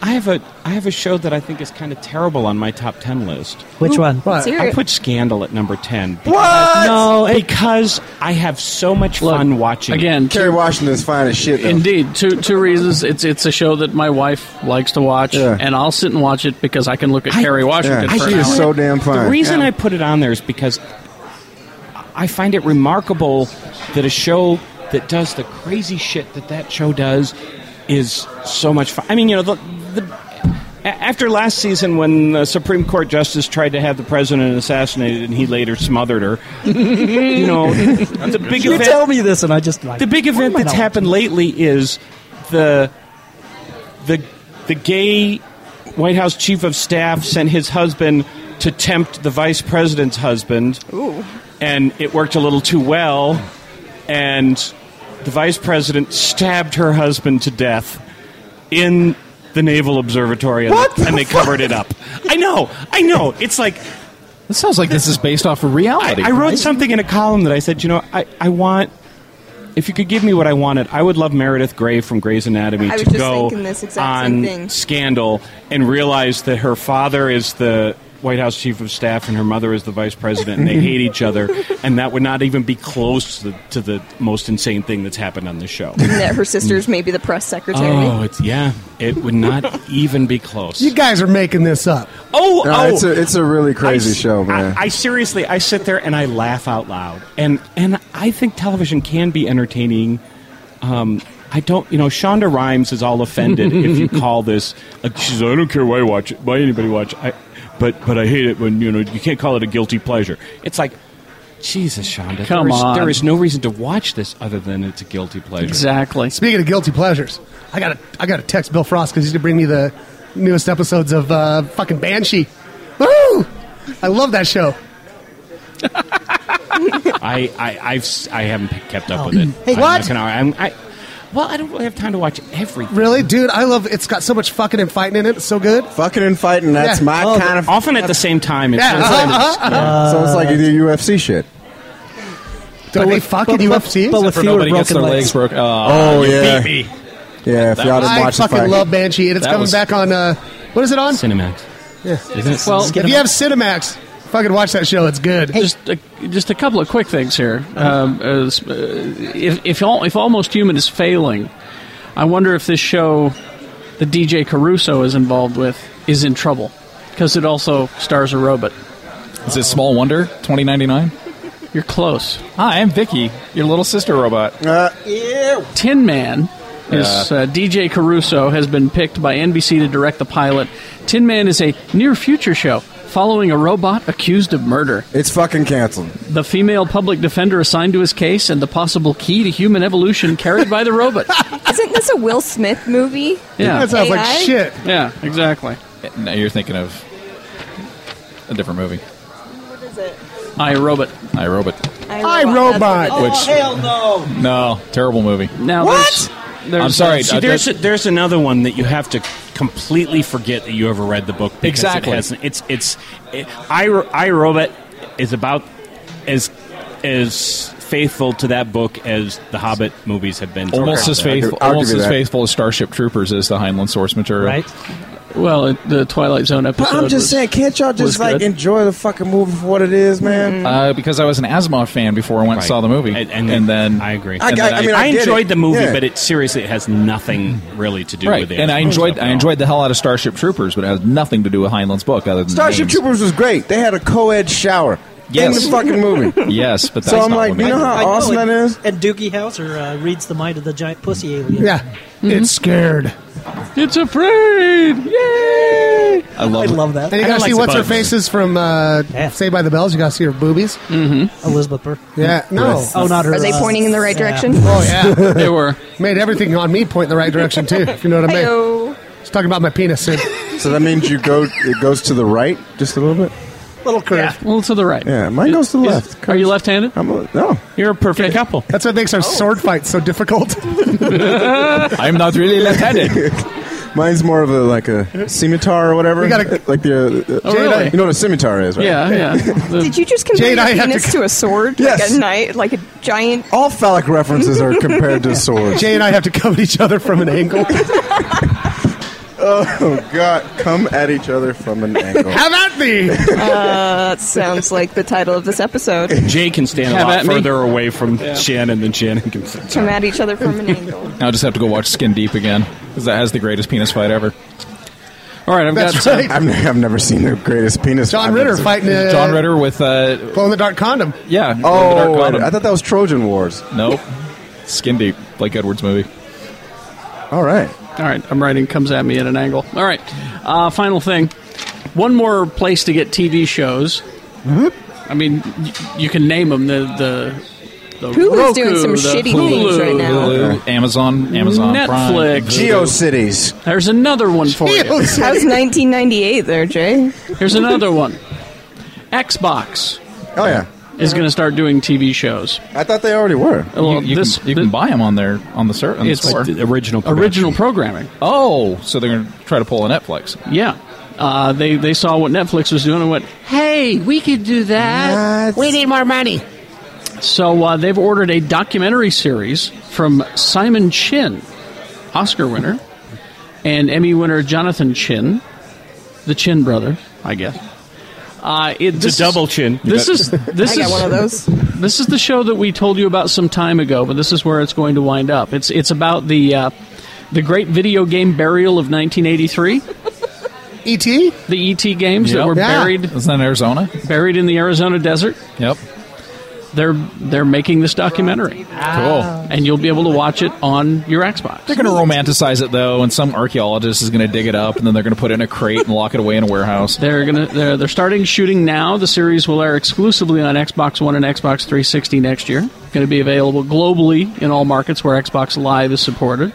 [SPEAKER 4] I have a I have a show that I think is kind of terrible on my top ten list.
[SPEAKER 5] Which one? What?
[SPEAKER 4] I put Scandal at number ten.
[SPEAKER 3] What?
[SPEAKER 4] No, because I have so much fun watching. it.
[SPEAKER 1] Again,
[SPEAKER 3] Kerry Washington's fine as shit. Though.
[SPEAKER 1] Indeed, two two reasons. It's it's a show that my wife likes to watch,
[SPEAKER 3] Yeah.
[SPEAKER 1] and I'll sit and watch it because I can look at
[SPEAKER 4] I-
[SPEAKER 1] Kerry Washington.
[SPEAKER 3] Yeah,
[SPEAKER 1] for
[SPEAKER 3] she
[SPEAKER 1] an
[SPEAKER 3] is
[SPEAKER 1] hour.
[SPEAKER 3] so damn fine.
[SPEAKER 4] The reason
[SPEAKER 1] Yeah.
[SPEAKER 4] I put it on there is because I find it remarkable that a show that does the crazy shit that that show does is so much fun. I mean, you know, the, the a- after last season when the Supreme Court justice tried to have the president assassinated and he later smothered her, you know, the big
[SPEAKER 5] you
[SPEAKER 4] event
[SPEAKER 5] tell me this, and I just like
[SPEAKER 4] the big event that's happened lately is the the the gay White House chief of staff sent his husband to tempt the vice president's husband,
[SPEAKER 6] Ooh.
[SPEAKER 4] and it worked a little too well, and the vice president stabbed her husband to death in the Naval Observatory, and-
[SPEAKER 8] What the
[SPEAKER 4] and they covered it up. I know, I know. It's like
[SPEAKER 8] This sounds like this is based off of reality.
[SPEAKER 4] I, I wrote
[SPEAKER 8] right?
[SPEAKER 4] something in a column that I said, you know, I, I want. If you could give me what I wanted, I would love Meredith Grey from Grey's Anatomy
[SPEAKER 6] I was
[SPEAKER 4] to
[SPEAKER 6] just
[SPEAKER 4] go
[SPEAKER 6] thinking this exact same
[SPEAKER 4] on
[SPEAKER 6] thing.
[SPEAKER 4] Scandal and realize that her father is the White House chief of staff and her mother is the vice president, and they hate each other, and that would not even be close to the, to the most insane thing that's happened on this show.
[SPEAKER 6] And that her sister's maybe the press secretary.
[SPEAKER 4] Oh, it's yeah, it would not even be close.
[SPEAKER 2] You guys are making this up.
[SPEAKER 4] Oh,
[SPEAKER 3] No,
[SPEAKER 4] oh,
[SPEAKER 3] it's a- it's a really crazy
[SPEAKER 4] I s-
[SPEAKER 3] show, man.
[SPEAKER 4] I, I seriously, I sit there and I laugh out loud, and and I think television can be entertaining. Um, I don't, you know, Shonda Rhimes is all offended if you call this. Like, she says, I don't care why I watch it, why anybody watch. It. I, but but I hate it when you know you can't call it a guilty pleasure. It's like. Jesus, Shonda!
[SPEAKER 1] Come
[SPEAKER 4] there is,
[SPEAKER 1] on.
[SPEAKER 4] There is no reason to watch this other than it's a guilty pleasure.
[SPEAKER 1] Exactly.
[SPEAKER 2] Speaking of guilty pleasures, I got to I got to text Bill Frost because he's gonna bring me the newest episodes of uh, fucking Banshee. Woo! I love that show.
[SPEAKER 4] I, I, I've, s- I haven't kept up with it.
[SPEAKER 2] Hey,
[SPEAKER 4] I'm
[SPEAKER 2] what?
[SPEAKER 4] not gonna- I'm- I- well, I don't really have time to watch everything.
[SPEAKER 2] Really, dude? I love. It's got so much fucking and fighting in it. It's so good.
[SPEAKER 3] Fucking and fighting. That's my kind of.
[SPEAKER 4] Often at the same time. It's
[SPEAKER 2] Yeah,
[SPEAKER 4] it's-
[SPEAKER 2] uh-huh, uh-huh.
[SPEAKER 3] Yeah, So it's like you do UFC shit.
[SPEAKER 2] Are they fucking UFC?
[SPEAKER 8] Except for nobody gets their legs broke.
[SPEAKER 3] Oh,
[SPEAKER 8] you
[SPEAKER 3] yeah.
[SPEAKER 8] beat me.
[SPEAKER 3] Yeah, if
[SPEAKER 8] That
[SPEAKER 3] y'all
[SPEAKER 8] was-
[SPEAKER 3] didn't
[SPEAKER 2] I
[SPEAKER 3] watch the
[SPEAKER 2] fucking
[SPEAKER 3] fight.
[SPEAKER 2] love Banshee, and it's
[SPEAKER 3] That
[SPEAKER 2] coming
[SPEAKER 3] was-
[SPEAKER 2] back on. Uh, what is it on?
[SPEAKER 4] Cinemax.
[SPEAKER 2] Yeah.
[SPEAKER 4] Isn't it-
[SPEAKER 1] Well,
[SPEAKER 2] if you have Cinemax, fucking watch that show. It's good.
[SPEAKER 1] Just a, just a couple of quick things here. Um, uh, s- uh, if if, all, if almost human is failing, I wonder if this show that DJ Caruso is involved with is in trouble because it also stars a robot.
[SPEAKER 8] Is it Small Wonder? Twenty ninety nine.
[SPEAKER 1] You're close.
[SPEAKER 8] Hi, I'm Vicky, your little sister robot.
[SPEAKER 1] Tin Man is
[SPEAKER 8] Yeah.
[SPEAKER 1] uh, DJ Caruso has been picked by NBC to direct the pilot. Tin Man is a near future show following a robot accused of murder.
[SPEAKER 3] It's fucking canceled.
[SPEAKER 1] The female public defender assigned to his case and the possible key to human evolution carried by the robot.
[SPEAKER 6] Isn't this a Will Smith movie?
[SPEAKER 1] Yeah.
[SPEAKER 6] That sounds like AI? shit.
[SPEAKER 1] Yeah, exactly.
[SPEAKER 8] No, you're thinking of a different movie.
[SPEAKER 6] What is it?
[SPEAKER 1] I Robot.
[SPEAKER 8] I Robot.
[SPEAKER 6] I, Robot.
[SPEAKER 3] Oh,
[SPEAKER 8] Which-
[SPEAKER 6] hell no.
[SPEAKER 8] No, terrible movie.
[SPEAKER 1] Now
[SPEAKER 4] What?
[SPEAKER 8] I'm sorry.
[SPEAKER 4] See,
[SPEAKER 8] uh,
[SPEAKER 4] there's
[SPEAKER 8] that-
[SPEAKER 4] there's another one that you have to completely forget that you ever read the book. because it
[SPEAKER 8] Exactly.
[SPEAKER 4] has- it's it's it, I I Robot is about as as faithful to that book as the Hobbit movies have been. to
[SPEAKER 8] almost
[SPEAKER 4] that.
[SPEAKER 8] as faithful, almost as faithful as Starship Troopers is the Heinlein source material.
[SPEAKER 1] Right. Well, it, the Twilight Zone episode.
[SPEAKER 3] But I'm just
[SPEAKER 1] was-
[SPEAKER 3] saying, can't y'all
[SPEAKER 1] was
[SPEAKER 3] just like
[SPEAKER 1] good.
[SPEAKER 3] enjoy the fucking movie for what it is, man?
[SPEAKER 8] Uh, because I was an Asimov fan before I went and
[SPEAKER 4] Right.
[SPEAKER 8] saw the movie,
[SPEAKER 4] And-
[SPEAKER 8] and,
[SPEAKER 4] and
[SPEAKER 8] then
[SPEAKER 4] I agree.
[SPEAKER 8] and then
[SPEAKER 3] get it.
[SPEAKER 4] enjoyed the movie,
[SPEAKER 3] Yeah.
[SPEAKER 4] but it seriously it has nothing really to do
[SPEAKER 8] right,
[SPEAKER 4] with it.
[SPEAKER 8] and I enjoyed I enjoyed the hell out of Starship Troopers, but it has nothing to do with Heinlein's book other than
[SPEAKER 3] Starship
[SPEAKER 8] names.
[SPEAKER 3] Troopers was great. They had a co-ed shower
[SPEAKER 8] Yes.
[SPEAKER 3] in the fucking movie.
[SPEAKER 8] Yes, but that's
[SPEAKER 3] so I'm
[SPEAKER 8] not
[SPEAKER 3] like,
[SPEAKER 8] what
[SPEAKER 3] you know
[SPEAKER 8] made it.
[SPEAKER 3] how awesome that
[SPEAKER 5] and,
[SPEAKER 3] is?
[SPEAKER 5] And Doogie Howser uh, reads the mind of the giant pussy alien.
[SPEAKER 2] Yeah,
[SPEAKER 5] Mm-hmm.
[SPEAKER 2] it's scared.
[SPEAKER 1] It's afraid. Yay!
[SPEAKER 8] I love,
[SPEAKER 5] I love that.
[SPEAKER 2] And you
[SPEAKER 5] I
[SPEAKER 2] gotta
[SPEAKER 5] don't
[SPEAKER 2] see
[SPEAKER 5] like
[SPEAKER 2] what's her
[SPEAKER 5] bugs.
[SPEAKER 2] faces from uh, Saved by the Bells. You gotta see her boobies.
[SPEAKER 5] Mm-hmm. Elizabeth Burr.
[SPEAKER 2] Yeah, no.
[SPEAKER 5] Oh, not her.
[SPEAKER 6] Are they
[SPEAKER 5] uh,
[SPEAKER 6] pointing in the right
[SPEAKER 5] yeah.
[SPEAKER 6] direction?
[SPEAKER 2] Oh yeah,
[SPEAKER 1] They were.
[SPEAKER 2] made everything on me point in the right direction too. If you know what I mean.
[SPEAKER 6] Heyo.
[SPEAKER 2] It's talking about my penis. Sid.
[SPEAKER 3] So that means you go. It goes to the right just a little bit.
[SPEAKER 2] Little curve.
[SPEAKER 1] A little to the right.
[SPEAKER 3] Yeah, mine goes to the
[SPEAKER 1] Is-
[SPEAKER 3] left.
[SPEAKER 1] Are you left-handed?
[SPEAKER 3] I'm a, no.
[SPEAKER 1] You're a perfect couple.
[SPEAKER 2] That's what makes our
[SPEAKER 5] Oh.
[SPEAKER 2] sword fight so difficult.
[SPEAKER 8] I'm not really left-handed.
[SPEAKER 3] Mine's more of a like a scimitar or whatever.
[SPEAKER 2] We gotta-
[SPEAKER 3] like the. Uh,
[SPEAKER 1] Oh, really?
[SPEAKER 3] You know what a scimitar is, right?
[SPEAKER 1] Yeah, yeah.
[SPEAKER 6] Did you just compare
[SPEAKER 2] Jade, I
[SPEAKER 6] your
[SPEAKER 2] have
[SPEAKER 6] penis
[SPEAKER 2] to
[SPEAKER 6] to, a sword?
[SPEAKER 3] Yes.
[SPEAKER 6] Like a knife, like a giant.
[SPEAKER 3] All phallic references are compared to swords.
[SPEAKER 2] Jay and I have to cover each other from an angle.
[SPEAKER 3] Oh God! Come at each other from an angle.
[SPEAKER 2] Have at thee!
[SPEAKER 6] That sounds like the title of this episode.
[SPEAKER 4] Jay can stand a
[SPEAKER 1] Have
[SPEAKER 4] lot
[SPEAKER 1] at me.
[SPEAKER 4] further away from Shannon than Shannon can.
[SPEAKER 6] Come at each other from an angle.
[SPEAKER 8] Now I just have to go watch Skin Deep again because that has the greatest penis fight ever.
[SPEAKER 1] All right, I've
[SPEAKER 2] That's
[SPEAKER 1] got some-
[SPEAKER 2] right.
[SPEAKER 3] I've, ne- I've never seen the greatest penis.
[SPEAKER 2] John
[SPEAKER 3] I've
[SPEAKER 2] Ritter
[SPEAKER 3] never seen-
[SPEAKER 2] fighting uh,
[SPEAKER 8] John Ritter with uh,
[SPEAKER 2] glow in the dark condom.
[SPEAKER 8] yeah.
[SPEAKER 3] Oh,
[SPEAKER 8] Dark Condom.
[SPEAKER 3] I thought that was Trojan Wars.
[SPEAKER 8] nope. Skin Deep, Blake Edwards movie.
[SPEAKER 3] All right.
[SPEAKER 1] All right, I'm writing comes at me at an angle. All right, uh, final thing. One more place to get TV shows.
[SPEAKER 6] Mm-hmm.
[SPEAKER 1] I mean, y- you can name them. The the, the
[SPEAKER 6] Hulu's
[SPEAKER 1] Roku,
[SPEAKER 6] doing some
[SPEAKER 1] the
[SPEAKER 6] shitty
[SPEAKER 1] Hulu.
[SPEAKER 6] things right now.
[SPEAKER 8] Hulu, Amazon, Amazon, Prime,
[SPEAKER 1] Netflix.
[SPEAKER 8] Voodoo.
[SPEAKER 3] GeoCities.
[SPEAKER 1] There's another one
[SPEAKER 3] Oh,
[SPEAKER 1] for you.
[SPEAKER 6] How's 1998 there, Jay?
[SPEAKER 1] Here's another one. Xbox.
[SPEAKER 3] Oh yeah.
[SPEAKER 1] is going to start doing TV shows.
[SPEAKER 3] I thought they already were.
[SPEAKER 1] Well,
[SPEAKER 8] you, you
[SPEAKER 1] this-
[SPEAKER 8] can, you can buy them on their on the ser- on
[SPEAKER 1] It's
[SPEAKER 8] the store.
[SPEAKER 1] the original production. Original programming.
[SPEAKER 8] Oh, so they're going to try to pull a Netflix.
[SPEAKER 1] Yeah. Uh, they they saw what Netflix was doing and went, "Hey, we could do that. We need more money." So uh, they've ordered a documentary series from Simon Chin, Oscar winner, and Emmy winner Jonathan Chin, the Chin brother, I guess. Uh, it,
[SPEAKER 4] It's
[SPEAKER 1] this
[SPEAKER 4] a double
[SPEAKER 1] is,
[SPEAKER 4] chin. You
[SPEAKER 1] This
[SPEAKER 4] bet.
[SPEAKER 1] is this
[SPEAKER 4] I got
[SPEAKER 1] is
[SPEAKER 4] one of those.
[SPEAKER 1] This is the show that we told you about some time ago, but this is where it's going to wind up. It's it's about the uh, the great video game burial of 1983.
[SPEAKER 2] ET,
[SPEAKER 1] the ET games that
[SPEAKER 8] Yep.
[SPEAKER 1] were
[SPEAKER 8] Yeah.
[SPEAKER 1] buried.
[SPEAKER 8] Isn't that in Arizona?
[SPEAKER 1] Buried in the Arizona desert.
[SPEAKER 8] Yep.
[SPEAKER 1] They're they're making this documentary. Cool.
[SPEAKER 3] Ah.
[SPEAKER 1] And you'll be able to watch it on your Xbox.
[SPEAKER 8] They're going to romanticize it though, and some archaeologist is going to dig it up, and then they're going to put it in a crate and lock it away in a warehouse.
[SPEAKER 1] They're gonna they're, they're starting shooting now. The series will air exclusively on Xbox One and Xbox 360 next year. Going to be available globally in all markets where Xbox Live is supported.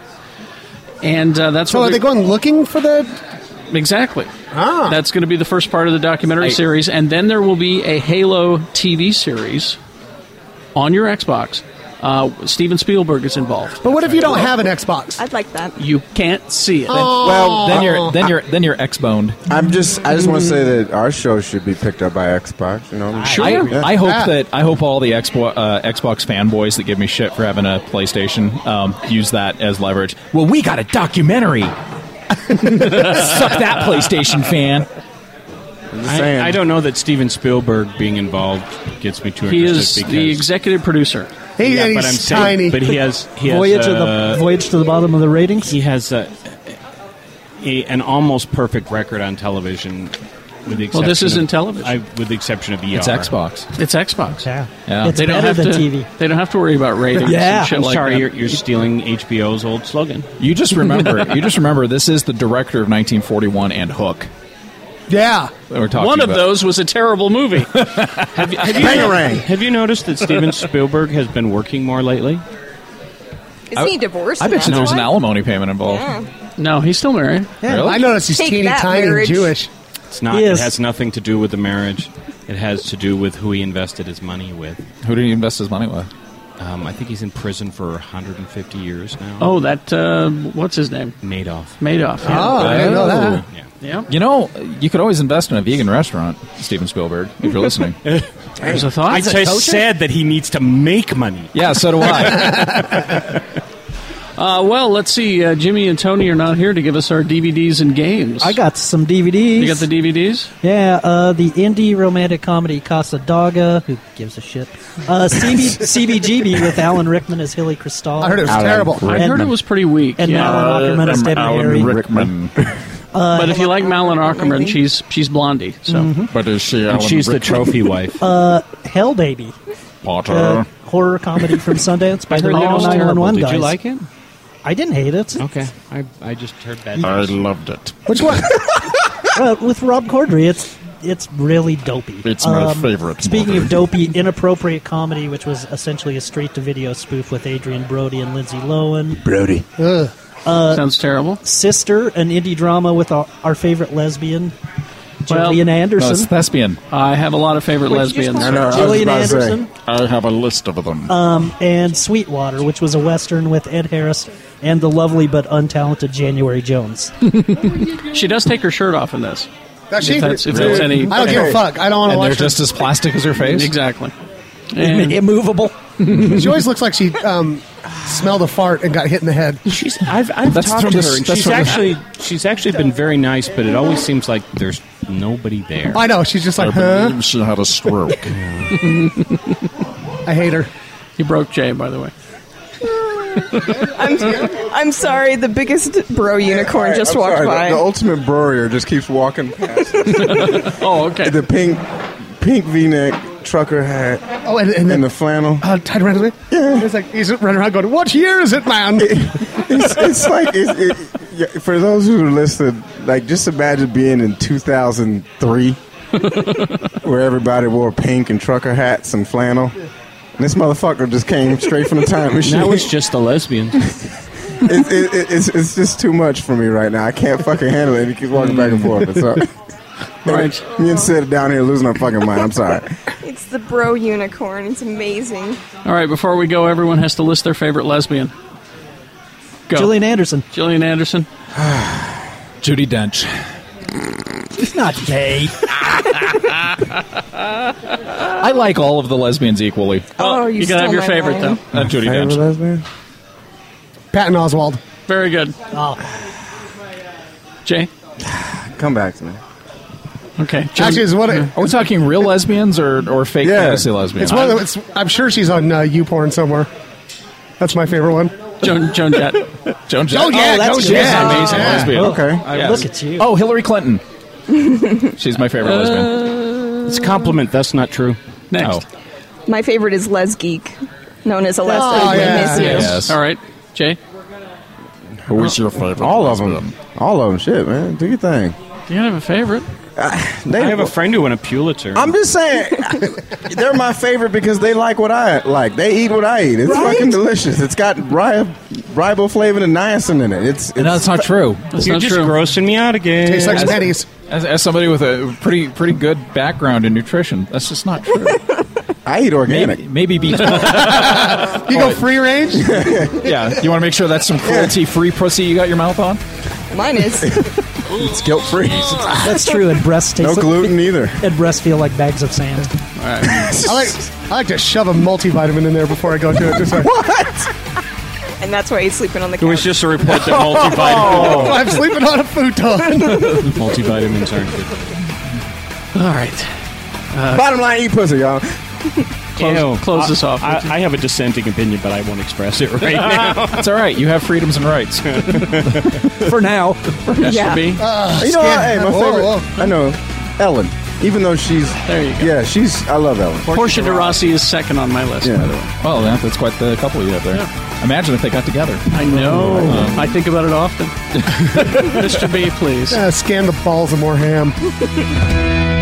[SPEAKER 1] And uh, that's
[SPEAKER 2] So
[SPEAKER 1] what
[SPEAKER 2] are
[SPEAKER 1] they're-
[SPEAKER 2] they going looking for the?
[SPEAKER 1] Exactly. Ah. That's going to be the first part of the documentary series, and then there will be a Halo TV series on your Xbox. Uh, Steven Spielberg is involved.
[SPEAKER 2] But what if you don't have an Xbox?
[SPEAKER 6] I'd like that.
[SPEAKER 1] You can't see it.
[SPEAKER 2] Then- well,
[SPEAKER 8] then you're then you're then you're X boned.
[SPEAKER 3] I'm just. I just want to say that our show should be picked up by Xbox. You know.
[SPEAKER 8] I,
[SPEAKER 3] Yeah.
[SPEAKER 8] I hope that I hope all the Xbox, uh, Xbox fanboys that give me shit for having a PlayStation um, use that as leverage. Well, we got a documentary. Suck that PlayStation fan.
[SPEAKER 4] I, I don't know that Steven Spielberg being involved gets me too
[SPEAKER 1] He is
[SPEAKER 4] interested.
[SPEAKER 1] the executive producer.
[SPEAKER 2] He- and
[SPEAKER 4] but
[SPEAKER 2] he's
[SPEAKER 4] I'm saying-
[SPEAKER 2] tiny.
[SPEAKER 4] But he has he has
[SPEAKER 5] voyage,
[SPEAKER 4] uh,
[SPEAKER 5] of the, voyage to the bottom of the ratings.
[SPEAKER 4] He has a, a, an almost perfect record on television. With the exception
[SPEAKER 1] Well, this
[SPEAKER 4] of-
[SPEAKER 1] isn't television.
[SPEAKER 4] I, with the exception of ER.
[SPEAKER 8] It's Xbox.
[SPEAKER 1] It's Xbox. Yeah.
[SPEAKER 8] Yeah. It's
[SPEAKER 1] they don't
[SPEAKER 8] better
[SPEAKER 1] have
[SPEAKER 8] than
[SPEAKER 1] to,
[SPEAKER 8] TV.
[SPEAKER 1] They don't have to worry about ratings. And shit
[SPEAKER 4] I'm
[SPEAKER 1] like
[SPEAKER 4] sorry,
[SPEAKER 1] that.
[SPEAKER 4] You're, you're stealing HBO's old slogan.
[SPEAKER 8] You just remember. you just remember. This is the director of 1941 and Hook.
[SPEAKER 2] Yeah.
[SPEAKER 8] That we're talking
[SPEAKER 1] One of
[SPEAKER 8] about.
[SPEAKER 1] those was a terrible movie.
[SPEAKER 4] Have, you- have you
[SPEAKER 1] Bangarang.
[SPEAKER 4] noticed- have you noticed that Steven Spielberg has been working more lately?
[SPEAKER 6] Isn't he divorced?
[SPEAKER 8] I
[SPEAKER 6] and
[SPEAKER 8] bet you
[SPEAKER 6] that's
[SPEAKER 8] there's an
[SPEAKER 6] why?
[SPEAKER 8] alimony payment involved.
[SPEAKER 1] No, he's still married.
[SPEAKER 2] Yeah,
[SPEAKER 4] Really?
[SPEAKER 2] I noticed he's
[SPEAKER 6] Take
[SPEAKER 2] teeny
[SPEAKER 6] that,
[SPEAKER 2] tiny
[SPEAKER 6] marriage.
[SPEAKER 2] Jewish.
[SPEAKER 4] It's not.
[SPEAKER 2] He is.
[SPEAKER 4] It has nothing to do with the marriage. It has to do with who he invested his money with.
[SPEAKER 8] Who did he invest his money with?
[SPEAKER 4] Um, I think he's in prison for 150 years now.
[SPEAKER 1] Oh, that uh, what's his name?
[SPEAKER 4] Madoff.
[SPEAKER 1] Madoff. yeah.
[SPEAKER 5] Ah.
[SPEAKER 3] Oh,
[SPEAKER 8] Yeah.
[SPEAKER 1] Yeah.
[SPEAKER 8] You know, you could always invest in a vegan restaurant, Steven Spielberg, if you're listening.
[SPEAKER 1] There's a thought.
[SPEAKER 4] I just said that he needs to make money.
[SPEAKER 8] yeah, so do I.
[SPEAKER 1] Uh, well, let's see. Uh, Jimmy and Tony are not here to give us our DVDs and games.
[SPEAKER 5] I got some DVDs.
[SPEAKER 1] You got the DVDs?
[SPEAKER 5] Yeah, uh, the indie romantic comedy Casadaga. Who gives a shit? Uh, CB, CBGB with Alan Rickman as Hilly
[SPEAKER 4] Oh.
[SPEAKER 5] Crystal.
[SPEAKER 2] I heard it was Alan terrible.
[SPEAKER 1] I heard it was pretty weak.
[SPEAKER 5] And
[SPEAKER 1] yeah.
[SPEAKER 5] Malin Ackerman as Debbie Harry.
[SPEAKER 8] Rickman.
[SPEAKER 5] uh,
[SPEAKER 1] but if you like Malin Ackerman, she's she's blondie. So,
[SPEAKER 5] Mm-hmm.
[SPEAKER 8] But is she?
[SPEAKER 4] And she's the trophy wife.
[SPEAKER 5] Uh, Hell Baby,
[SPEAKER 8] Potter.
[SPEAKER 5] uh, horror comedy from Sundance by
[SPEAKER 4] I
[SPEAKER 5] the
[SPEAKER 4] heard that
[SPEAKER 5] Real
[SPEAKER 4] was terrible.
[SPEAKER 5] 911
[SPEAKER 4] Did
[SPEAKER 5] guys.
[SPEAKER 4] you like it?
[SPEAKER 5] I didn't hate it.
[SPEAKER 4] Okay, I, I just heard bad.
[SPEAKER 8] loved it.
[SPEAKER 5] Which one? well, Uh, with Rob Corddry, it's it's really dopey. Um,
[SPEAKER 8] It's my favorite
[SPEAKER 5] Speaking
[SPEAKER 8] movie.
[SPEAKER 5] of dopey, inappropriate comedy, which was essentially a straight-to-video spoof with Adrian Brody and Lindsay Lohan.
[SPEAKER 3] Brody.
[SPEAKER 5] Ugh. Uh,
[SPEAKER 1] Sounds terrible.
[SPEAKER 5] Sister, an indie drama with our, our favorite lesbian,
[SPEAKER 1] Well-
[SPEAKER 5] Gillian Anderson.
[SPEAKER 8] No, it's thespian.
[SPEAKER 1] I have a lot of favorite
[SPEAKER 5] Wait, did you
[SPEAKER 1] lesbians.
[SPEAKER 5] just call her Gillian Anderson
[SPEAKER 8] I have a list of them.
[SPEAKER 5] um, and Sweetwater, which was a western with Ed Harris and the lovely but untalented January Jones.
[SPEAKER 1] She does take her shirt off in this.
[SPEAKER 2] Does she?
[SPEAKER 1] If that's, if that's any,
[SPEAKER 2] I don't give a fuck. I don't want to
[SPEAKER 8] and they're
[SPEAKER 2] watch her.
[SPEAKER 8] just as plastic as her face.
[SPEAKER 1] Exactly.
[SPEAKER 5] Im- immovable.
[SPEAKER 2] She always looks like she um, smelled a fart and got hit in the head.
[SPEAKER 4] She's, I've, I've
[SPEAKER 8] That's
[SPEAKER 4] talked
[SPEAKER 8] from
[SPEAKER 4] to
[SPEAKER 8] the-
[SPEAKER 4] her, and
[SPEAKER 8] that's
[SPEAKER 4] she's
[SPEAKER 8] from the-
[SPEAKER 4] actually she's actually been very nice, but it always seems like there's nobody there.
[SPEAKER 2] I know. She's just like, huh?
[SPEAKER 8] she had a stroke.
[SPEAKER 2] I hate her.
[SPEAKER 1] You broke Jay, by the way.
[SPEAKER 6] I'm, I'm sorry. The biggest bro unicorn just
[SPEAKER 3] I'm
[SPEAKER 6] walked
[SPEAKER 3] sorry,
[SPEAKER 6] by.
[SPEAKER 3] The, the ultimate broyer just keeps walking past.
[SPEAKER 1] Oh, okay.
[SPEAKER 3] the pink, pink V-neck trucker hat.
[SPEAKER 2] Oh, and, and then
[SPEAKER 3] the flannel.
[SPEAKER 2] uh, Ted Renner. Yeah. It's like he's running around going, "What year is it, man?"
[SPEAKER 3] It's, it's like it's, it, yeah, for those who are listening, like just imagine being in 2003, where everybody wore pink and trucker hats and flannel. And this motherfucker just came straight from the time machine.
[SPEAKER 4] That was just the lesbians.
[SPEAKER 3] it, it, it, it's, it's just too much for me right now. I can't fucking handle it. He keeps walking back and forth. It's all-
[SPEAKER 1] Right.
[SPEAKER 3] Me and Sid are down here losing our fucking mind. I'm sorry.
[SPEAKER 6] He It's the bro unicorn. It's amazing.
[SPEAKER 1] All right, before we go, everyone has to list their favorite lesbian. Go.
[SPEAKER 5] Gillian Anderson.
[SPEAKER 1] Gillian Anderson.
[SPEAKER 8] Judy Dench.
[SPEAKER 5] It's not gay.
[SPEAKER 8] I like all of the lesbians equally.
[SPEAKER 6] Oh,
[SPEAKER 1] you gotta have your favorite though.
[SPEAKER 8] Uh, Judy
[SPEAKER 3] Favorite
[SPEAKER 8] Dench.
[SPEAKER 3] lesbian?
[SPEAKER 2] Patton Oswald.
[SPEAKER 1] Very good. Jay.
[SPEAKER 3] Come back to me.
[SPEAKER 1] Okay.
[SPEAKER 2] Actually, it's what
[SPEAKER 8] Are we talking real lesbians or, or fake
[SPEAKER 3] Yeah.
[SPEAKER 8] fantasy lesbians?
[SPEAKER 2] it's one. Of the, it's, I'm sure she's on uh, YouPorn somewhere. That's my favorite one.
[SPEAKER 1] Joan Joan Jett.
[SPEAKER 8] Joan Jett.
[SPEAKER 2] Oh, yeah,
[SPEAKER 8] that's
[SPEAKER 2] Joan
[SPEAKER 8] she's
[SPEAKER 2] Jett.
[SPEAKER 8] an amazing
[SPEAKER 2] Yeah.
[SPEAKER 8] lesbian.
[SPEAKER 3] Okay.
[SPEAKER 8] Yes.
[SPEAKER 5] Look at you.
[SPEAKER 8] Oh, Hillary Clinton. She's my favorite lesbian.
[SPEAKER 4] It's a compliment. That's not true.
[SPEAKER 1] Next.
[SPEAKER 8] Oh,
[SPEAKER 6] My favorite is Les Geek, known as Alessa.
[SPEAKER 2] Oh,
[SPEAKER 6] We
[SPEAKER 2] yeah.
[SPEAKER 6] miss you.
[SPEAKER 8] yes.
[SPEAKER 1] All right, Jay.
[SPEAKER 9] Who is your favorite?
[SPEAKER 3] All of them. All of them. Shit, man. Do your thing.
[SPEAKER 1] Do you have a favorite?
[SPEAKER 3] They,
[SPEAKER 4] I have a friend who won a Pulitzer.
[SPEAKER 3] I'm just saying, they're my favorite because they like what I like. They eat what I eat. It's fucking delicious. It's got ri- riboflavin and niacin in it. It's, it's
[SPEAKER 8] No, that's not true.
[SPEAKER 1] That's
[SPEAKER 4] You're
[SPEAKER 1] not
[SPEAKER 4] just
[SPEAKER 1] true.
[SPEAKER 4] grossing me out again.
[SPEAKER 2] Tastes like pennies.
[SPEAKER 8] As, as somebody with a pretty pretty good background in nutrition, that's just not true.
[SPEAKER 3] I eat organic.
[SPEAKER 8] maybe, maybe be
[SPEAKER 2] You go free range.
[SPEAKER 8] yeah. You want to make sure that's some cruelty free pussy you got your mouth on.
[SPEAKER 6] Mine is.
[SPEAKER 3] It's guilt free.
[SPEAKER 5] That's true. And breasts taste
[SPEAKER 3] no
[SPEAKER 5] like-
[SPEAKER 3] gluten either.
[SPEAKER 5] And breasts feel like bags of sand.
[SPEAKER 2] I like. I like to shove a multivitamin in there before I go to it. Just like,
[SPEAKER 6] And that's why he's sleeping on the
[SPEAKER 4] It was
[SPEAKER 6] couch.
[SPEAKER 4] just a report that multivitamins,
[SPEAKER 2] I'm sleeping on a futon.
[SPEAKER 4] multivitamins aren't good.
[SPEAKER 1] All right.
[SPEAKER 3] Bottom line, eat pussy, y'all.
[SPEAKER 1] Close,
[SPEAKER 4] Ew.
[SPEAKER 1] close
[SPEAKER 4] I-
[SPEAKER 1] this off.
[SPEAKER 4] I, I have a dissenting opinion, but I won't express it right now.
[SPEAKER 8] That's all right. You have freedoms and rights.
[SPEAKER 5] For now.
[SPEAKER 6] yeah.
[SPEAKER 1] B.
[SPEAKER 3] You know, what? hey, my
[SPEAKER 2] Whoa,
[SPEAKER 3] favorite.
[SPEAKER 2] whoa.
[SPEAKER 3] I know, Ellen. Even though she's
[SPEAKER 1] There you go.
[SPEAKER 3] yeah, she's I love Ellen.
[SPEAKER 1] Portia de Rossi is second on my list.
[SPEAKER 3] Yeah.
[SPEAKER 1] by the way.
[SPEAKER 8] Well, that, that's quite the couple you have there. Imagine if they got together.
[SPEAKER 1] I know. I think about it often. Mr. B, please.
[SPEAKER 2] Uh, scan the balls and more ham.